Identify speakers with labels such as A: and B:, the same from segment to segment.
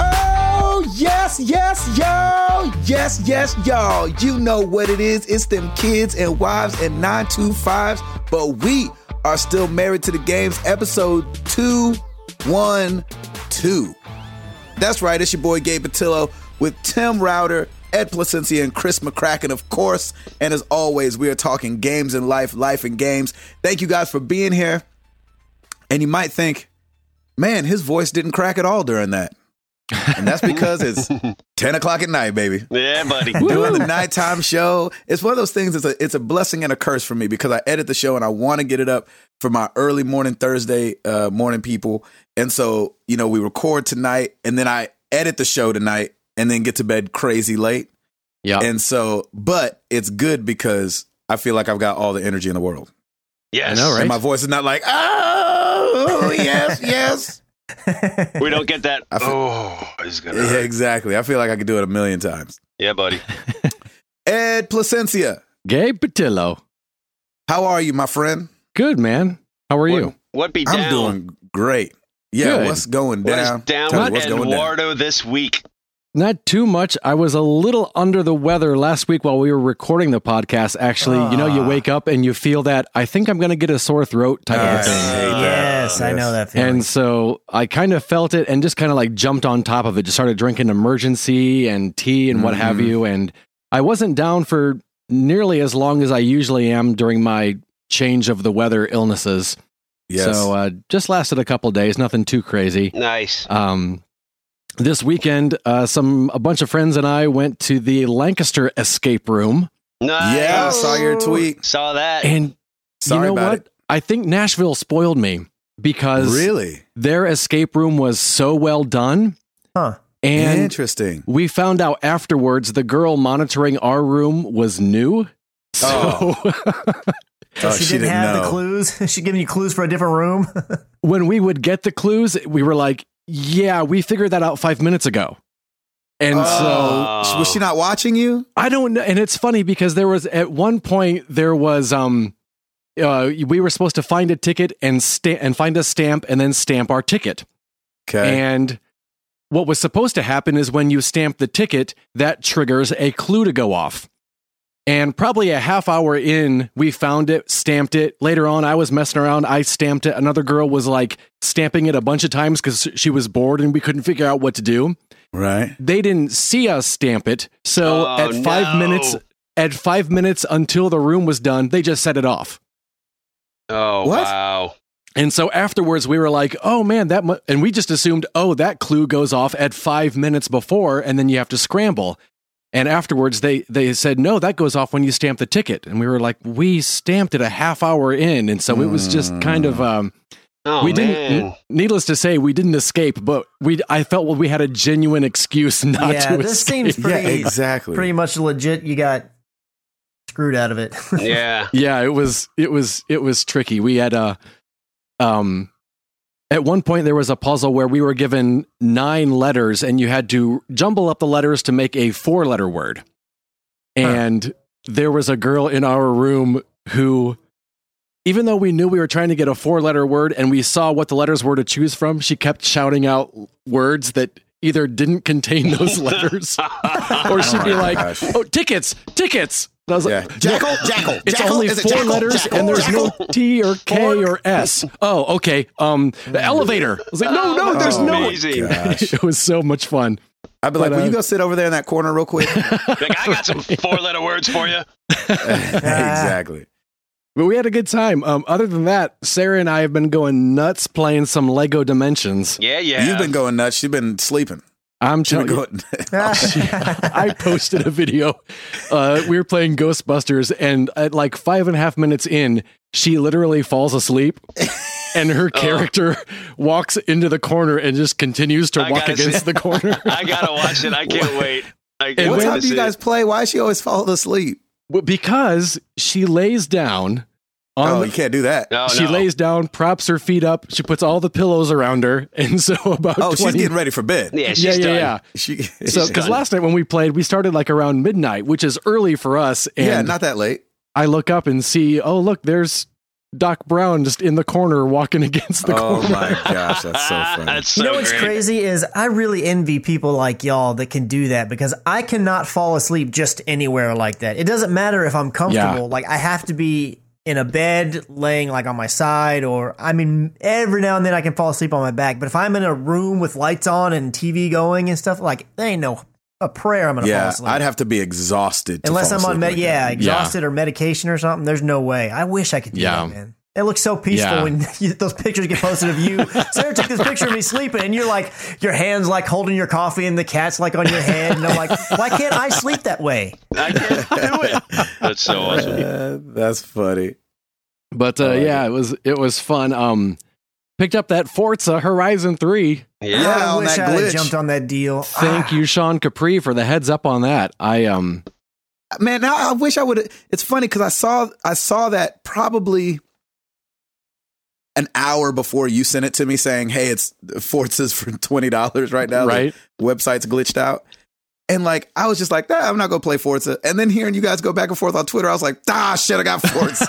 A: Oh, Yes, yes, y'all. You know what it is. It's them kids and wives and 925s, but we are still married to the games, episode 212. That's right. It's your boy Gabe Patillo with Tim Router, Ed Placencia, and Chris McCracken, of course. And as always, we are talking games and life, life and games. Thank you guys for being here. And you might think, man, his voice didn't crack at all during that. And that's because it's 10 o'clock at night, baby.
B: Yeah, buddy.
A: Doing the nighttime show. It's one of those things, it's a, it's a blessing and a curse for me because I edit the show and I want to get it up for my early morning Thursday uh, morning people. And so, you know, we record tonight and then I edit the show tonight and then get to bed crazy late.
C: Yeah.
A: And so, but it's good because I feel like I've got all the energy in the world.
B: Yes.
C: I know, right?
A: And my voice is not like, oh, yes, yes.
B: We don't get that.
A: I feel-
B: oh, he's gonna.
A: Yeah,
B: hurt.
A: exactly. I feel like I could do it a million times.
B: Yeah, buddy.
A: Ed Placencia,
C: Gabe Patillo.
A: how are you, my friend?
C: Good man. How are you?
B: What be down?
A: I'm doing great. Yeah,
C: Good.
A: what's going
B: What is
A: down?
B: down
A: Tell me
B: with
A: what's going down.
B: Eduardo this week?
C: Not too much. I was a little under the weather last week while we were recording the podcast. Actually, you know, you
D: Ah.
C: wake up and you feel that I think I'm going to get a sore throat type
A: Nice.
C: of thing.
B: Uh,
D: yes, I know that feeling.
C: And so I kind of felt it and just kind of like jumped on top of it, just started drinking emergency and tea and what have
A: Mhm.
C: you. And I wasn't down for nearly as long as I usually am during my change of the weather illnesses.
A: Yes.
C: So uh, just lasted a couple days, nothing too crazy.
B: Nice.
C: Um, this weekend, uh, some a bunch of friends and I went to the Lancaster escape room,
B: Nice.
A: yeah, I saw your tweet.
B: Saw that.
C: and
A: Sorry
C: you uh, know
A: about
C: what? I think Nashville spoiled me
A: it.
C: because
A: Really?
C: their escape room was so well done,
D: Huh.
C: and
A: Interesting.
C: we found out afterwards the girl monitoring our room was new. So
D: So
A: Oh,
D: she,
A: she
D: didn't,
A: didn't
D: have the
A: know.
D: clues. she giving you clues for a different room.
C: when we would get the clues, we were like, "Yeah, we figured that out five minutes ago." And so
B: Ah.
A: Oh, was she not watching you?
C: I don't know. And it's funny because there was at one point there was um uh we were supposed to find a ticket and sta- and find a stamp and then stamp our ticket.
A: Okay.
C: And what was supposed to happen is when you stamp the ticket, that triggers a clue to go off. And probably a half hour in, we found it, stamped it. Later on, I was messing around. I stamped it. Another girl was like stamping it a bunch of times because she was bored and we couldn't figure out what to do
A: right.
C: they didn't see us stamp it. So
B: Oh,
C: at five
B: no.
C: minutes, at five minutes until the room was done, they just set it off.
B: oh
A: What?
B: wow.
C: And so afterwards, we were like, "Oh man, that," mu-, and we just assumed, "Oh, that clue goes off at five minutes before, and then you have to scramble." And afterwards, they they said, "No, that goes off when you stamp the ticket." And we were like, "We stamped it a half hour in," and so it was just kind of. Um,
B: Oh
C: we didn't.
B: man.
C: n- Needless to say, we didn't escape, but we I felt well, we had a genuine excuse not
D: yeah,
C: to
D: this
C: escape.
D: seems pretty,
A: yeah, exactly.
D: pretty much legit. You got screwed out of it.
B: yeah.
C: yeah it was it was it was tricky we had a um at one point there was a puzzle where we were given nine letters and you had to jumble up the letters to make a four letter word and there was a girl in our room who even though we knew we were trying to get a four letter word and we saw what the letters were to choose from she kept shouting out words that either didn't contain those letters or she'd be
A: my
C: like
A: gosh.
C: oh tickets tickets and I was
A: Yeah.
C: like,
A: Jackal, jackal.
C: it's
A: jackal.
C: only
A: Is it
C: four
A: jackal?
C: letters,
A: Jackal?
C: and there's
A: Jackal?
C: no T or K or S. Oh, okay. Um,
A: Mm.
C: the elevator. I was like, no, no,
B: Oh,
C: Oh,
A: Oh,
C: there's no.
B: Amazing.
A: Gosh.
C: It was so much fun.
A: I'd be like,
C: But,
A: will
C: uh,
A: you go sit over there in that corner real quick?
B: Like, I got some four-letter words for you.
A: exactly.
C: But we had a good time. Um, other than that, Sarah and I have been going nuts playing some Lego Dimensions.
B: Yeah, yeah.
A: You've been going nuts. You've been sleeping.
C: I'm
A: She's been
C: telling you,
A: going.
C: I posted a video. Uh, we were playing Ghostbusters, and at like five and a half minutes in, she literally falls asleep, and her
A: Oh.
C: character walks into the corner and just continues to
B: I
C: walk
B: gotta see-
C: against the corner.
B: I gotta watch it. I can't wait. I can't
C: And
A: what
B: wait
C: when-
A: time
B: to
A: do you
B: see
A: guys
B: it.
A: play? Why is she always falling asleep?
C: Well, because she lays down on
A: Oh,
C: the-
A: you can't do that.
B: No,
C: she
B: no.
C: lays down, props her feet up, she puts all the pillows around her, and so about
A: Oh,
C: 20
A: she's getting ready for bed.
B: Yeah, she's
C: yeah, yeah,
B: done.
C: yeah.
A: She,
C: So, because
B: done.
C: last night when we played, we started like around midnight, which is early for us. And
A: yeah, not that late.
C: I look up and see, oh, look, there's Doc Brown just in the corner walking against the
A: oh
C: corner.
A: my gosh, that's so funny.
B: That's
D: you know
B: so
D: what's
B: great.
D: crazy is I really envy people like y'all that can do that because I cannot fall asleep just anywhere like that. It doesn't matter if I'm comfortable. Like I have to be in a bed laying like on my side or I mean every now and then I can fall asleep on my back, but if I'm in a room with lights on and TV going and stuff like there ain't no a prayer I'm going to fall
A: yeah,
D: asleep.
A: I'd have to be exhausted. To
D: Unless
A: fall
D: I'm on
A: asleep
D: med-
A: like
D: yeah,
A: that.
D: exhausted or medication or something, there's no way. I wish I could do
C: Yeah.
D: that, man. It looks so peaceful
C: Yeah.
D: when you, those pictures get posted of you. Sarah took this picture of me sleeping, and you're like, your hands like holding your coffee, and the cat's like on your head, and I'm like, why can't I sleep that way?
B: I can't do it. That's so awesome.
A: Uh, that's funny.
C: But uh,
A: I like
C: yeah, it was it was fun. Um, picked up that Forza Horizon Three.
B: Yeah.
A: Yeah,
D: I
A: on
D: wish
A: that
D: I
A: glitch.
D: had jumped on that
A: Oh,
D: deal. Ah,
A: ah.
C: Thank you, Sean Capri, for the heads up on that. I um,
A: man now i wish i would it's funny because i saw i saw that probably an hour before you sent it to me saying hey it's forza's for $20 right now The
C: Right.
A: website's glitched out and like i was just like nah, i'm not gonna play forza and then hearing you guys go back and forth on twitter i was like ah shit i got forza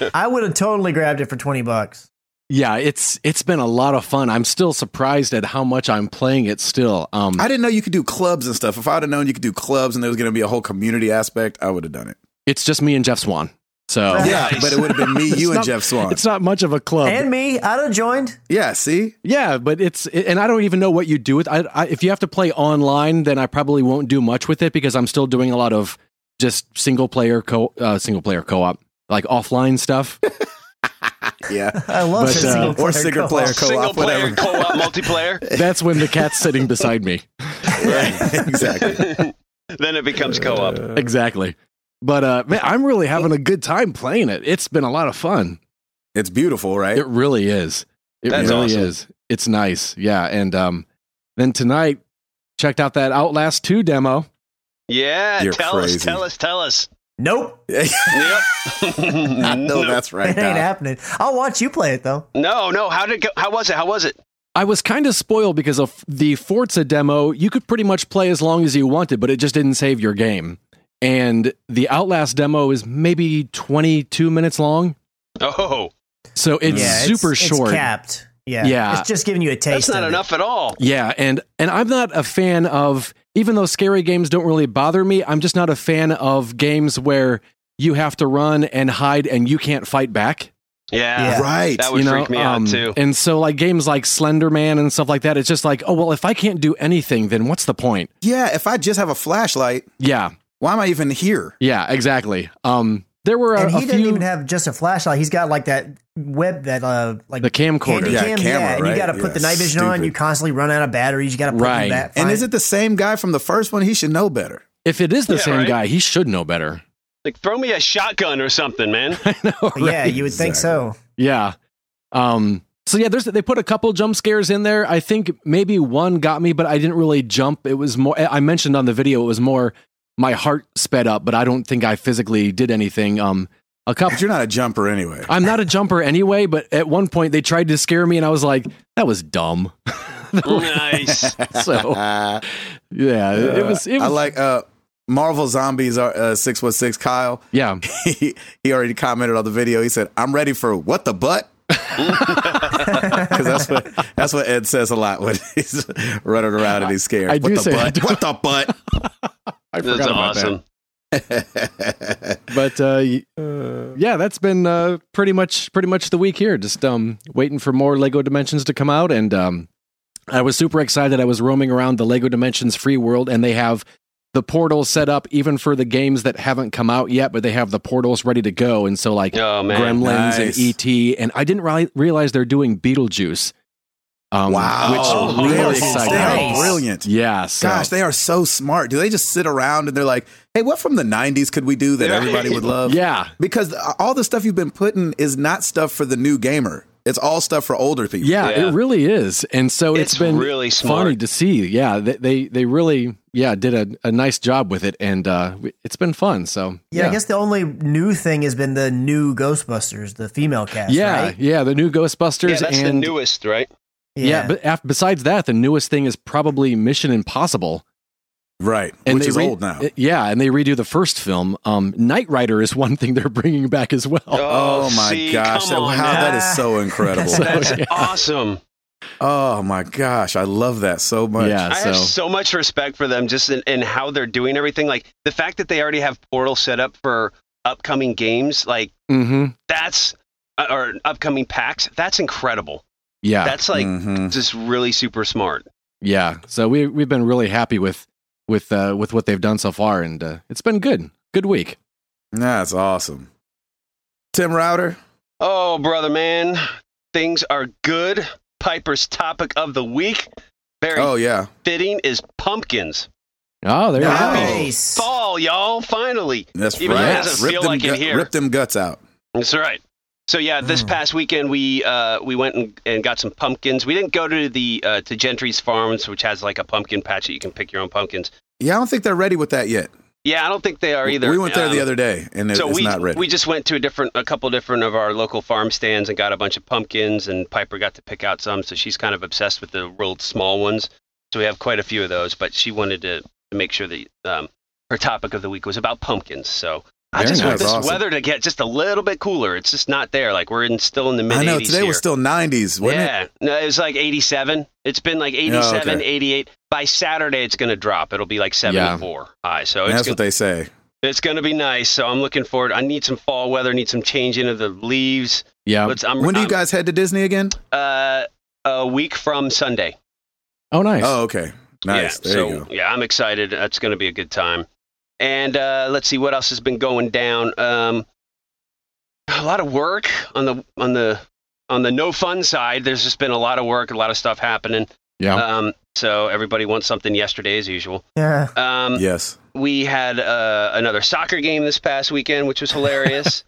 D: Yeah, I would have totally grabbed it for twenty bucks.
C: yeah, it's it's been a lot of fun. I'm still surprised at how much I'm playing it still. Um,
A: i didn't know you could do clubs and stuff if i'd have known you could do clubs and there was gonna be a whole community aspect i would have done it
C: it's just me and Jeff Swan. So
A: yeah
B: Nice.
A: but it would have been me
C: It's
A: you and
C: not-
A: jeff swan
C: it's not much of a club.
D: and me, I'd have joined.
A: yeah see
C: Yeah, but it's and I don't even know what you do with. I, I if you have to play online, then I probably won't do much with it because I'm still doing a lot of just single player co uh, single player co op like offline stuff.
A: yeah
D: I love
C: But,
D: that
C: uh,
D: single
A: or
D: player
A: single
D: co-op.
A: player co-op
B: Single player,
A: whatever
B: co-op, multiplayer.
C: That's when the cat's sitting beside me.
A: yeah, exactly
B: then it becomes co-op.
C: Exactly. But uh, man, I'm really having a good time playing it. It's been a lot of fun.
A: It's beautiful, right?
C: It really is. It
B: That's
C: really
B: awesome.
C: is. It's nice. Yeah, and um, then tonight checked out that Outlast Two demo.
B: Yeah,
A: You're
B: tell
A: crazy.
B: us, tell us, tell us.
D: Nope,
B: Yep.
A: I
B: Mm-hmm.
A: know that's
D: it
A: right.
D: ain't
A: Doc.
D: happening. I'll watch you play it though.
B: No, no. How did it go? how was it? How was it?
C: I was kind of spoiled because of the Forza demo. You could pretty much play as long as you wanted, but it just didn't save your game. And the Outlast demo is maybe 22 minutes long.
B: Oh,
C: So it's
D: yeah,
C: super
D: it's,
C: short.
D: It's capped. Yeah.
C: Yeah.
D: It's just giving you a taste.
B: that's not
D: of it.
B: enough at all.
C: yeah, and and I'm not a fan of even though scary games don't really bother me, I'm just not a fan of games where you have to run and hide and you can't fight back.
B: Yeah,
D: Yeah.
A: Right.
B: that would
C: you know,
B: freak me
C: um,
B: out too.
C: And so, like games like Slender Man and stuff like that, it's just like, oh well, if I can't do anything, then what's the point?
A: yeah. If I just have a flashlight,
C: Yeah,
A: why am I even here?
C: yeah, exactly. Um, there were a,
D: And
C: a
D: he
C: few
D: doesn't even have just a flashlight. He's got like that web that uh like
C: the camcorder.
D: handy
A: Yeah,
D: cam.
A: camera,
D: yeah, and
A: right?
D: you got to put
A: Yeah,
D: the night vision on.
A: stupid.
D: You constantly run out of batteries. You got to put
C: Right.
D: them back.
A: And
D: find-
A: is it the same guy from the first one? He should know better.
C: If it is the
B: Yeah,
C: same
B: right?
C: guy, he should know better.
B: Like, throw me a shotgun or something, man.
C: No,
D: Yeah,
C: right?
D: you would think so.
C: yeah. Um, so yeah, there's they put a couple jump scares in there. I think maybe one got me, but I didn't really jump. It was more. I mentioned on the video it was more my heart sped up, but I don't think I physically did anything. Um, a couple.
A: But you're not a jumper anyway.
C: I'm not a jumper anyway, but at one point they tried to scare me, and I was like, "That was dumb."
B: nice.
C: so yeah, it- it was. It was
A: I like uh, Marvel Zombies are uh, six one six. Kyle.
C: yeah.
A: He, he already commented on the video. He said, "I'm ready for what the butt." Because that's what that's what Ed says a lot when he's running around and he's scared.
C: I
A: what
C: do
A: the
C: say
A: butt?
C: that.
A: What the butt?
C: I forgot
B: That's
C: about that.
B: awesome.
C: but uh, y- yeah, that's been uh, pretty much pretty much the week here. Just um, waiting for more Lego Dimensions to come out, and um, I was super excited. I was roaming around the Lego Dimensions free world, and they have the portals set up even for the games that haven't come out yet, but they have the portals ready to go. And so, like
B: Oh man.
C: Gremlins
A: nice.
C: and ET, and I didn't ri- realize they're doing Beetlejuice. Um,
A: wow!
C: which
A: Really
C: really
D: Beetlejuice.
C: excited.
A: They are
D: Oh, Nice.
A: Brilliant.
C: Yeah, so
A: Gosh, they are so smart. Do they just sit around and they're like, "Hey, what from the '90s could we do that
B: Yeah.
A: everybody would love?"
C: yeah,
A: because all the stuff you've been putting is not stuff for the new gamer. It's all stuff for older people.
C: yeah,
B: Yeah.
C: it really is. And so
B: it's
C: it's been
B: really
C: funny
B: smart.
C: to see. Yeah, they they, they really yeah did a, a nice job with it, and uh, we- it's been fun. So
D: Yeah, I guess the only new thing has been the new Ghostbusters, the female cast.
C: yeah,
D: right?
C: yeah, the new Ghostbusters
B: Yeah, that's
C: and
B: the newest, right?
C: yeah. But af- besides that, the newest thing is probably Mission Impossible.
A: Right.
C: And
A: Which
C: they
A: is
C: re-
A: old now.
C: Yeah, and they redo the first film. Um, Knight Rider is one thing they're bringing back as well.
A: oh my
B: see,
A: gosh.
B: Come
A: That-
B: on,
A: how
B: now.
A: that is so incredible.
B: That's awesome.
A: oh my gosh. I love that so much.
C: yeah,
B: I have
C: so
B: so much respect for them just in, in how they're doing everything. Like the fact that they already have Portal set up for upcoming games, like
C: hmm
B: that's uh, or upcoming packs. That's incredible.
C: yeah, Mm.
B: That's like
A: Mhm.
B: just really super smart.
C: yeah. So we we've been really happy with with uh, with what they've done so far, and uh, it's been good. Good week.
A: That's awesome. Tim Router.
B: Oh, brother, man, things are good. Piper's topic of the week, very
A: Oh, yeah.
B: fitting, is pumpkins.
C: Oh, there you go.
A: Nice.
D: Nice.
B: Fall, y'all, finally.
A: That's
B: Even
A: right.
C: though it
B: doesn't
A: Rip
B: feel
A: them
B: like it
A: gut-
B: here.
A: Rip them guts out.
B: That's right. So yeah, this
A: Hmm.
D: Mm.
B: past weekend we uh, we went and, and got some pumpkins. We didn't go to the uh, to Gentry's Farms, which has like a pumpkin patch that you can pick your own pumpkins.
A: Yeah, I don't think they're ready with that yet.
B: Yeah, I don't think they are either.
A: We went there
B: Um,
A: the other day and it,
B: so
A: it's
B: we
A: not ready.
B: we just went to a different a couple different of our local farm stands and got a bunch of pumpkins and Piper got to pick out some. So she's kind of obsessed with the real small ones. So we have quite a few of those, but she wanted to to make sure that um, her topic of the week was about pumpkins. So. I
C: Very
B: just want
A: nice.
B: this
A: Awesome.
B: weather to get just a little bit cooler. It's just not there. Like we're in still in the mid 80s
A: I know today
B: here.
A: was still 90s, wasn't it? Oh,
B: yeah. No, it was like 87. It's been like 87,
A: okay.
B: 88. By Saturday, it's going to drop. It'll be like 74 high. So
A: And
B: it's
A: that's
B: gonna,
A: what they say.
B: it's going to be nice. So I'm looking forward. I need some fall weather. Need some changing of the leaves.
C: Yeah.
B: Let's, I'm,
A: Um, When do you
B: I'm,
A: guys head to Disney again?
B: Uh, a week from Sunday.
C: Oh, nice.
A: Oh, okay. Nice.
B: Yeah,
A: there
B: so
A: you go.
B: yeah, I'm excited. That's going to be a good time. And uh, let's see what else has been going down. Um, a lot of work on the on the on the no fun side. There's just been a lot of work, a lot of stuff happening.
C: Yeah.
B: Um, so everybody wants something yesterday as usual.
D: Yeah.
B: Um,
A: Yes.
B: We had uh, another soccer game this past weekend, which was hilarious.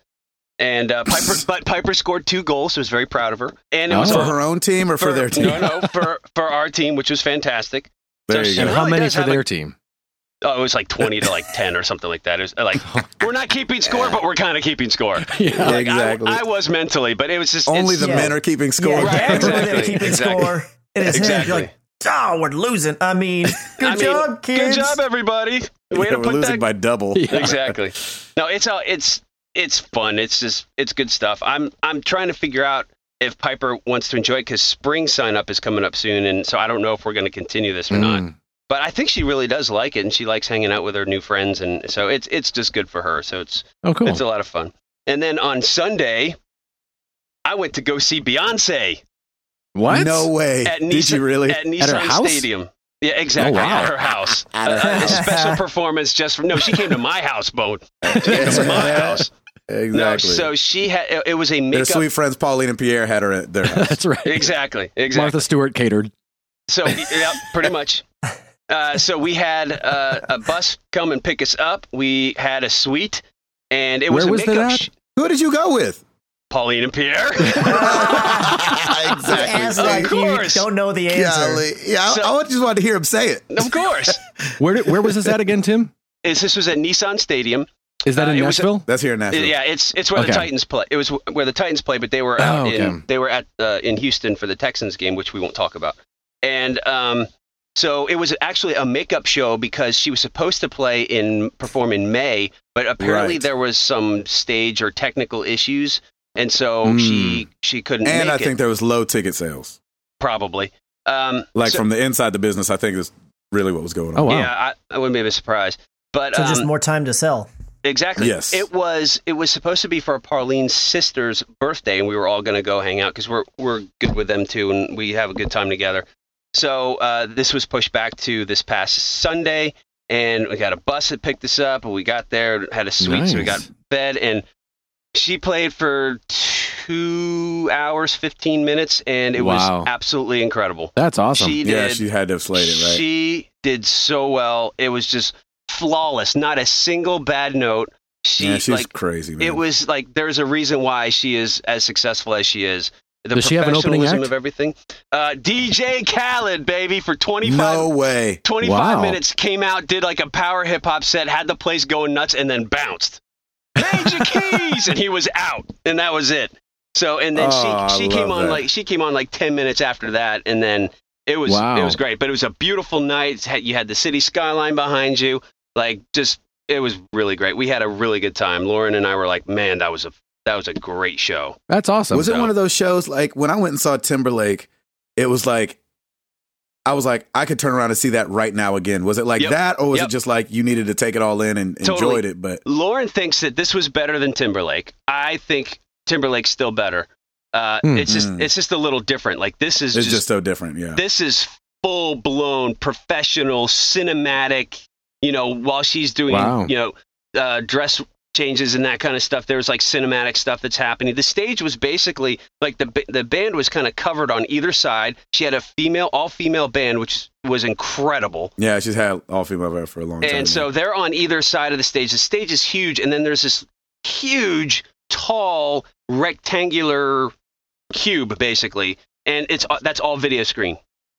B: and uh, Piper, but Piper scored two goals, so I was very proud of her. And it was
C: Oh.
A: For
B: all-
A: her own team or for, their team?
B: No, no, for for our team, which was fantastic.
A: There
B: so
A: you
B: she-
C: and
A: go.
C: how
B: really
C: many
B: does
C: for
B: have a-
C: their team?
B: Oh, it was like twenty to like ten or something like that. It was uh, like we're not keeping score, but we're kind of keeping score.
C: Yeah.
B: Like, I-
A: exactly.
B: I, was mentally, but it was just
A: Only
B: it's-
A: the
D: Yeah.
A: men are keeping score.
D: Yeah,
B: Right,
D: Dad's over there
B: exactly,
D: keeping
B: exactly.
D: score. It is him.
B: Exactly.
D: You're like, oh, we're losing. I mean, good
B: I mean,
D: job, kids.
B: Good job, everybody. Way
A: Yeah,
B: to
A: we're
B: put
A: losing
B: that
A: by double.
C: Yeah.
B: exactly. No, it's all it's it's fun. It's just it's good stuff. I'm I'm trying to figure out if Piper wants to enjoy it because spring sign up is coming up soon, and so I don't know if we're going to continue this or not.
C: Mm.
B: But I think she really does like it, and she likes hanging out with her new friends, and so it's it's just good for her. So it's
C: Oh, cool.
B: it's a lot of fun. And then on Sunday, I went to go see Beyonce
C: what?
A: No way.
B: At
A: Did you
B: Nissan-
A: really?
B: at Nissan
C: her house?
B: Stadium. Yeah, exactly.
C: Oh, wow.
B: At her house.
A: At her
B: Uh, a
D: house.
B: special performance just from no. She came to my house, boat. It's my house.
A: exactly.
B: No, so she had. It, it was a
A: their
B: makeup.
A: sweet friends Pauline and Pierre had her at their house.
C: That's right.
B: Exactly. Exactly.
C: Martha Stewart catered.
B: So yeah, pretty much. Uh, so we had uh, a bus come and pick us up. We had a suite, and it was
C: Where
B: a
C: was that
B: makeup.
C: at?
B: sh-
A: Who did you go with?
B: Pauline and Pierre.
D: Ask
B: Of
D: like you
B: course.
D: don't know the answer.
A: Golly. Yeah, I,
B: So-
A: I just wanted to hear him say it.
B: of course.
C: Where did, where was this at again, Tim?
B: Is this was at Nissan Stadium.
C: Is that
B: Uh,
C: in
B: it was-
C: Nashville?
A: That's here in Nashville.
B: Yeah, it's it's where
C: Okay.
B: the Titans play. It was wh- where the Titans play, but they were
C: Oh,
B: out
C: okay.
B: in they were at uh, in Houston for the Texans game, which we won't talk about. And um, so it was actually a makeup show because she was supposed to play in perform in May, but apparently
A: Right.
B: there was some stage or technical issues, and so
C: Mm.
B: she she couldn't.
A: Hmm. And I
B: make it,
A: think there was low ticket sales.
B: probably um,
A: Like
B: so-
A: from the inside the business, I think is really what was going on.
C: Oh, wow.
B: yeah, I, I wouldn't be surprised. But
D: So
B: um,
D: just more time to sell.
B: Exactly.
A: Yes.
B: It was it was supposed to be for Parlene's sister's birthday, and we were all going to go hang out because we're we're good with them too, and we have a good time together. So uh, this was pushed back to this past Sunday, and we got a bus that picked us up, and we got there, had a suite, so we got
C: Nice.
B: fed, and she played for two hours fifteen minutes, and it
C: Wow.
B: was absolutely incredible.
C: That's awesome.
B: She
A: yeah,
B: did
A: she had to have slayed it, right?
B: she did so well. It was just flawless. Not a single bad note. She
A: yeah, she's
B: like
A: crazy, man.
B: it was like there's a reason why she is as successful as she is. The
C: Does she have an opening
B: professionalism
C: act?
B: of everything. Uh, DJ Khaled, baby, for 25,
A: no way.
B: 25
C: Wow.
B: minutes came out, did like a power hip hop set, had the place going nuts, and then bounced. Major keys, and he was out, and that was it. So, and then
A: Oh, I
B: she she came
A: love
B: on
A: that.
B: like she came on like 10 minutes after that, and then It was
C: Wow.
B: it was great, but it was a beautiful night. It's had- You had the city skyline behind you, like just it was really great. We had a really good time. Lauren and I were like, man, that was a that was a great show.
C: That's awesome.
A: was it
B: down.
A: one of those shows like when I went and saw Timberlake, it was like I was like, I could turn around and see that right now again. Was it like
B: Yep.
A: that, or was
B: Yep.
A: it just like you needed to take it all in and
B: Totally.
A: enjoyed it? But
B: Lauren thinks that this was better than Timberlake. I think Timberlake's still better. Uh,
C: Hmm.
B: It's just
A: Hmm.
B: it's just a little different. Like this is
A: it's,
B: just,
A: just, uh, so different. Yeah.
B: this is full blown professional cinematic. You know, while she's doing
C: Wow.
B: you know uh, dress changes and that kind of stuff, there's like cinematic stuff that's happening. The stage was basically like the ba- the band was kind of covered on either side. She had a female all female band, which was incredible.
A: yeah, she's had all female rap for a long time.
B: And so they're on either side of the stage. The stage is huge, and then there's this huge, tall, rectangular cube, basically, and it's uh, that's all video screen.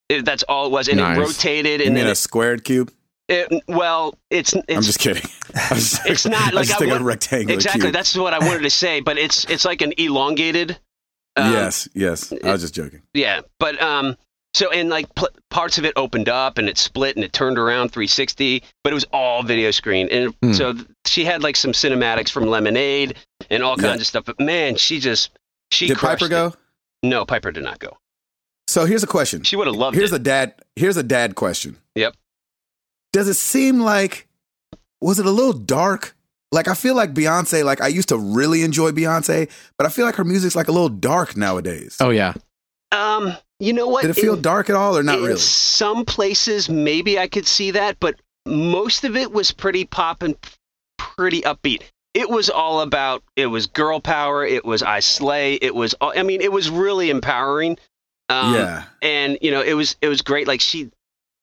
B: It- that's all it was, and
C: Nice.
B: it rotated,
A: you
B: and
A: mean
B: then
A: a squared cube?
B: it, it- well, it's
A: I'm
B: it's
A: just kidding. I'm just-
B: it's not
A: I
B: like
A: just
B: I
A: think
B: want-
A: a rectangular
B: exactly
A: cube.
B: that's what I wanted to say, but it's it's like an elongated. um,
A: yes, yes. I was just joking.
B: Yeah, but um, so and like pl- parts of it opened up and it split and it turned around 360, but it was all video screen. And
C: Hmm.
B: so th- she had like some cinematics from Lemonade and all
A: Yeah.
B: kinds of stuff. But man, she just she
A: Did
B: crushed
A: Piper go?
B: it. No, Piper did not go.
A: So here's a question.
B: She would have loved
A: here's
B: it.
A: a dad here's a dad question
B: Yep.
A: does it seem like was it a little dark like i feel like beyonce like i used to really enjoy beyonce but i feel like her music's like a little dark nowadays
C: Oh yeah.
B: um, you know what?
A: did it feel
B: In-
A: dark at all or not
B: in
A: really
B: Some places maybe I could see that, but most of it was pretty pop and p- pretty upbeat. It was all about it was girl power. It was I slay. It was all- I mean it was really empowering. Um,
A: yeah
B: and you know it was it was great. Like she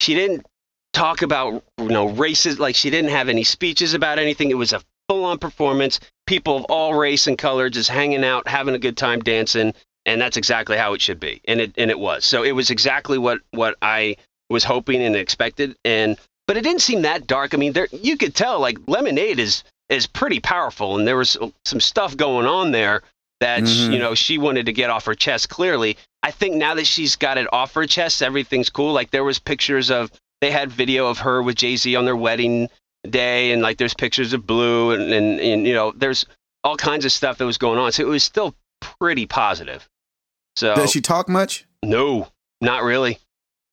B: she didn't talk about you know races. Like she didn't have any speeches about anything. It was a full on performance. People of all race and color just hanging out, having a good time, dancing, and that's exactly how it should be. And it and it was. So it was exactly what what I was hoping and expected. And but it didn't seem that dark. I mean, there you could tell like Lemonade is is pretty powerful, and there was some stuff going on there that
A: Mhm.
B: you know she wanted to get off her chest clearly. I think now that she's got it off her chest, everything's cool. Like there was pictures of they had video of her with Jay Z on their wedding day, and like there's pictures of Blue, and, and and you know there's all kinds of stuff that was going on. So it was still pretty positive. So
A: does she talk much
B: no, not really.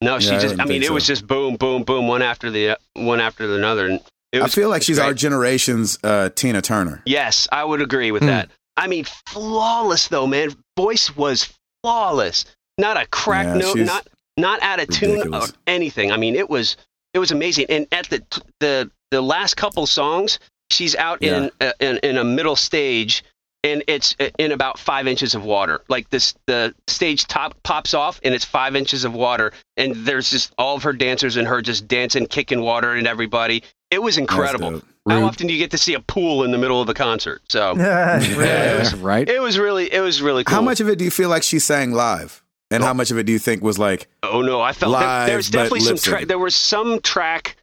B: No, she
A: Yeah, I
B: just.
A: didn't
B: I, mean,
A: think
B: it
A: so.
B: was just boom, boom, boom, one after the one after another. And it
A: i
B: was,
A: feel like
B: it's
A: she's
B: great.
A: our generation's uh, tina turner
B: Yes, I would agree with
C: Hmm.
B: that. I mean, flawless though, man. Voice was flawless. Not a crack
A: Yeah,
B: note.
A: she's
B: Not not out of tune or
A: ridiculous.
B: anything. I mean, it was it was amazing. And at the the the last couple songs, she's out in, uh, in in a middle stage, and it's uh, in about five inches of water. Like this, the stage top pops off, and it's five inches of water, and there's just all of her dancers and her just dancing, kicking water, and everybody. It was
A: that's
B: incredible.
A: dope.
B: How
C: Rude.
B: often do you get to see a pool in the middle of a concert? So
D: Really?
C: Yeah, right.
B: it was really, it was really cool.
A: how much of it do you feel like she sang live and how much of it do you think was like
B: Oh no, I felt there, there was
A: Live, but
B: definitely some.
A: lip
B: Tra-
A: sync.
B: there was some track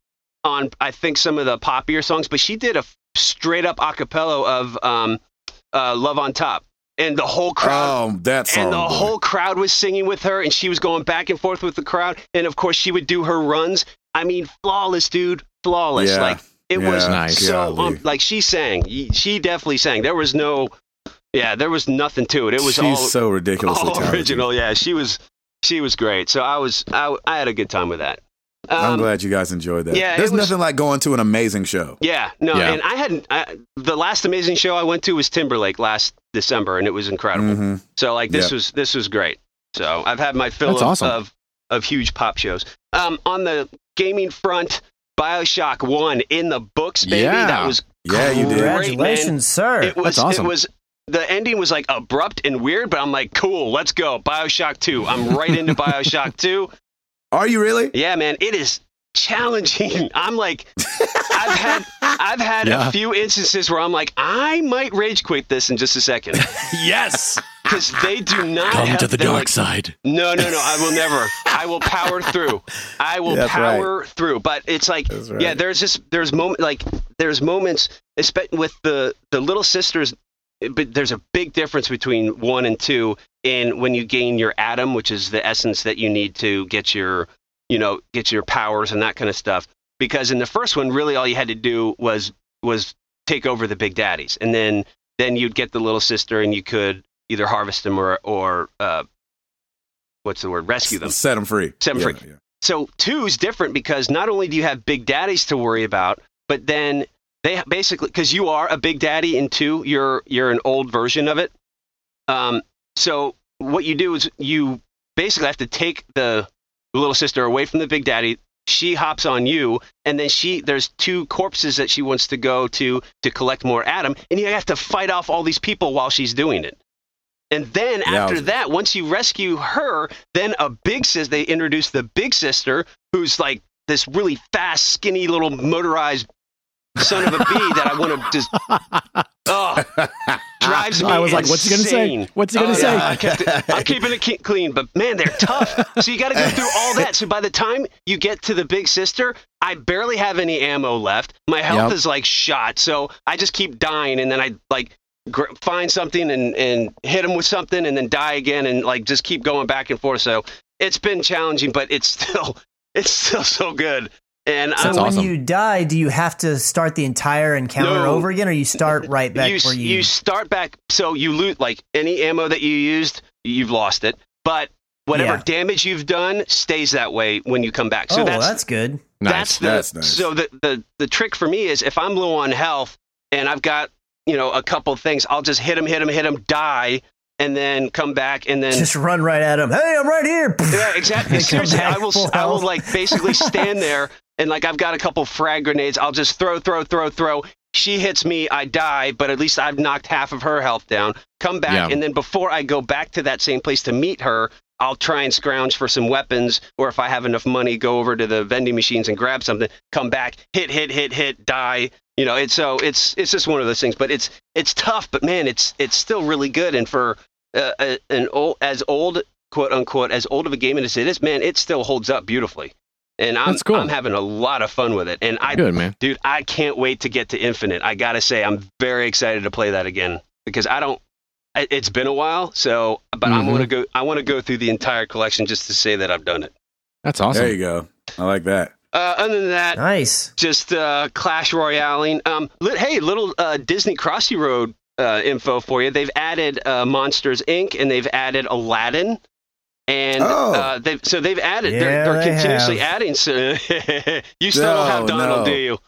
B: on I think some of the poppier songs, but she did a f- straight up acapella of um, uh, "Love on Top," and the whole crowd.
A: oh that song
B: And the
A: boy.
B: whole crowd was singing with her, and she was going back and forth with the crowd. And of course, she would do her runs. I mean, flawless, dude, flawless.
A: Yeah.
B: Like it was
A: Yeah.
C: Nice.
B: so.
A: Golly.
B: Um, like she sang, Y- she definitely sang. There was no, yeah, there was nothing to it. It was
A: she's
B: all
A: so ridiculously
B: all
A: talented.
B: original. Yeah, she was she was great. So I was I, I had a good time with that.
A: I'm
B: Um,
A: glad you guys enjoyed that.
B: yeah,
A: There's
B: it was-
A: nothing like going to an amazing show.
B: Yeah, no,
C: Yeah.
B: and I hadn't. I, the last amazing show I went to was Timberlake last December, and it was incredible.
A: Mhm.
B: So like this
A: Yeah.
B: was this was great. So I've had my fill
C: That's
B: of,
C: awesome.
B: of of huge pop shows. Um, on the gaming front, Bioshock One in the books, baby.
C: Yeah.
B: That was
A: Yeah, you did.
D: Congratulations, sir.
B: it was
C: That's awesome.
B: it was the ending was like abrupt and weird, but I'm like, cool, let's go. Bioshock Two. I'm right into Bioshock Two.
A: Are you really?
B: Yeah, man, it is challenging. I'm like, I've had I've had
C: Yeah.
B: a few instances where I'm like, I might rage quit this in just a second
C: yes.
B: because they do not
C: Come
B: have-
C: to the
B: they're
C: dark
B: like,
C: side.
B: No, no, no, I will never. I will power through. I will
A: That's right.
B: power through. But it's like,
A: That's right.
B: yeah, there's this, there's moment like there's moments, especially with the the little sisters but there's a big difference between one and two in when you gain your atom, which is the essence that you need to get your, you know, get your powers and that kind of stuff. Because in the first one, really all you had to do was was take over the big daddies, and then then you'd get the little sister, and you could either harvest them or or uh, what's the word, rescue them,
A: Set them free.
B: set them
A: Yeah,
B: free.
A: yeah.
B: So two's different because not only do you have big daddies to worry about, but then they basically because you are a big daddy in two, you're you're an old version of it. Um, so what you do is you basically have to take the little sister away from the big daddy. She hops on you, and then she there's two corpses that she wants to go to to collect more atom, and you have to fight off all these people while she's doing it. And then after
A: Yowzers.
B: that, once you rescue her, then a big sis they introduce the big sister, who's like this really fast, skinny little motorized son of a bee that I want to just oh drives me.
C: I was like, what's he gonna say?
B: insane.
C: What's he gonna
B: Oh,
C: say?
B: yeah, I kept it- I'm keeping it ke- clean, but man, they're tough. So you got to go through all that. So by the time you get to the big sister, I barely have any ammo left. My health
C: Yep.
B: is like shot, so I just keep dying, and then I like gr- find something and and hit him with something, and then die again, and like just keep going back and forth. So it's been challenging, but it's still it's still so good. And
C: So
B: I'm
C: That's
D: so when
C: awesome.
D: you die, do you have to start the entire encounter
B: No.
D: over again, or you start right back
B: you,
D: where you?
B: you start back so you loot like any ammo that you used you've lost it but whatever
D: Yeah.
B: damage you've done stays that way when you come back so
D: oh,
B: that's
D: well, that's good.
B: that's the
A: That's nice.
B: so the, the the trick for me is if I'm low on health and I've got you know a couple things I'll just hit him hit him hit him die and then come back and then
D: Just run right at him. Hey, I'm right here.
B: yeah, exactly.
D: They come
B: Seriously,
D: back
B: I will.
D: full
B: I will
D: health.
B: like basically stand there and like I've got a couple frag grenades. I'll just throw, throw, throw, throw. She hits me, I die, but at least I've knocked half of her health down. Come back,
C: Yeah.
B: and then before I go back to that same place to meet her, I'll try and scrounge for some weapons, or if I have enough money, go over to the vending machines and grab something. Come back, hit, hit, hit, hit, die. You know, it's so it's it's just one of those things. But it's it's tough, but man, it's it's still really good. And for uh, a- an old as old quote unquote as old of a game as it is, man, it still holds up beautifully. And I'm
C: That's cool.
B: I'm having a lot of fun with it. And I
C: Good man.
B: dude, I can't wait to get to Infinite. I gotta say, I'm very excited to play that again because I don't. I- It's been a while, so but I'm
C: Mhm.
B: gonna go. I want to go through the entire collection just to say that I've done it.
C: That's awesome.
A: There you go. I like that.
B: Uh, other than that,
D: Nice.
B: just uh, Clash Royaling. Um, li- hey, little uh, Disney Crossy Road uh, info for you. They've added uh, Monsters Inc. and they've added Aladdin, and
A: Oh.
B: uh, they've so they've added.
D: Yeah,
B: they're they're
D: they
B: continuously
D: have.
B: adding. So you still don't have
A: No,
B: Donald,
A: no.
B: do you?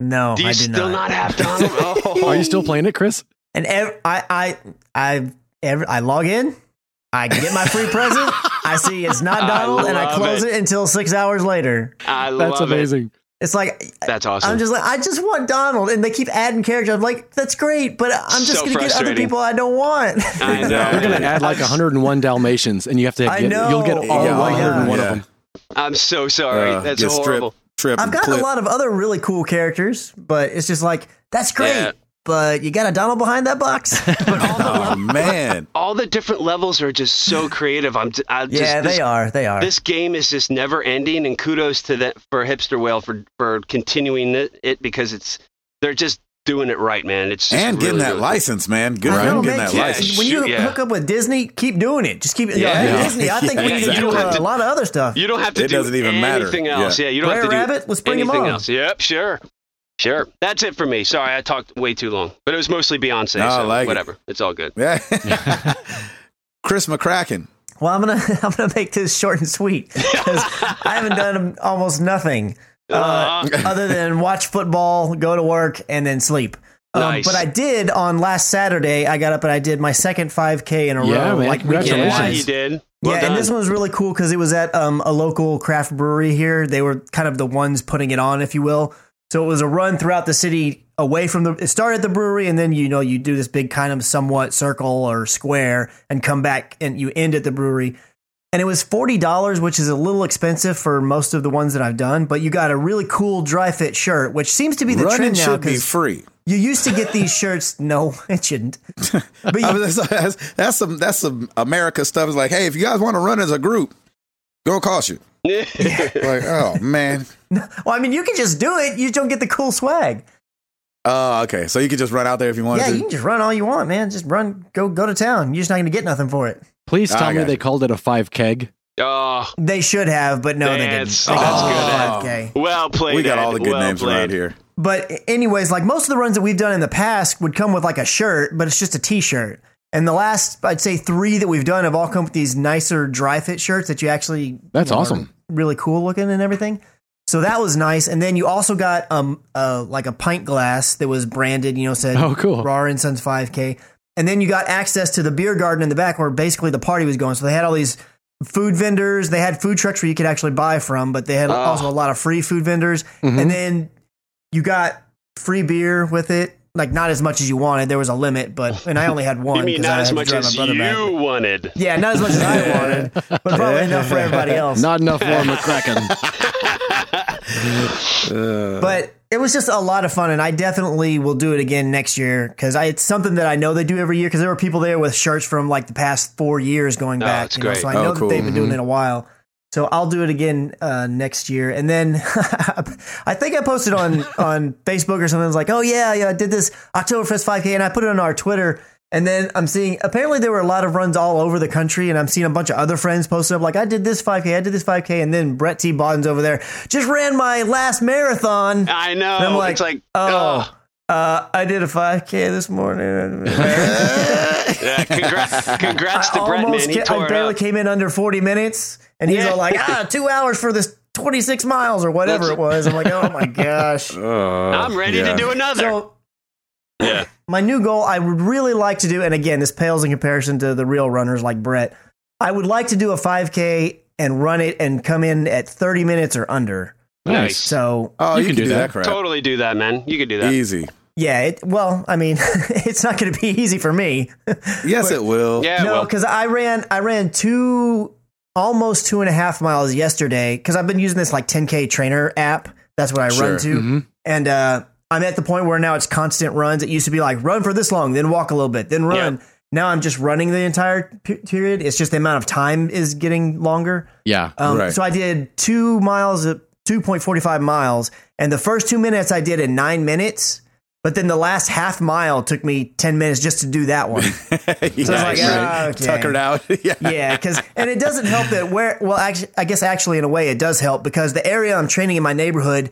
D: No,
B: do you
D: Oh, I did
B: still not. have Donald? Oh.
C: Are you still playing it, Chris?
D: And ev- I, I, I, ev- I log in. I get my free present. I see it's
B: I
D: not Donald, and I
B: love
D: close it. until six hours later.
B: I
C: That's
B: love
C: amazing.
D: It's like
B: It. That's awesome.
D: I'm just like I just want Donald, and they keep adding characters. I'm like, that's great, but I'm just
B: So
D: gonna get other
B: frustrating.
D: people I don't want.
B: I know.
A: They're
C: They're gonna
B: man.
C: add like
B: I'm s-
C: 101 Dalmatians, and you have to
D: I
C: get.
D: know.
C: You'll get all
D: Yeah, oh my
C: 101
D: God.
C: of
A: Yeah.
C: them.
B: I'm so sorry.
A: Uh,
B: That's
A: get stripped,
B: horrible.
A: Trip
D: I've
A: and
D: got
A: clip.
D: a lot of other really cool characters, but it's just like that's great,
B: Yeah.
D: but you got a Donald behind that box.
A: Oh man.
B: All the different levels are just so creative. I'm. j- I just,
D: yeah,
B: this
D: they are. They are.
B: this game is just never ending and kudos to that for hipster whale for for continuing it, it because it's they're just doing it right man it's just
A: and getting
B: really,
A: that
B: really-
A: license, man. Good
D: I
A: for
D: know,
A: him getting
D: man,
A: that
D: keep-
B: yeah,
A: license.
D: When you
B: Shoot, yeah.
D: hook up with Disney, keep doing it. Just keep it.
B: Yeah.
D: Yeah.
A: Yeah.
D: Disney, I think we
A: Yeah,
D: need to do
A: exactly.
D: uh, a lot of other stuff.
B: you don't have to
A: It
B: do
A: doesn't even matter.
B: anything
A: Yeah.
B: else yeah, you don't
D: Brer
B: have to do
D: Rabbit, let's bring him
B: anything
D: on.
B: else yep sure sure that's it for me sorry i talked way too long but it was mostly beyonce
A: No, I
B: so
A: like it.
B: whatever it's all good
A: Yeah. Chris McCracken.
D: Well, I'm gonna I'm gonna make this short and sweet because I haven't done almost nothing uh,
B: Uh,
D: other than watch football, go to work, and then sleep. Um,
B: Nice.
D: But I did on last Saturday. I got up and I did my second 5K in a
C: Yeah,
D: row.
C: man,
D: like weekend
C: congratulations.
B: yeah,
D: wise.
B: you did well
D: yeah,
B: done.
D: and this one was really cool because it was at um, a local craft brewery here. They were kind of the ones putting it on, if you will. So it was a run throughout the city away from the. It started at the brewery, and then you know you do this big kind of somewhat circle or square, and come back and you end at the brewery. And it was forty dollars, which is a little expensive for most of the ones that I've done. But you got a really cool dry fit shirt, which seems to be the
A: Running
D: trend now
A: should be
D: because
A: free.
D: you used to get these shirts. No, it shouldn't. But
A: I
D: you,
A: mean, that's, that's, that's some that's some America stuff. It's like, hey, if you guys want to run as a group, go cost you. Like, oh man.
D: Well, I mean, you can just do it. You just don't get the cool swag.
A: Oh, okay. So you could just run out there if you wanted
D: yeah,
A: to.
D: you can just run all you want, man. Just run, go, go to town. You're just not going to get nothing for it.
C: Please
A: Ah,
C: tell
A: I
C: me
A: got
C: they
A: you.
C: called it a five keg.
B: Oh,
D: They should have, but no, they didn't.
B: That's-
D: They
B: that's
D: got
A: good.
D: the 5K.
B: well played.
A: we got
B: Ed.
A: all the good
B: well
A: names
B: played.
A: around here.
D: But anyways, like most of the runs that we've done in the past would come with like a shirt, but it's just a t-shirt. And the last, I'd say three that we've done have all come with these nicer dry fit shirts that you actually
C: That's
D: you know, are
C: awesome.
D: really cool looking and everything. So that was nice. And then you also got um uh like a pint glass that was branded, you know, said
C: Oh, cool.
D: Raw and Sons 5K. And then you got access to the beer garden in the back where basically the party was going. So they had all these food vendors, they had food trucks where you could actually buy from, but they had
B: Oh.
D: also a lot of free food vendors.
B: Mm-hmm.
C: Mhm.
D: And then you got free beer with it. Like not as much as you wanted. There was a limit, but and I only had one.
B: You mean
D: 'cause
B: not
D: I
B: as
D: had to
B: much
D: drive my
B: as
D: brother
B: you
D: back.
B: wanted?
D: Yeah, not as much as I wanted, but probably enough for everybody else.
C: Not enough for McCracken.
D: but it was just a lot of fun and i definitely will do it again next year because it's something that i know they do every year because there were people there with shirts from like the past four years going
B: Oh,
D: back
B: that's
D: you know,
B: great.
D: so i
A: Oh,
D: know
A: cool.
D: that they've been doing it a while so i'll do it again uh, next year and then i think i posted on on facebook or something I was like oh yeah yeah i did this oktoberfest 5k and i put it on our twitter and then I'm seeing apparently there were a lot of runs all over the country, and I'm seeing a bunch of other friends posting up like I did this 5K, I did this 5K, and then Brett T. Bodden's over there just ran my last marathon.
B: I know.
D: And I'm like,
B: it's like,
D: oh,
B: oh,
D: uh, I did a 5K this morning.
B: yeah, congrats, congrats to
D: Uh, I
B: Brett, man.
D: almost
B: He
D: ca-
B: tore
D: I
B: it
D: barely
B: up.
D: came in under 40 minutes, and he's
B: Yeah.
D: all like, ah, two hours for this 26 miles or whatever
B: That's-
D: it was. I'm like, oh my gosh.
A: Uh,
B: I'm ready to do another.
D: So
B: yeah.
D: my new goal I would really like to do, and again, this pales in comparison to the real runners like Brett. I would like to do a 5K and run it and come in at 30 minutes or under.
C: Nice.
B: Nice.
D: So
A: Oh, you, can, do, that, crap.
B: Totally do that, man. You could do that.
A: Easy.
D: yeah, it, well, I mean, it's not going to be easy for me.
A: Yes, it will.
B: Yeah,
D: no,
B: well,
D: because I ran I ran two almost two and a half miles yesterday because I've been using this like 10k trainer app. That's what I
A: Sure.
D: run to,
B: mm-hmm.
D: and uh, I'm at the point where now it's constant runs. It used to be like run for this long, then walk a little bit, then run.
B: Yeah.
D: Now I'm just running the entire pe- period. It's just the amount of time is getting longer.
C: Yeah.
D: Um,
A: Right.
D: So I did two miles, two point forty five miles, and the first two minutes I did in nine minutes. But then the last half mile took me ten minutes just to do that one.
A: so
D: like, ah, okay.
A: Tuckered out. yeah.
D: yeah, because and it doesn't help that where well, actually, I guess actually in a way it does help because the area I'm training in my neighborhood,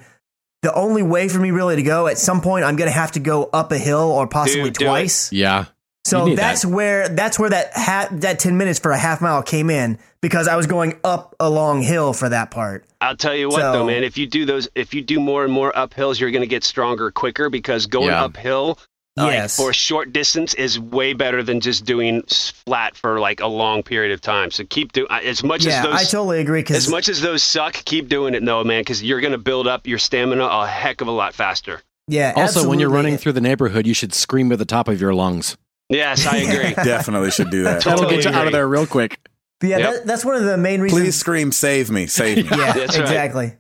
D: the only way for me really to go at some point I'm gonna have to go up a hill or possibly
B: Dude, do it.
D: twice.
C: Yeah. You
D: So
C: need
D: that's where that's where that ha- that ten minutes for a half mile came in because I was going up a long hill for that part.
B: I'll tell you what,
D: So-
B: though, man. If you do those, if you do more and more uphills, you're going to get stronger quicker because going
C: Yeah.
B: uphill like,
D: Yes.
B: for a short distance is way better than just doing s- flat for like a long period of time. So keep doing as much
D: yeah,
B: as those
D: I totally agree.
B: as
D: Because
B: much as those suck. Keep doing it, though, man, because you're going to build up your stamina a heck of a lot faster.
D: yeah,
C: Also, when you're
D: absolutely.
C: running through the neighborhood, you should scream at the top of your lungs.
B: Yes, I agree.
A: Definitely should do that.
C: That'll
B: Totally
C: get you out
B: agree.
C: of there real quick.
D: yeah,
B: Yep.
D: that, that's one of the main reasons.
A: Please scream, save me, save me.
D: Yeah,
B: That's right.
D: exactly.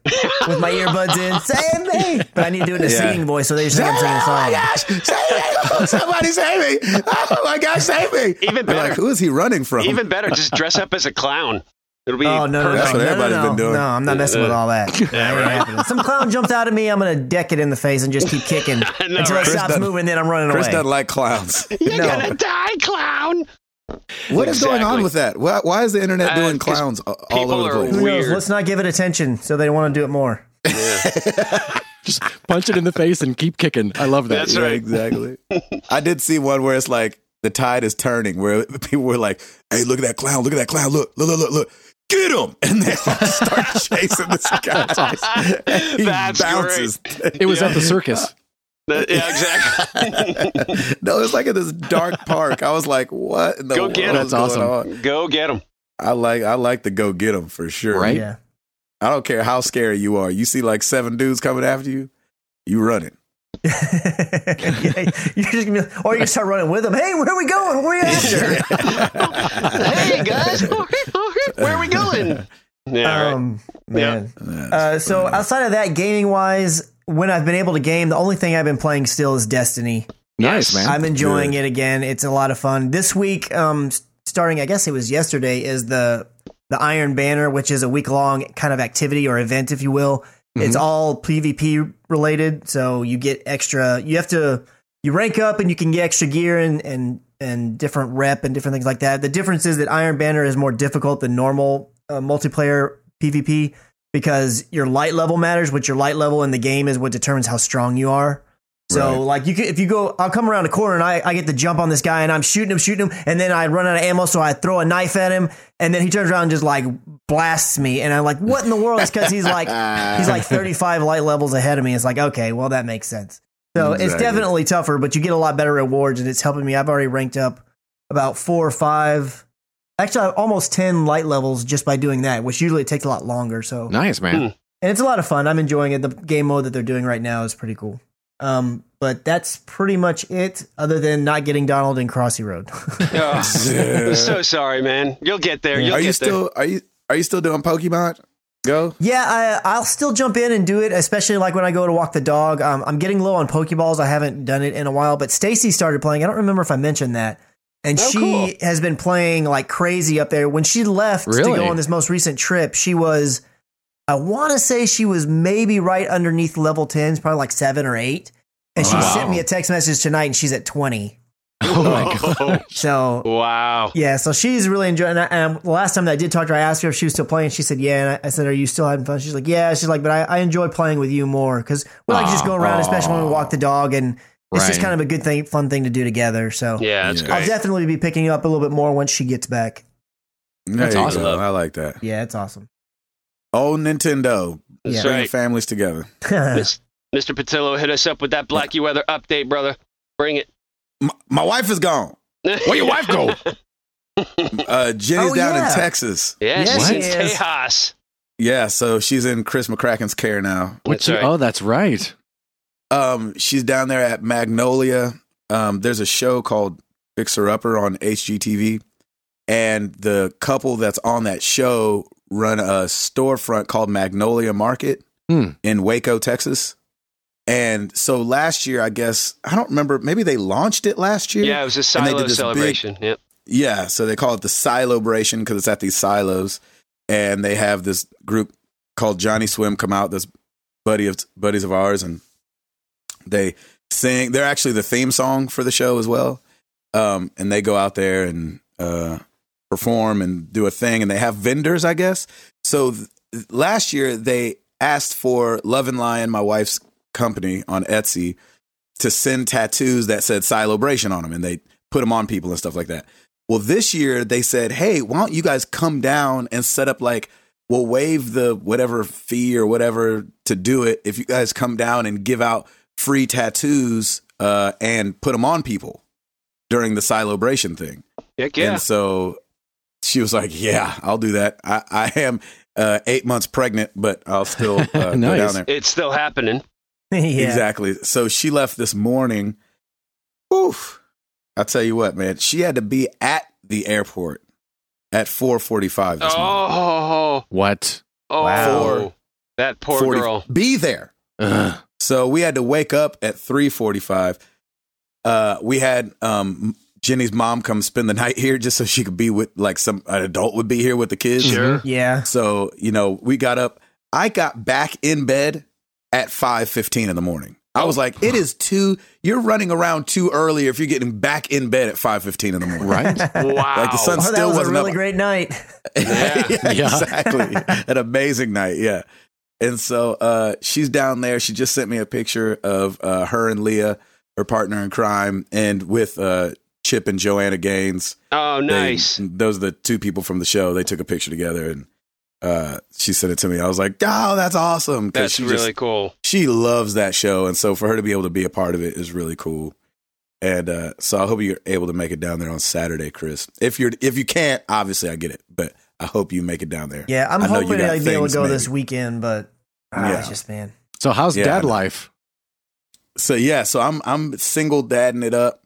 D: With my earbuds in, save me! But I need to do it in a
A: Yeah.
D: singing voice, so they just think I'm
B: Oh
D: singing a song.
A: save me! Somebody save me! Oh my gosh, save me!
B: Even
A: They're
B: better.
A: Like, who is he running from?
B: Even better, just dress up as a clown. It'll be
D: Oh no, no, no,
A: That's
B: perfect.
A: what
D: no, no,
A: everybody's
D: no,
A: been doing.
D: No, I'm not messing with all that. That ain't happening. Some clown jumps out at me. I'm gonna deck it in the face and just keep kicking
B: know,
D: until
B: right?
D: it
B: Chris
D: stops
A: doesn't-
D: moving. Then I'm running
A: Chris
D: away.
A: doesn't like clowns.
B: You're
D: No.
B: gonna die, clown.
A: What is going on
B: Exactly.
A: with that? Why, why is the internet
B: Uh,
A: doing
B: 'cause
A: clowns a- all
B: people
A: over the
B: are
A: place?
D: Who knows?
B: Weird.
D: Let's not give it attention, so they want to do it more.
C: Just punch it in the face and keep kicking. I love that.
B: That's
A: yeah,
B: right.
A: exactly. I did see one where it's like the tide is turning, where people were like, "Hey, look at that clown! Look at that clown! Look, look, look, look, look! Get him!" And they all start chasing this guy. And he
B: That's
A: bounces.
C: It was at the circus.
B: That- yeah, exactly.
A: no, it's like in this dark park. I was like, "What?" In the
B: Go get
A: world
B: 'em.
A: is
C: That's awesome.
A: going on?
B: Go get him.
A: I like, I like to go get him for sure.
C: Right?
D: Yeah.
A: I don't care how scary you are. You see like seven dudes coming after you, you run it.
D: Yeah, You're just gonna be, or you can start running with them. Hey, where are we going? Where are you after?
B: hey guys, where are we going? Yeah, right.
D: Um, man.
A: That's
D: Uh, so
A: funny.
D: outside of that, gaming wise, when I've been able to game, the only thing I've been playing still is Destiny.
C: Nice, man.
D: I'm enjoying it again. It's a lot of fun. This week, um, s- starting I guess it was yesterday, is the the Iron Banner, which is a week long kind of activity or event, if you will. It's all PvP related, so you get extra. You have to you rank up and you can get extra gear and and and different rep and different things like that. The difference is that Iron Banner is more difficult than normal uh, multiplayer PvP because your light level matters. Which your light level in the game is what determines how strong you are. So
A: Right.
D: like you could, if you go, I'll come around a corner and I, I get the jump on this guy and I'm shooting him, shooting him, and then I run out of ammo, so I throw a knife at him, and then he turns around and just like blasts me, and I'm like, what in the world? It's because he's like he's like 35 light levels ahead of me. It's like okay, well that makes sense. So it's
A: Exactly.
D: definitely tougher, but you get a lot better rewards, and it's helping me. I've already ranked up about four or five, actually almost 10 light levels just by doing that, which usually takes a lot longer. So
C: Nice, man.
D: and it's a lot of fun. I'm enjoying it. The game mode that they're doing right now is pretty cool. Um, but that's pretty much it, other than not getting Donald in Crossy Road.
B: Oh, I'm so sorry, man. You'll get there. You'll
A: are you
B: get there.
A: still are you are you still doing Pokemon? Go.
D: yeah, I, I'll still jump in and do it, especially like when I go to walk the dog. Um, I'm getting low on Pokeballs. I haven't done it in a while, but Stacy started playing. I don't remember if I mentioned that. And
B: Oh,
D: she
B: cool.
D: has been playing like crazy up there. When she left to
C: Really?
D: go on this most recent trip, she was, I want to say she was maybe right underneath level 10s, probably like seven or eight. And she
C: Wow.
D: sent me a text message tonight and she's at 20.
A: Hmm.
C: Oh my god.
D: So
B: Wow.
D: yeah, so she's really enjoying it. And the last time that I did talk to her, I asked her if she was still playing. She said, yeah. And I, I said, are you still having fun? She's like, yeah. She's like, but I, I enjoy playing with you more because we like to just
C: Aw.
D: go around, especially when we walk the dog. And it's just
C: Right.
D: kind of a good thing, fun thing to do together. So
B: Yeah, that's
A: Yeah.
D: I'll
B: great.
D: definitely be picking you up a little bit more once she gets back.
A: That's
C: awesome.
A: I like that.
D: Yeah, it's awesome.
A: Oh Nintendo,
B: That's
A: bring
B: right.
A: families together.
B: Mis- Mr. Patillo, hit us up with that Blackie weather update, brother. Bring it.
A: My, my wife is gone.
C: Where your wife go?
A: Uh, Jenny's
D: Oh,
A: down
D: yeah.
A: in Texas.
B: Yes,
D: Yes,
B: she's in
D: he is.
B: Tejas.
A: Yeah, so she's in Chris McCracken's care now.
C: What
B: That's
C: you-
B: right.
C: Oh, that's right.
A: Um, she's down there at Magnolia. Um, there's a show called Fixer Upper on HGTV, and the couple that's on that show run a storefront called Magnolia Market
C: Hmm.
A: in Waco, Texas. And so last year, I guess I don't remember. Maybe they launched it last year.
B: Yeah, it was a
A: And they did
B: silo
A: this big-
B: celebration. Yep.
A: Yeah, so they call it the Silobration because it's at these silos, and they have this group called Johnny Swim come out. This buddy of buddies of ours, and they sing. They're actually the theme song for the show as well, um, and they go out there and uh, perform and do a thing, and they have vendors, I guess. So th- last year they asked for Love and Lion, my wife's company on Etsy, to send tattoos that said Silobration on them, and they put them on people and stuff like that. Well, this year they said, "Hey, why don't you guys come down and set up like we'll waive the whatever fee or whatever to do it if you guys come down and give out free tattoos uh, and put them on people during the silobration thing."
B: Heck yeah.
A: And so she was like, "Yeah, I'll do that. I, I am uh, eight months pregnant, but I'll still uh, go down
C: Nice.
A: there."
B: It's still happening.
D: yeah.
A: Exactly. So she left this morning. Oof. I'll tell you what, man. She had to be at the airport at 4:45 this morning.
B: Oh,
C: What?
B: oh,
A: Wow.
B: that Oh, poor
A: 40
B: girl.
A: Be there.
C: Ugh.
A: So we had to wake up at 3:45. Uh we had um Jenny's mom come spend the night here just so she could be with like some an adult would be here with the kids.
B: Sure.
D: Yeah.
A: So, you know, we got up. I got back in bed at 5:15 in the morning. I was like, it is too you're running around too early if you're getting back in bed at 5:15 in the morning.
C: Mm-hmm. Right?
B: Wow.
A: Like the sun
D: Oh, that
A: still
D: was a
A: wasn't
D: really
A: up.
D: great night.
B: Yeah.
A: Yeah,
C: Yeah.
A: exactly. An amazing night, yeah. And so uh, she's down there. She just sent me a picture of uh, her and Leah, her partner in crime, and with uh, Chip and Joanna Gaines.
B: Oh,
A: They-
B: nice.
A: those are the two people from the show. They took a picture together and uh, she sent it to me. I was like, oh, that's awesome. 'Cause
B: That's
A: she
B: really
A: just-
B: cool.
A: she loves that show. And so for her to be able to be a part of it is really cool. And uh, so I hope you're able to make it down there on Saturday, Chris. If you're if you can't, obviously I get it, but I hope you make it down there.
D: Yeah, I'm
A: I know you
D: hoping
A: got
D: I'd be able to
A: things,
D: go
A: maybe.
D: this weekend, but ah,
A: Yeah.
D: it's just man.
C: So how's
A: Yeah, I
C: dad
A: know.
C: life?
A: So yeah, so I'm I'm single dadding it up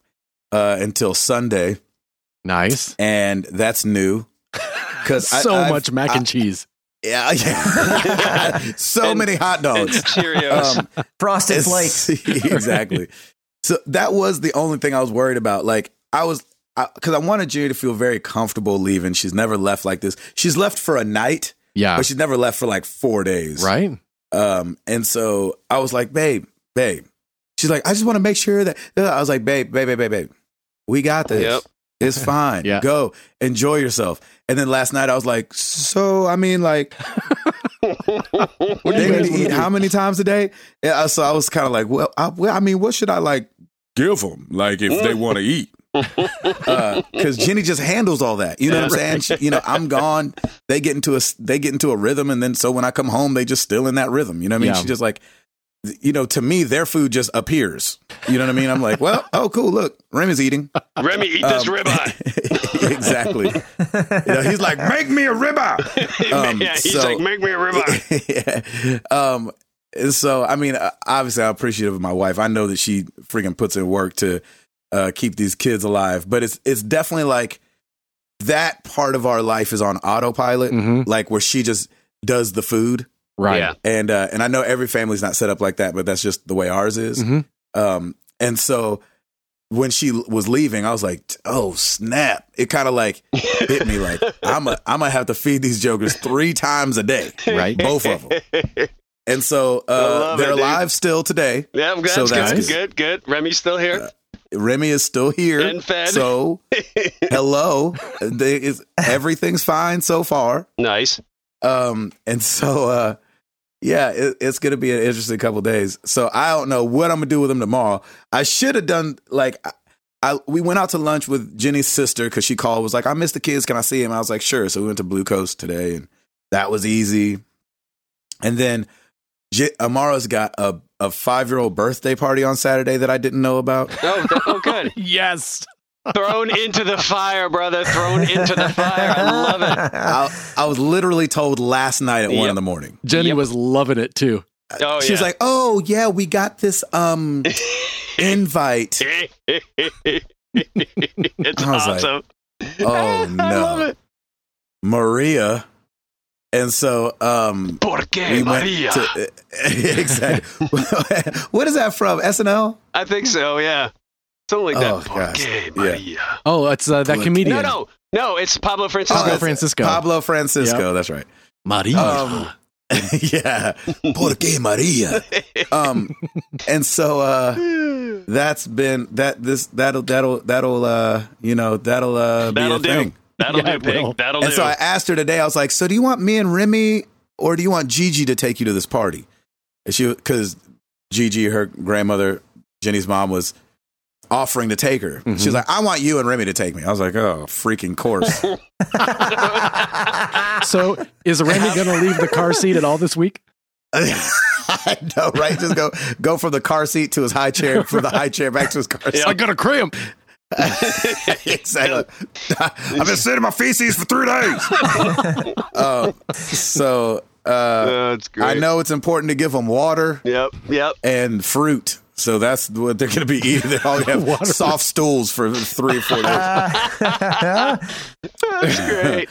A: uh, until Sunday,
C: Nice.
A: and that's new. Because
C: so much mac and cheese.
A: yeah, yeah. so
B: And-
A: many hot
B: And
A: dogs.
B: Cheerios.
A: Um,
D: Frosted
A: It's-
D: flakes.
A: exactly. So that was the only thing I was worried about. Like I was, because I, wanted Jerry to feel very comfortable leaving. She's never left like this. She's left for a night,
C: Yeah.
A: but she's never left for like four days.
C: Right?
A: Um, and so I was like, babe, babe. She's like, I just want to make sure that I was like, babe, babe, babe, babe, babe. We got this.
B: Yep.
A: It's fine.
C: Yeah.
A: Go enjoy yourself. And then last night I was like, so I mean, like,
C: What do
A: um, they
C: you guys
A: going to
C: wanna
A: eat
C: do?
A: how many times a day? And I- so I was kind of like, well, I, well, I mean, what should I like give them? Like, if they
C: Mm.
A: want to eat, because Jenny just handles all that. You know what I'm saying? She- you know, I'm gone. They get into a s- they get into a rhythm, and then so when I come home, they just still in that rhythm. You know what I mean?
C: Yeah.
A: She just like, th- you know, to me, their food just appears. You know what I mean? I'm like, well, oh, cool. Look, Remy's eating.
B: Remy, eat this
A: Um,
B: ribeye.
A: exactly. You know, he's like, make me a ribeye. Um,
B: yeah, he's
A: so-
B: like, make me a ribeye.
A: yeah. Um, and so, I mean, uh, obviously, I'm appreciative of my wife. I know that she freaking puts in work to uh, keep these kids alive, but it's it's definitely like that part of our life is on autopilot,
C: Mhm.
A: like where she just does the food,
C: Right.
B: Yeah.
A: and uh, and I know every family's not set up like that, but that's just the way ours is.
C: Mhm.
A: Um, and so when she l- was leaving, I was like, "Oh snap!" It kind of like hit me like I'm a I'm gonna have to feed these jokers three times a day,
C: Right.
A: both of them. And so uh,
B: love
A: they're
B: it, dude.
A: alive still today.
B: yeah, I'm glad
A: So
B: that's good.
A: that's-
B: good. Good. Remy's still here.
A: Remy is still here
B: And fed.
A: So hello, They- is- everything's fine so far.
B: nice.
A: Um, and so uh, yeah, it, it's gonna be an interesting couple days. So I don't know what I'm gonna do with them tomorrow. I should have done like. I, I, we went out to lunch with Jenny's sister because she called was like I miss the kids can I see him I was like sure so we went to Blue Coast today and that was easy and then J- Amara's got a a five year old birthday party on Saturday that I didn't know about
B: Oh, th- oh, good.
C: Yes.
B: Thrown into the fire, brother. Thrown into the fire. I love it.
A: I, I was literally told last night at one in
B: Yep.
A: the morning.
C: Jenny
B: Yep.
C: was loving it too.
B: Oh,
A: She was like, "Oh yeah, we got this um invite."
B: it's
A: I was like,
B: awesome.
A: Oh
B: I love
A: no,
B: it.
A: Maria. And so um,
B: Por qué, Maria?
A: to exactly. what is that from SNL?
B: I think so, yeah. Something like
A: Oh,
B: that. Por
A: gosh.
B: qué,
A: Yeah.
B: Maria?
C: Oh, it's uh, that
A: Clint.
C: comedian.
B: No, no. No, it's Pablo Francisco.
A: Oh,
C: Pablo
A: it's
C: Francisco.
A: Pablo Francisco. That's right.
C: Maria.
A: Um, yeah. Por qué Maria? Um, and so uh, that's been that this that'll that'll that'll uh you know that'll uh
B: That'll
A: be
B: do.
A: a thing.
B: That'll
C: Yeah,
B: do,
C: it will.
B: Pig. That'll
A: And
B: do.
A: so I uh, asked her today. I was like, "So do you want me and Remy, or do you want Gigi to take you to this party?" And she, because Gigi, her grandmother, Jenny's mom, was offering to take her. She was like, "I want you and Remy to take me." I was like, "Oh, freaking course."
C: so is Remy going to leave the car seat at all this week?
A: I know, right? Just go go from the car seat to his high chair, from the high chair back to his car seat.
C: I got a cramp.
A: exactly. I've been sitting in my feces for three days. Uh, so uh,
B: Oh, it's great.
A: I know it's important to give them water.
B: Yep, yep.
A: and fruit. So that's what they're going to be eating. They're all going to have soft stools for three or four days.
B: That's great.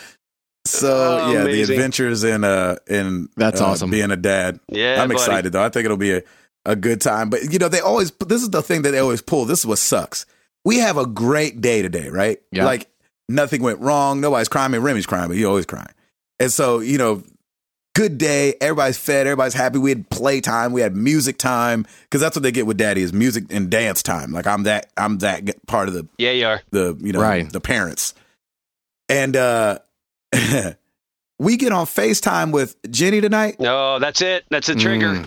A: So
B: Oh,
A: yeah, the
B: amazing.
A: adventures in uh in
C: That's
A: uh,
C: awesome.
A: being a dad.
B: Yeah,
A: I'm
B: buddy.
A: excited though. I think it'll be a, a good time. But you know, they always this is the thing that they always pull. This is what sucks. We have a great day today, right?
C: Yeah.
A: Like nothing went wrong. Nobody's crying. And Remy's crying, but he's always crying. And so you know, good day. Everybody's fed. Everybody's happy. We had play time. We had music time because that's what they get with daddy is music and dance time. Like I'm that I'm that g- part of the
B: Yeah, you are.
A: the you know
C: Right.
A: the parents and uh we get on facetime with jenny tonight
B: No, that's it. That's a trigger.
C: Mm.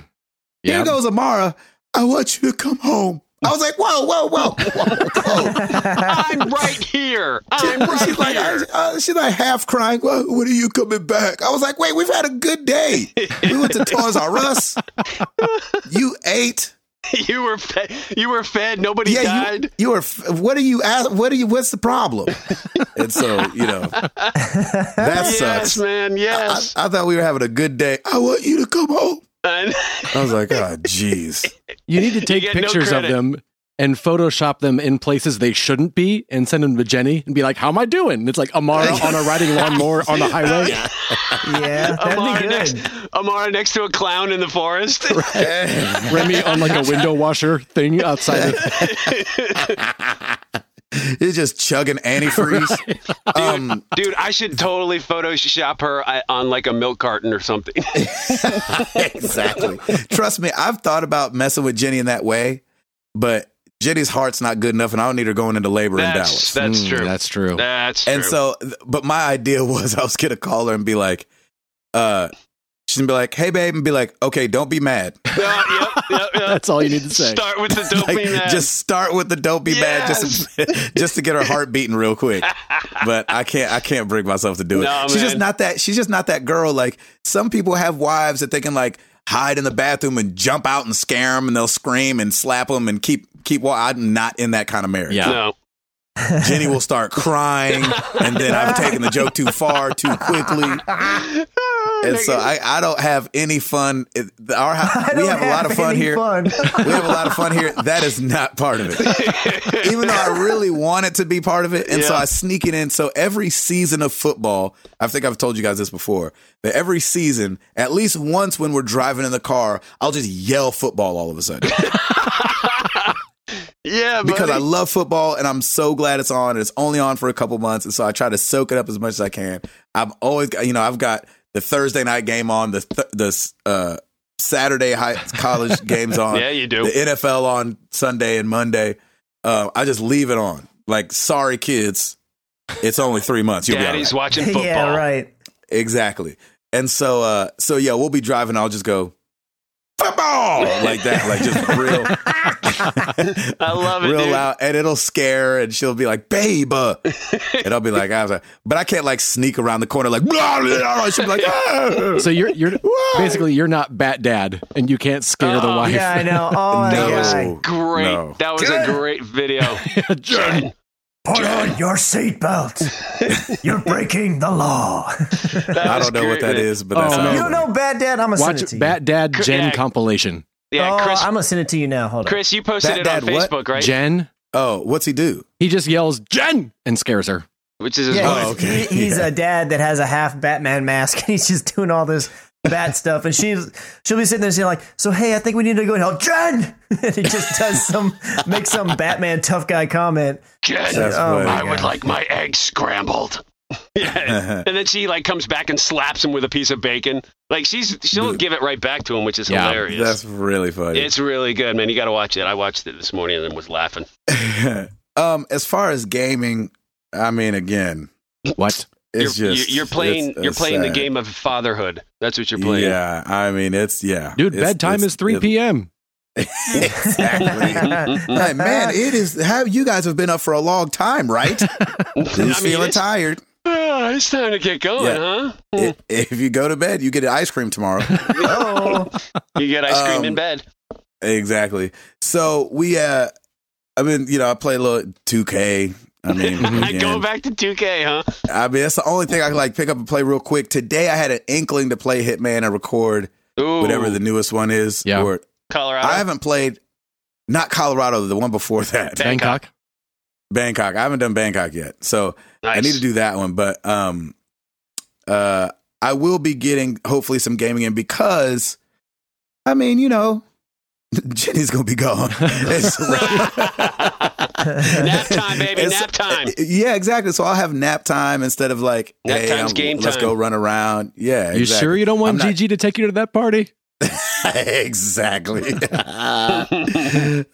A: here
C: Yeah.
A: goes amara i want you to come home i was like whoa whoa whoa whoa whoa
B: I'm right here. I'm
A: she's
B: right
A: like,
B: here.
A: uh, she's like half crying. Well, when are you coming back? I was like, wait, we've had a good day. We went to Toys R Us. You ate.
B: You were fed. You were fed. Nobody
A: Yeah,
B: died.
A: you, you were. f- What are you? ask- What are you? What's the problem? And so you know, that
B: yes,
A: sucks.
B: man.
A: I,
B: Yes.
A: I thought we were having a good day. I want you to come home.
B: And-
A: I was like, oh, jeez.
C: You need to take
B: get no
C: pictures of
B: credit.
C: them and Photoshop them in places they shouldn't be and send them to Jenny and be like, How am I doing? And it's like Amara on a riding lawnmower on the highway.
D: yeah, that'd
B: Amara
D: be
B: next,
D: good.
B: Amara next to a clown in the forest.
C: Remy on like a window washer thing outside. Of-
A: It's just chugging antifreeze. um,
B: Dude, I should totally Photoshop her uh, on like a milk carton or something.
A: exactly. Trust me, I've thought about messing with Jenny in that way, but Jenny's heart's not good enough, and I don't need her going into labor in Dallas.
B: that's that's
C: Mm,
B: true.
C: That's true.
B: That's true.
A: And so, th- but my idea was I was gonna call her and be like, uh, she's gonna be like, "Hey, babe," and be like, "Okay, don't be mad.
B: Uh, yep, yep, yep.
C: That's all you need to say.
B: Start with the
A: Like,
B: dopamine. ad.
A: just start with the don't be mad, just just to get her heart beating real quick." But I can't, I can't bring myself to do it.
B: No,
A: she's just
B: man.
A: not that. She's just not that girl. Like some people have wives that they can like hide in the bathroom and jump out and scare them, and they'll scream and slap them and keep keep. Well, I'm not in that kind of marriage.
C: Yeah.
B: no.
A: Jenny will start crying, and then I've taken the joke too far too quickly, and so I, I don't have any fun. It- Our
D: I
A: house, we
D: don't
A: have, a lot of fun
D: any
A: here.
D: fun.
A: We have a lot of fun here. That is not part of it, even though I really want it to be part of it, and so
B: Yeah.
A: I sneak it in. So every season of football, I think I've told you guys this before. That every season, at least once when we're driving in the car, I'll just yell football all of a sudden.
B: yeah,
A: because I
B: buddy.
A: love football and I'm so glad it's on. And it's only on for a couple months, and so I try to soak it up as much as I can. I've always, got- you know, I've got the Thursday night game on, the th- the uh, Saturday high college games on,
B: yeah, you do.
A: the NFL on Sunday and Monday. Uh, I just leave it on. Like, sorry, kids, it's only three months. You'll be all
B: Daddy's
A: right.
B: watching football.
D: yeah, right.
A: exactly. And so, uh, so yeah, we'll be driving. I'll just go football like that, like just real.
B: I love it.
A: real
B: dude.
A: loud, and it'll scare, her, and she'll be like, "Babe," uh," and I'll be like, "I was like," but I can't like sneak around the corner like, blah, blah, blah. she'll be like, "Ah."
D: Oh
C: So you're you're basically you're not bat dad, and you can't scare the
B: Oh,
C: wife.
D: Yeah, I know. Oh, my
B: That was
D: God.
B: Great.
A: No.
B: That was a great video. Jen,
D: Put on your seatbelt. You're breaking the law.
B: that
A: I
B: was
A: don't know what
B: great,
A: that
B: man.
A: is, but
C: Oh,
A: that's
C: no.
A: how
D: you don't know Bad Dad? I'm going to send it
C: Watch
D: to you.
C: Bat Dad
B: Cr-
C: Jen
B: yeah.
C: compilation.
B: Yeah,
D: oh,
B: Chris.
D: I'm going to send it to you now. Hold on.
B: Chris, you posted
A: That
B: it on
A: dad what?
B: Facebook, right?
C: Jen.
A: Oh, what's he do?
C: He just yells Jen and scares her.
B: Which is his
D: Yeah,
A: Oh,
B: wife.
D: he's,
A: okay.
D: he- he's
A: Yeah.
D: a dad that has a half Batman mask, and he's just doing all this bat stuff. And she's she'll be sitting there, saying like, "So hey, I think we need to go and help Jen." and he just does some makes some Batman tough guy comment.
B: Jen,
A: That's
D: oh
A: funny.
B: I
D: my
B: would
D: God.
B: like my eggs scrambled. yeah. And then she like comes back and slaps him with a piece of bacon. Like she's she'll give it right back to him, which is
C: Yeah.
B: hilarious.
A: That's really funny.
B: It's really good, man. You got to watch it. I watched it this morning and was laughing.
A: um, as far as gaming, I mean, again,
C: What?
A: it's
B: you're,
A: just
B: you're- you're playing.
A: it's-
B: you're
A: it's
B: playing
A: sad.
B: the game of fatherhood. That's what you're playing.
A: Yeah, I mean, it's yeah,
C: Dude,
A: It's-
C: bedtime
A: it's-
C: is 3
A: it's-
C: p.m.
A: exactly. Like, man, it is. How you guys have been up for a long time, right?
B: I mean,
A: Who's feeling
B: it's,
A: tired?
B: Ah, it's time to get going,
A: Yeah.
B: huh?
A: I- if you go to bed, you get ice cream tomorrow.
D: Oh,
B: You get ice cream in
A: Um,
B: bed.
A: exactly. So we, uh, I mean, you know, I play a little 2K. I mean,
B: I go
A: again,
B: back to 2K, huh?
A: I mean, that's the only thing I can like pick up and play real quick. Today, I had an inkling to play Hitman and record
B: Ooh,
A: whatever the newest one is.
C: Yeah.
A: Or,
B: Colorado.
A: I haven't played, not Colorado, the one before that,
B: Ba- Bangkok.
C: Bangkok.
A: Bangkok. I haven't done Bangkok yet. So
B: nice.
A: I need to do that one, but um, uh, I will be getting hopefully some gaming in because, I mean, you know, Jenny's gonna be gone. It's-
B: nap time, baby.
A: It's-
B: Nap time.
A: yeah, exactly. So I'll have nap time instead of like,
B: Nap
A: hey,
B: time's
A: I'm-
B: game
A: let's
B: time.
A: go run around. Yeah,
C: You sure you don't
A: I'm
C: want
A: not-
C: GG to take you to that party?
A: exactly.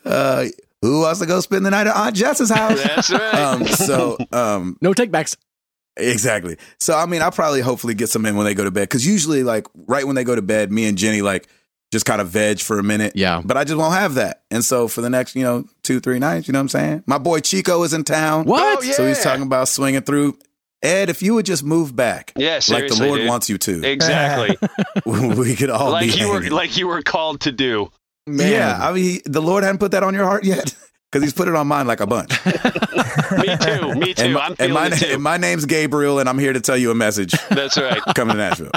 A: uh, who wants to go spend the night at Aunt Jess's house?
B: That's right.
A: Um, so um,
C: No takebacks.
A: Exactly. So I mean, I'll probably hopefully get some in when they go to bed because usually, like right when they go to bed, me and Jenny like just kind of veg for a minute.
C: Yeah.
A: But I just won't have that, and so for the next you know two three nights, you know what I'm saying? My boy Chico is in town.
C: What?
B: Oh, yeah.
A: So he's talking about swinging through. Ed, if you would just move back,
B: Yeah,
A: like the
B: seriously,
A: Lord
B: dude.
A: wants you to,
B: exactly.
A: we could all
B: like
A: be
B: you were
A: hanging.
B: like you were called to do.
C: Man.
A: Yeah, I mean, he, the Lord hadn't put that on your heart yet because he's put it on mine like a bunch.
B: Me too. Me too.
A: and, my,
B: I'm
A: and,
B: feeling
A: my,
B: it too.
A: and my name's Gabriel, and I'm here to tell you a message
B: That's right.
A: coming to Nashville.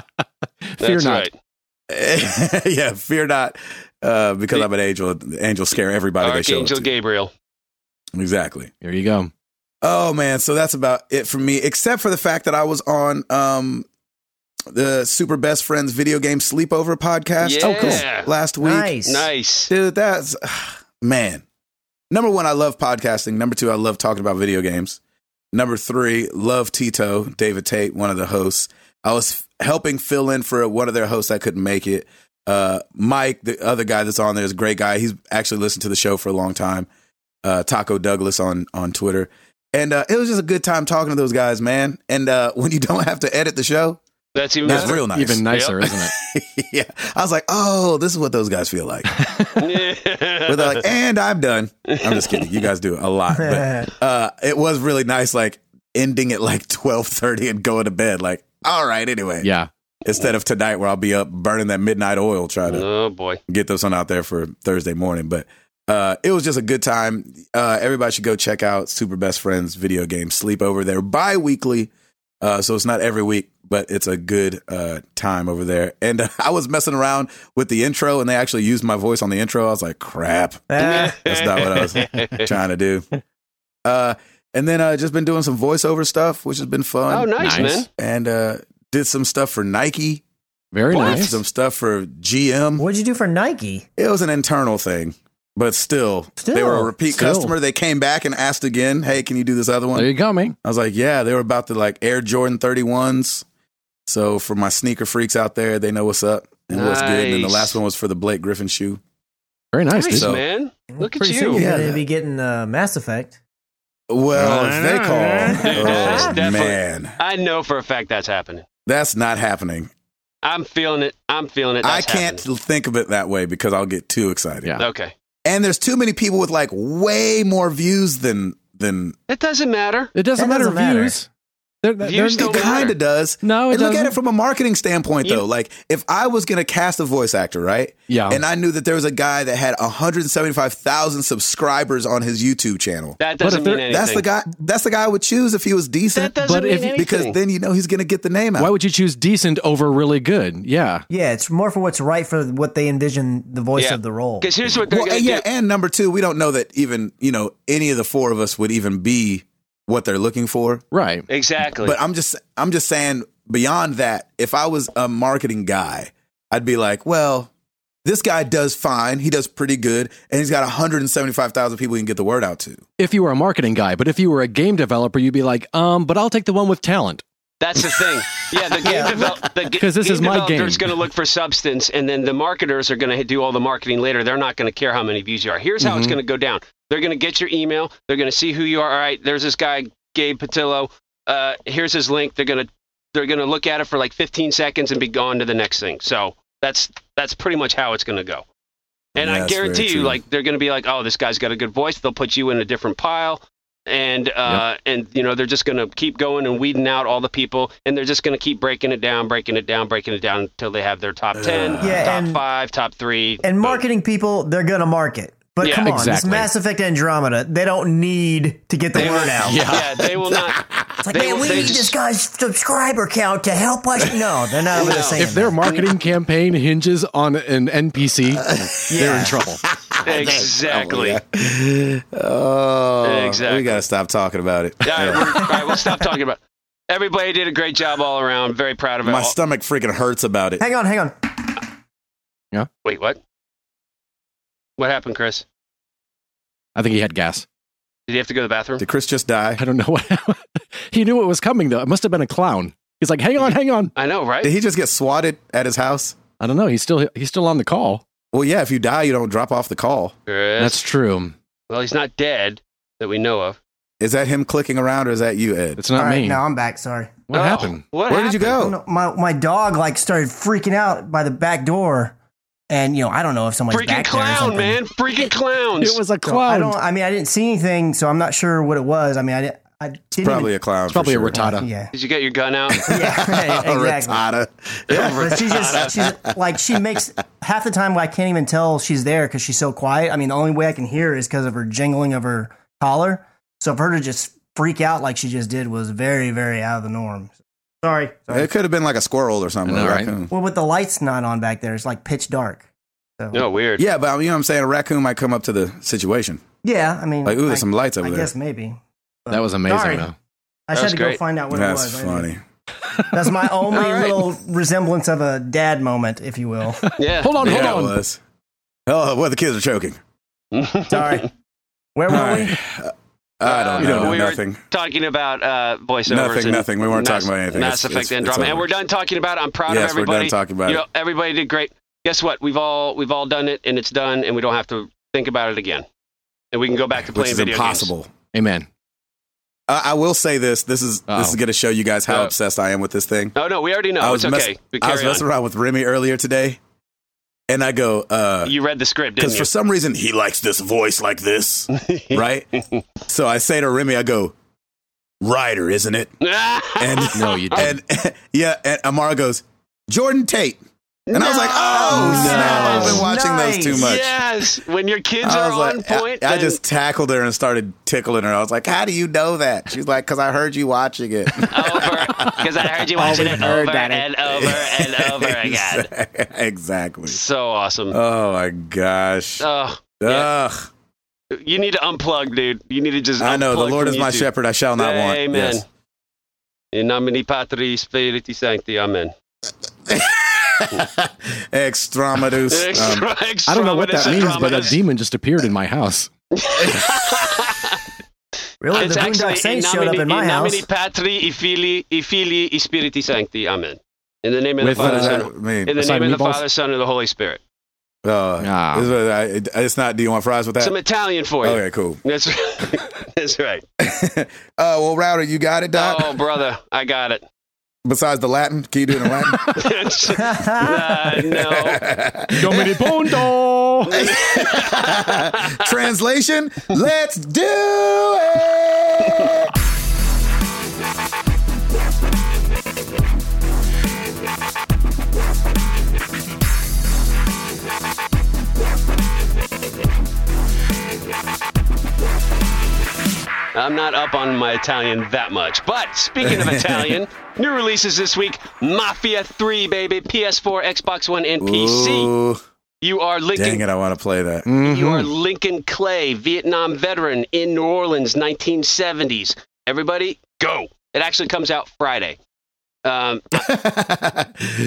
C: Fear
B: That's
C: not.
B: right.
A: yeah, fear not, uh, because I'm an angel. Angels scare everybody. they show up
B: Archangel
A: to.
B: Gabriel.
A: Exactly.
C: There you go.
A: Oh man, so that's about it for me, except for the fact that I was on um, the Super Best Friends video game sleepover podcast.
B: Yeah. Oh, cool.
A: Last week,
D: nice.
B: Nice.
A: dude. That's man. number one, I love podcasting. Number two, I love talking about video games. Number three, love Tito, David Tate, one of the hosts. I was f- helping fill in for one of their hosts that couldn't make it. Uh, Mike, the other guy that's on there, is a great guy. He's actually listened to the show for a long time. Uh, Taco Douglas on on Twitter, and uh, it was just a good time talking to those guys, man. And uh, when you don't have to edit the show,
B: That's even
A: that's
B: better.
A: real nice.
C: Even nicer,
B: Yep.
C: isn't it?
A: yeah, I was like, oh, this is what those guys feel like. Where they're like, and I'm done. I'm just kidding. You guys do a lot, but uh, it was really nice, like ending at like twelve thirty and going to bed. Like, all right, anyway.
C: Yeah.
A: Instead of tonight, where I'll be up burning that midnight oil, trying to
B: oh boy.
A: get this one out there for Thursday morning. But uh, it was just a good time. Uh, everybody should go check out Super Best Friends video game sleepover. They're bi weekly. Uh, so it's not every week, but it's a good uh, time over there. And uh, I was messing around with the intro, and they actually used my voice on the intro. I was like, crap,
D: Ah,
A: that's not what I was trying to do. Uh, and then uh, just been doing some voiceover stuff, which has been fun.
B: oh, nice,
C: Nice.
B: man.
A: And uh, did some stuff for Nike,
C: Very
B: What?
C: Oh, nice.
A: some stuff for GM.
D: What'd you do for Nike?
A: It was an internal thing, but still, they were a
D: Still.
A: repeat
C: Still.
A: customer. They came back and asked again, "Hey, can you do this other one?"
C: There you go, man.
A: I was like, "Yeah." They were about the like Air Jordan thirty ones. So for my sneaker freaks out there, they know what's up and what's good. And then the
B: Nice.
A: last one was for the Blake Griffin shoe.
C: Very nice,
B: Nice,
C: dude.
A: So-
B: man. Look at
D: Pretty soon
B: you.
A: Yeah.
D: You're gonna be getting uh, Mass Effect.
A: Well, if they call,
B: That's
A: oh
B: definitely-
A: man,
B: I know for a fact that's happening.
A: that's not happening.
B: I'm feeling it. I'm feeling it.
A: I
B: That's
A: can't think of it that way because I'll get too excited.
C: Yeah.
B: happening. Okay.
A: And there's too many people with like way more views than than
B: It doesn't matter.
C: It doesn't
D: That
C: matter
D: doesn't matter.
C: views. They're, they're,
B: Views
A: it
B: don't
A: kind
B: matter.
A: of does.
C: no, it
A: and
C: doesn't.
A: look at it from a marketing standpoint,
B: You-
A: though. Like, if I was going to cast a voice actor, right?
C: yeah.
A: And I knew that there was a guy that had 175,000 subscribers on his YouTube channel.
B: That doesn't
C: if they're-
B: mean anything.
A: That's the guy. That's the guy I would choose if he was
B: That
A: decent,
B: doesn't
C: But
B: mean
C: if-
B: anything.
A: because then you know he's going to get the name out.
C: Why would you choose decent over really good? Yeah.
D: Yeah, it's more for what's right for what they envision the voice
B: Yeah.
D: of the role.
B: Because here's what they're
A: well,
B: gonna
A: and yeah,
B: do.
A: and number two, we don't know that even you know any of the four of us would even be what they're looking for.
C: Right.
B: Exactly.
A: But I'm just I'm just saying beyond that, if I was a marketing guy, I'd be like, well, this guy does fine. He does pretty good, and he's got 175,000 people he can get the word out to.
C: If you were a marketing guy, but if you were a game developer, you'd be like, um, but I'll take the one with talent.
B: That's the thing. Yeah, the game develop the g-
C: 'Cause this
B: game
C: is my game.
B: developer's going to look for substance, and then the marketers are going to do all the marketing later. They're not going to care how many views you are. Here's how it's
C: Mhm.
B: going to go down. They're going to get your email. They're going to see who you are. All right, there's this guy, Gabe Patillo. Uh, here's his link. They're going to they're going to look at it for like 15 seconds and be gone to the next thing. So that's that's pretty much how it's going to go. And
A: Yeah,
B: I
A: that's very
B: guarantee you,
A: true.
B: like they're going to be like, oh, this guy's got a good voice. They'll put you in a different pile, and uh, and you know they're just going to keep going and weeding out all the people, and they're just going to keep breaking it down, breaking it down, breaking it down until they have their top ten,
D: Yeah,
B: top
D: and-
B: five, top three,
D: and
B: Boom.
D: marketing people, they're gonna market. But
B: Yeah.
D: come on, this
C: Exactly.
D: Mass Effect Andromeda, they don't need to get the
B: They
D: word
B: will-
D: out.
C: Yeah.
B: Yeah, they will not.
D: It's like,
B: They
D: man,
B: will-
D: we
B: they
D: need
B: just-
D: this guy's subscriber count to help us. No, they're not over
B: No.
D: the same.
C: If their marketing campaign hinges on an NPC, they're in trouble.
B: Exactly.
A: Oh,
B: Exactly.
A: We got to stop talking about it.
B: All right,
A: Yeah.
B: we're- all right, we'll stop talking about. Everybody did a great job all around. Very proud of it.
A: My
B: all.
A: stomach freaking hurts about it.
D: hang on, hang on.
B: Wait, what? What happened, Chris?
C: I think he had gas.
B: Did you have to go to the bathroom?
A: Did Chris just die?
C: I don't know what happened. He knew it was coming, though. It must have been a clown. He's like, hang on, hang on.
B: I know, right?
A: Did he just get swatted at his house?
C: I don't know. He's still he's still on the call.
A: Well, yeah. If you die, you don't drop off the call.
B: Chris.
C: That's true.
B: Well, he's not dead that we know of.
A: Is that him clicking around, or is that you, Ed?
C: It's not
D: All right,
C: me.
D: now I'm back. Sorry.
C: What
B: Oh,
C: happened?
B: What
A: Where did you
B: happened?
A: go?
D: No, My my dog like started freaking out by the back door, and you know I don't know if someone's
B: Freaking
D: back there or
B: clown,
D: something.
B: man! Freaking clowns!
C: It was a
D: So I
C: clown.
D: don't. I mean, I didn't see anything, so I'm not sure what it was. I mean, I, di- I didn't.
A: Probably a clown.
C: it's probably
A: for
C: a
A: sure.
C: rotata.
D: even, yeah.
B: did you get your gun out?
D: Yeah,
A: A
D: exactly.
A: rotata. Yeah.
D: But she just she's like she makes half the time I can't even tell she's there because she's so quiet. I mean, the only way I can hear is because of her jingling of her collar. So for her to just freak out like she just did was very very out of the norm. Sorry. Sorry.
A: It could have been like a squirrel or something.
C: I know,
A: a
C: right?
A: raccoon.
D: Well, with the lights not on back there, it's like pitch dark. So
B: no, weird.
A: Yeah, but you know what I'm saying? A raccoon might come up to the situation.
D: yeah, I mean,
A: Like, ooh, there's
D: Oh, I,
A: some lights over
D: I
A: there.
D: guess maybe. But
C: That was amazing,
D: Sorry.
C: though.
B: That
D: I
B: was
D: just had to
B: great.
D: go find out what it
A: That's
D: was. I
A: funny.
D: didn't- That's my only
C: All right.
D: little resemblance of a dad moment, if you will.
B: Yeah.
C: Hold on,
A: yeah, it
C: hold on.
A: was. Oh, well, the kids are choking.
D: Sorry. Where were
A: All
D: we?
A: right. I don't
B: Uh,
A: know.
B: we
A: nothing.
B: were talking about uh, voiceovers.
A: Nothing,
B: and
A: nothing. We weren't
B: Mass-
A: talking about anything.
B: Mass
A: It's- it's- it's
B: Effect Andromeda, and
A: over.
B: we're done talking about. it. I'm proud
A: Yes,
B: of
A: we're done
B: everybody.
A: talking about
B: you
A: it.
B: Know, everybody did great. Guess what? We've all we've all done it, and it's done, and we don't have to think about it again. And we can go back to
A: Which
B: playing
A: is
B: video
A: impossible.
C: Amen.
A: I, I will say this. This is this
C: Uh-oh.
A: is going to show you guys how
B: Uh,
A: obsessed I am with this thing.
B: games. Oh no, we already know.
A: I was
B: It's
A: mess-
B: okay. We
A: I was
B: carry
A: messing
B: on.
A: around with Remy earlier today, and I go uh, because
B: You read the script, didn't
A: for
B: you?
A: some reason he likes this voice like this, right? so I say to Remy, I go, "Ryder, isn't it?" And
C: No, you didn't.
A: and yeah, and Amara goes, "Jordan Tate," and I was like, "Oh
C: No.
A: snap! I've been watching those
D: Nice.
A: too much."
B: Yes, when your kids
A: I
B: are
A: was
B: on
A: like, I-
B: point,
A: I,
B: then-
A: just tackled her and started tickling her. I was like, "How do you know that?" She's like, "Cause I heard you watching it."
B: over because I heard you watching it
E: heard
B: over
E: that.
B: and over and over again.
A: exactly.
B: So awesome.
A: Oh my gosh.
B: Oh, yeah.
A: Ugh.
B: you need to unplug, dude. You need to just.
A: I know the
B: unplug
A: Lord
B: from
A: is my
B: YouTube.
A: shepherd; I shall not want.
B: Amen.
A: Yes.
B: In nomine Patri Spiriti Sancti. Amen.
A: Extramadus. Um,
B: Extra-
C: I don't know what that
B: extraordinary
C: means, but a
B: extraordinary.
C: demon just appeared in my house.
D: Really?
B: It's
D: the Boondock
B: actually in
D: Saints showed up
B: nomine,
D: in my
B: in
D: house.
B: nomine Patri, I Fili, I Filii, I Spiriti Sancti. Amen. In the name of
C: With,
B: the
A: what
B: Father,
A: does
B: Son,
A: that mean?
B: in the
C: aside
B: name of the
C: meatballs?
B: Father, Son, and the Holy Spirit.
A: Uh,
C: Ah.
A: this is what I- it- it's not. Do you want fries with that?
B: Some Italian for you.
A: Uh, Okay, cool.
B: That's that's right.
A: uh, well, router, you got it, Doc.
B: Oh, brother, I got it.
A: Besides the Latin, can you do it in Latin?
B: Uh, no.
C: Domini Bondo.
A: Translation, let's do it.
B: I'm not up on my Italian that much. But speaking of Italian, new releases this week Mafia 3, baby, PS4, Xbox One, and PC.
A: Ooh,
B: You are
A: dang
B: Lincoln.
A: it, Mm-hmm. I want to play that.
C: Mm-hmm.
B: You are Lincoln Clay, Vietnam veteran in New Orleans, 1970s. Everybody, go! It actually comes out Friday. Um,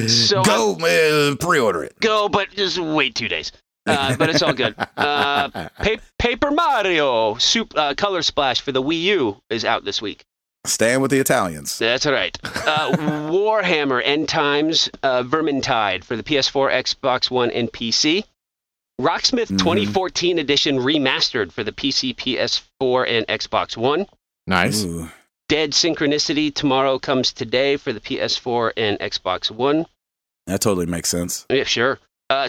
B: So-
A: Go uh, pre-order it.
B: go, but just wait two days. Uh, but it's all good. Uh, pa- Paper Mario Sup- uh, Color Splash for the Wii U is out this week.
A: Stand with the Italians.
B: That's right. Uh, Warhammer End Times uh, Vermintide for the PS4, Xbox One, and PC. Rocksmith
A: Mhm.
B: 2014 Edition Remastered for the PC, PS4, and Xbox One.
C: Nice.
A: Ooh.
B: Dead Synchronicity Tomorrow Comes Today for the PS4 and Xbox One.
A: That totally makes sense.
B: Yeah, sure. Uh,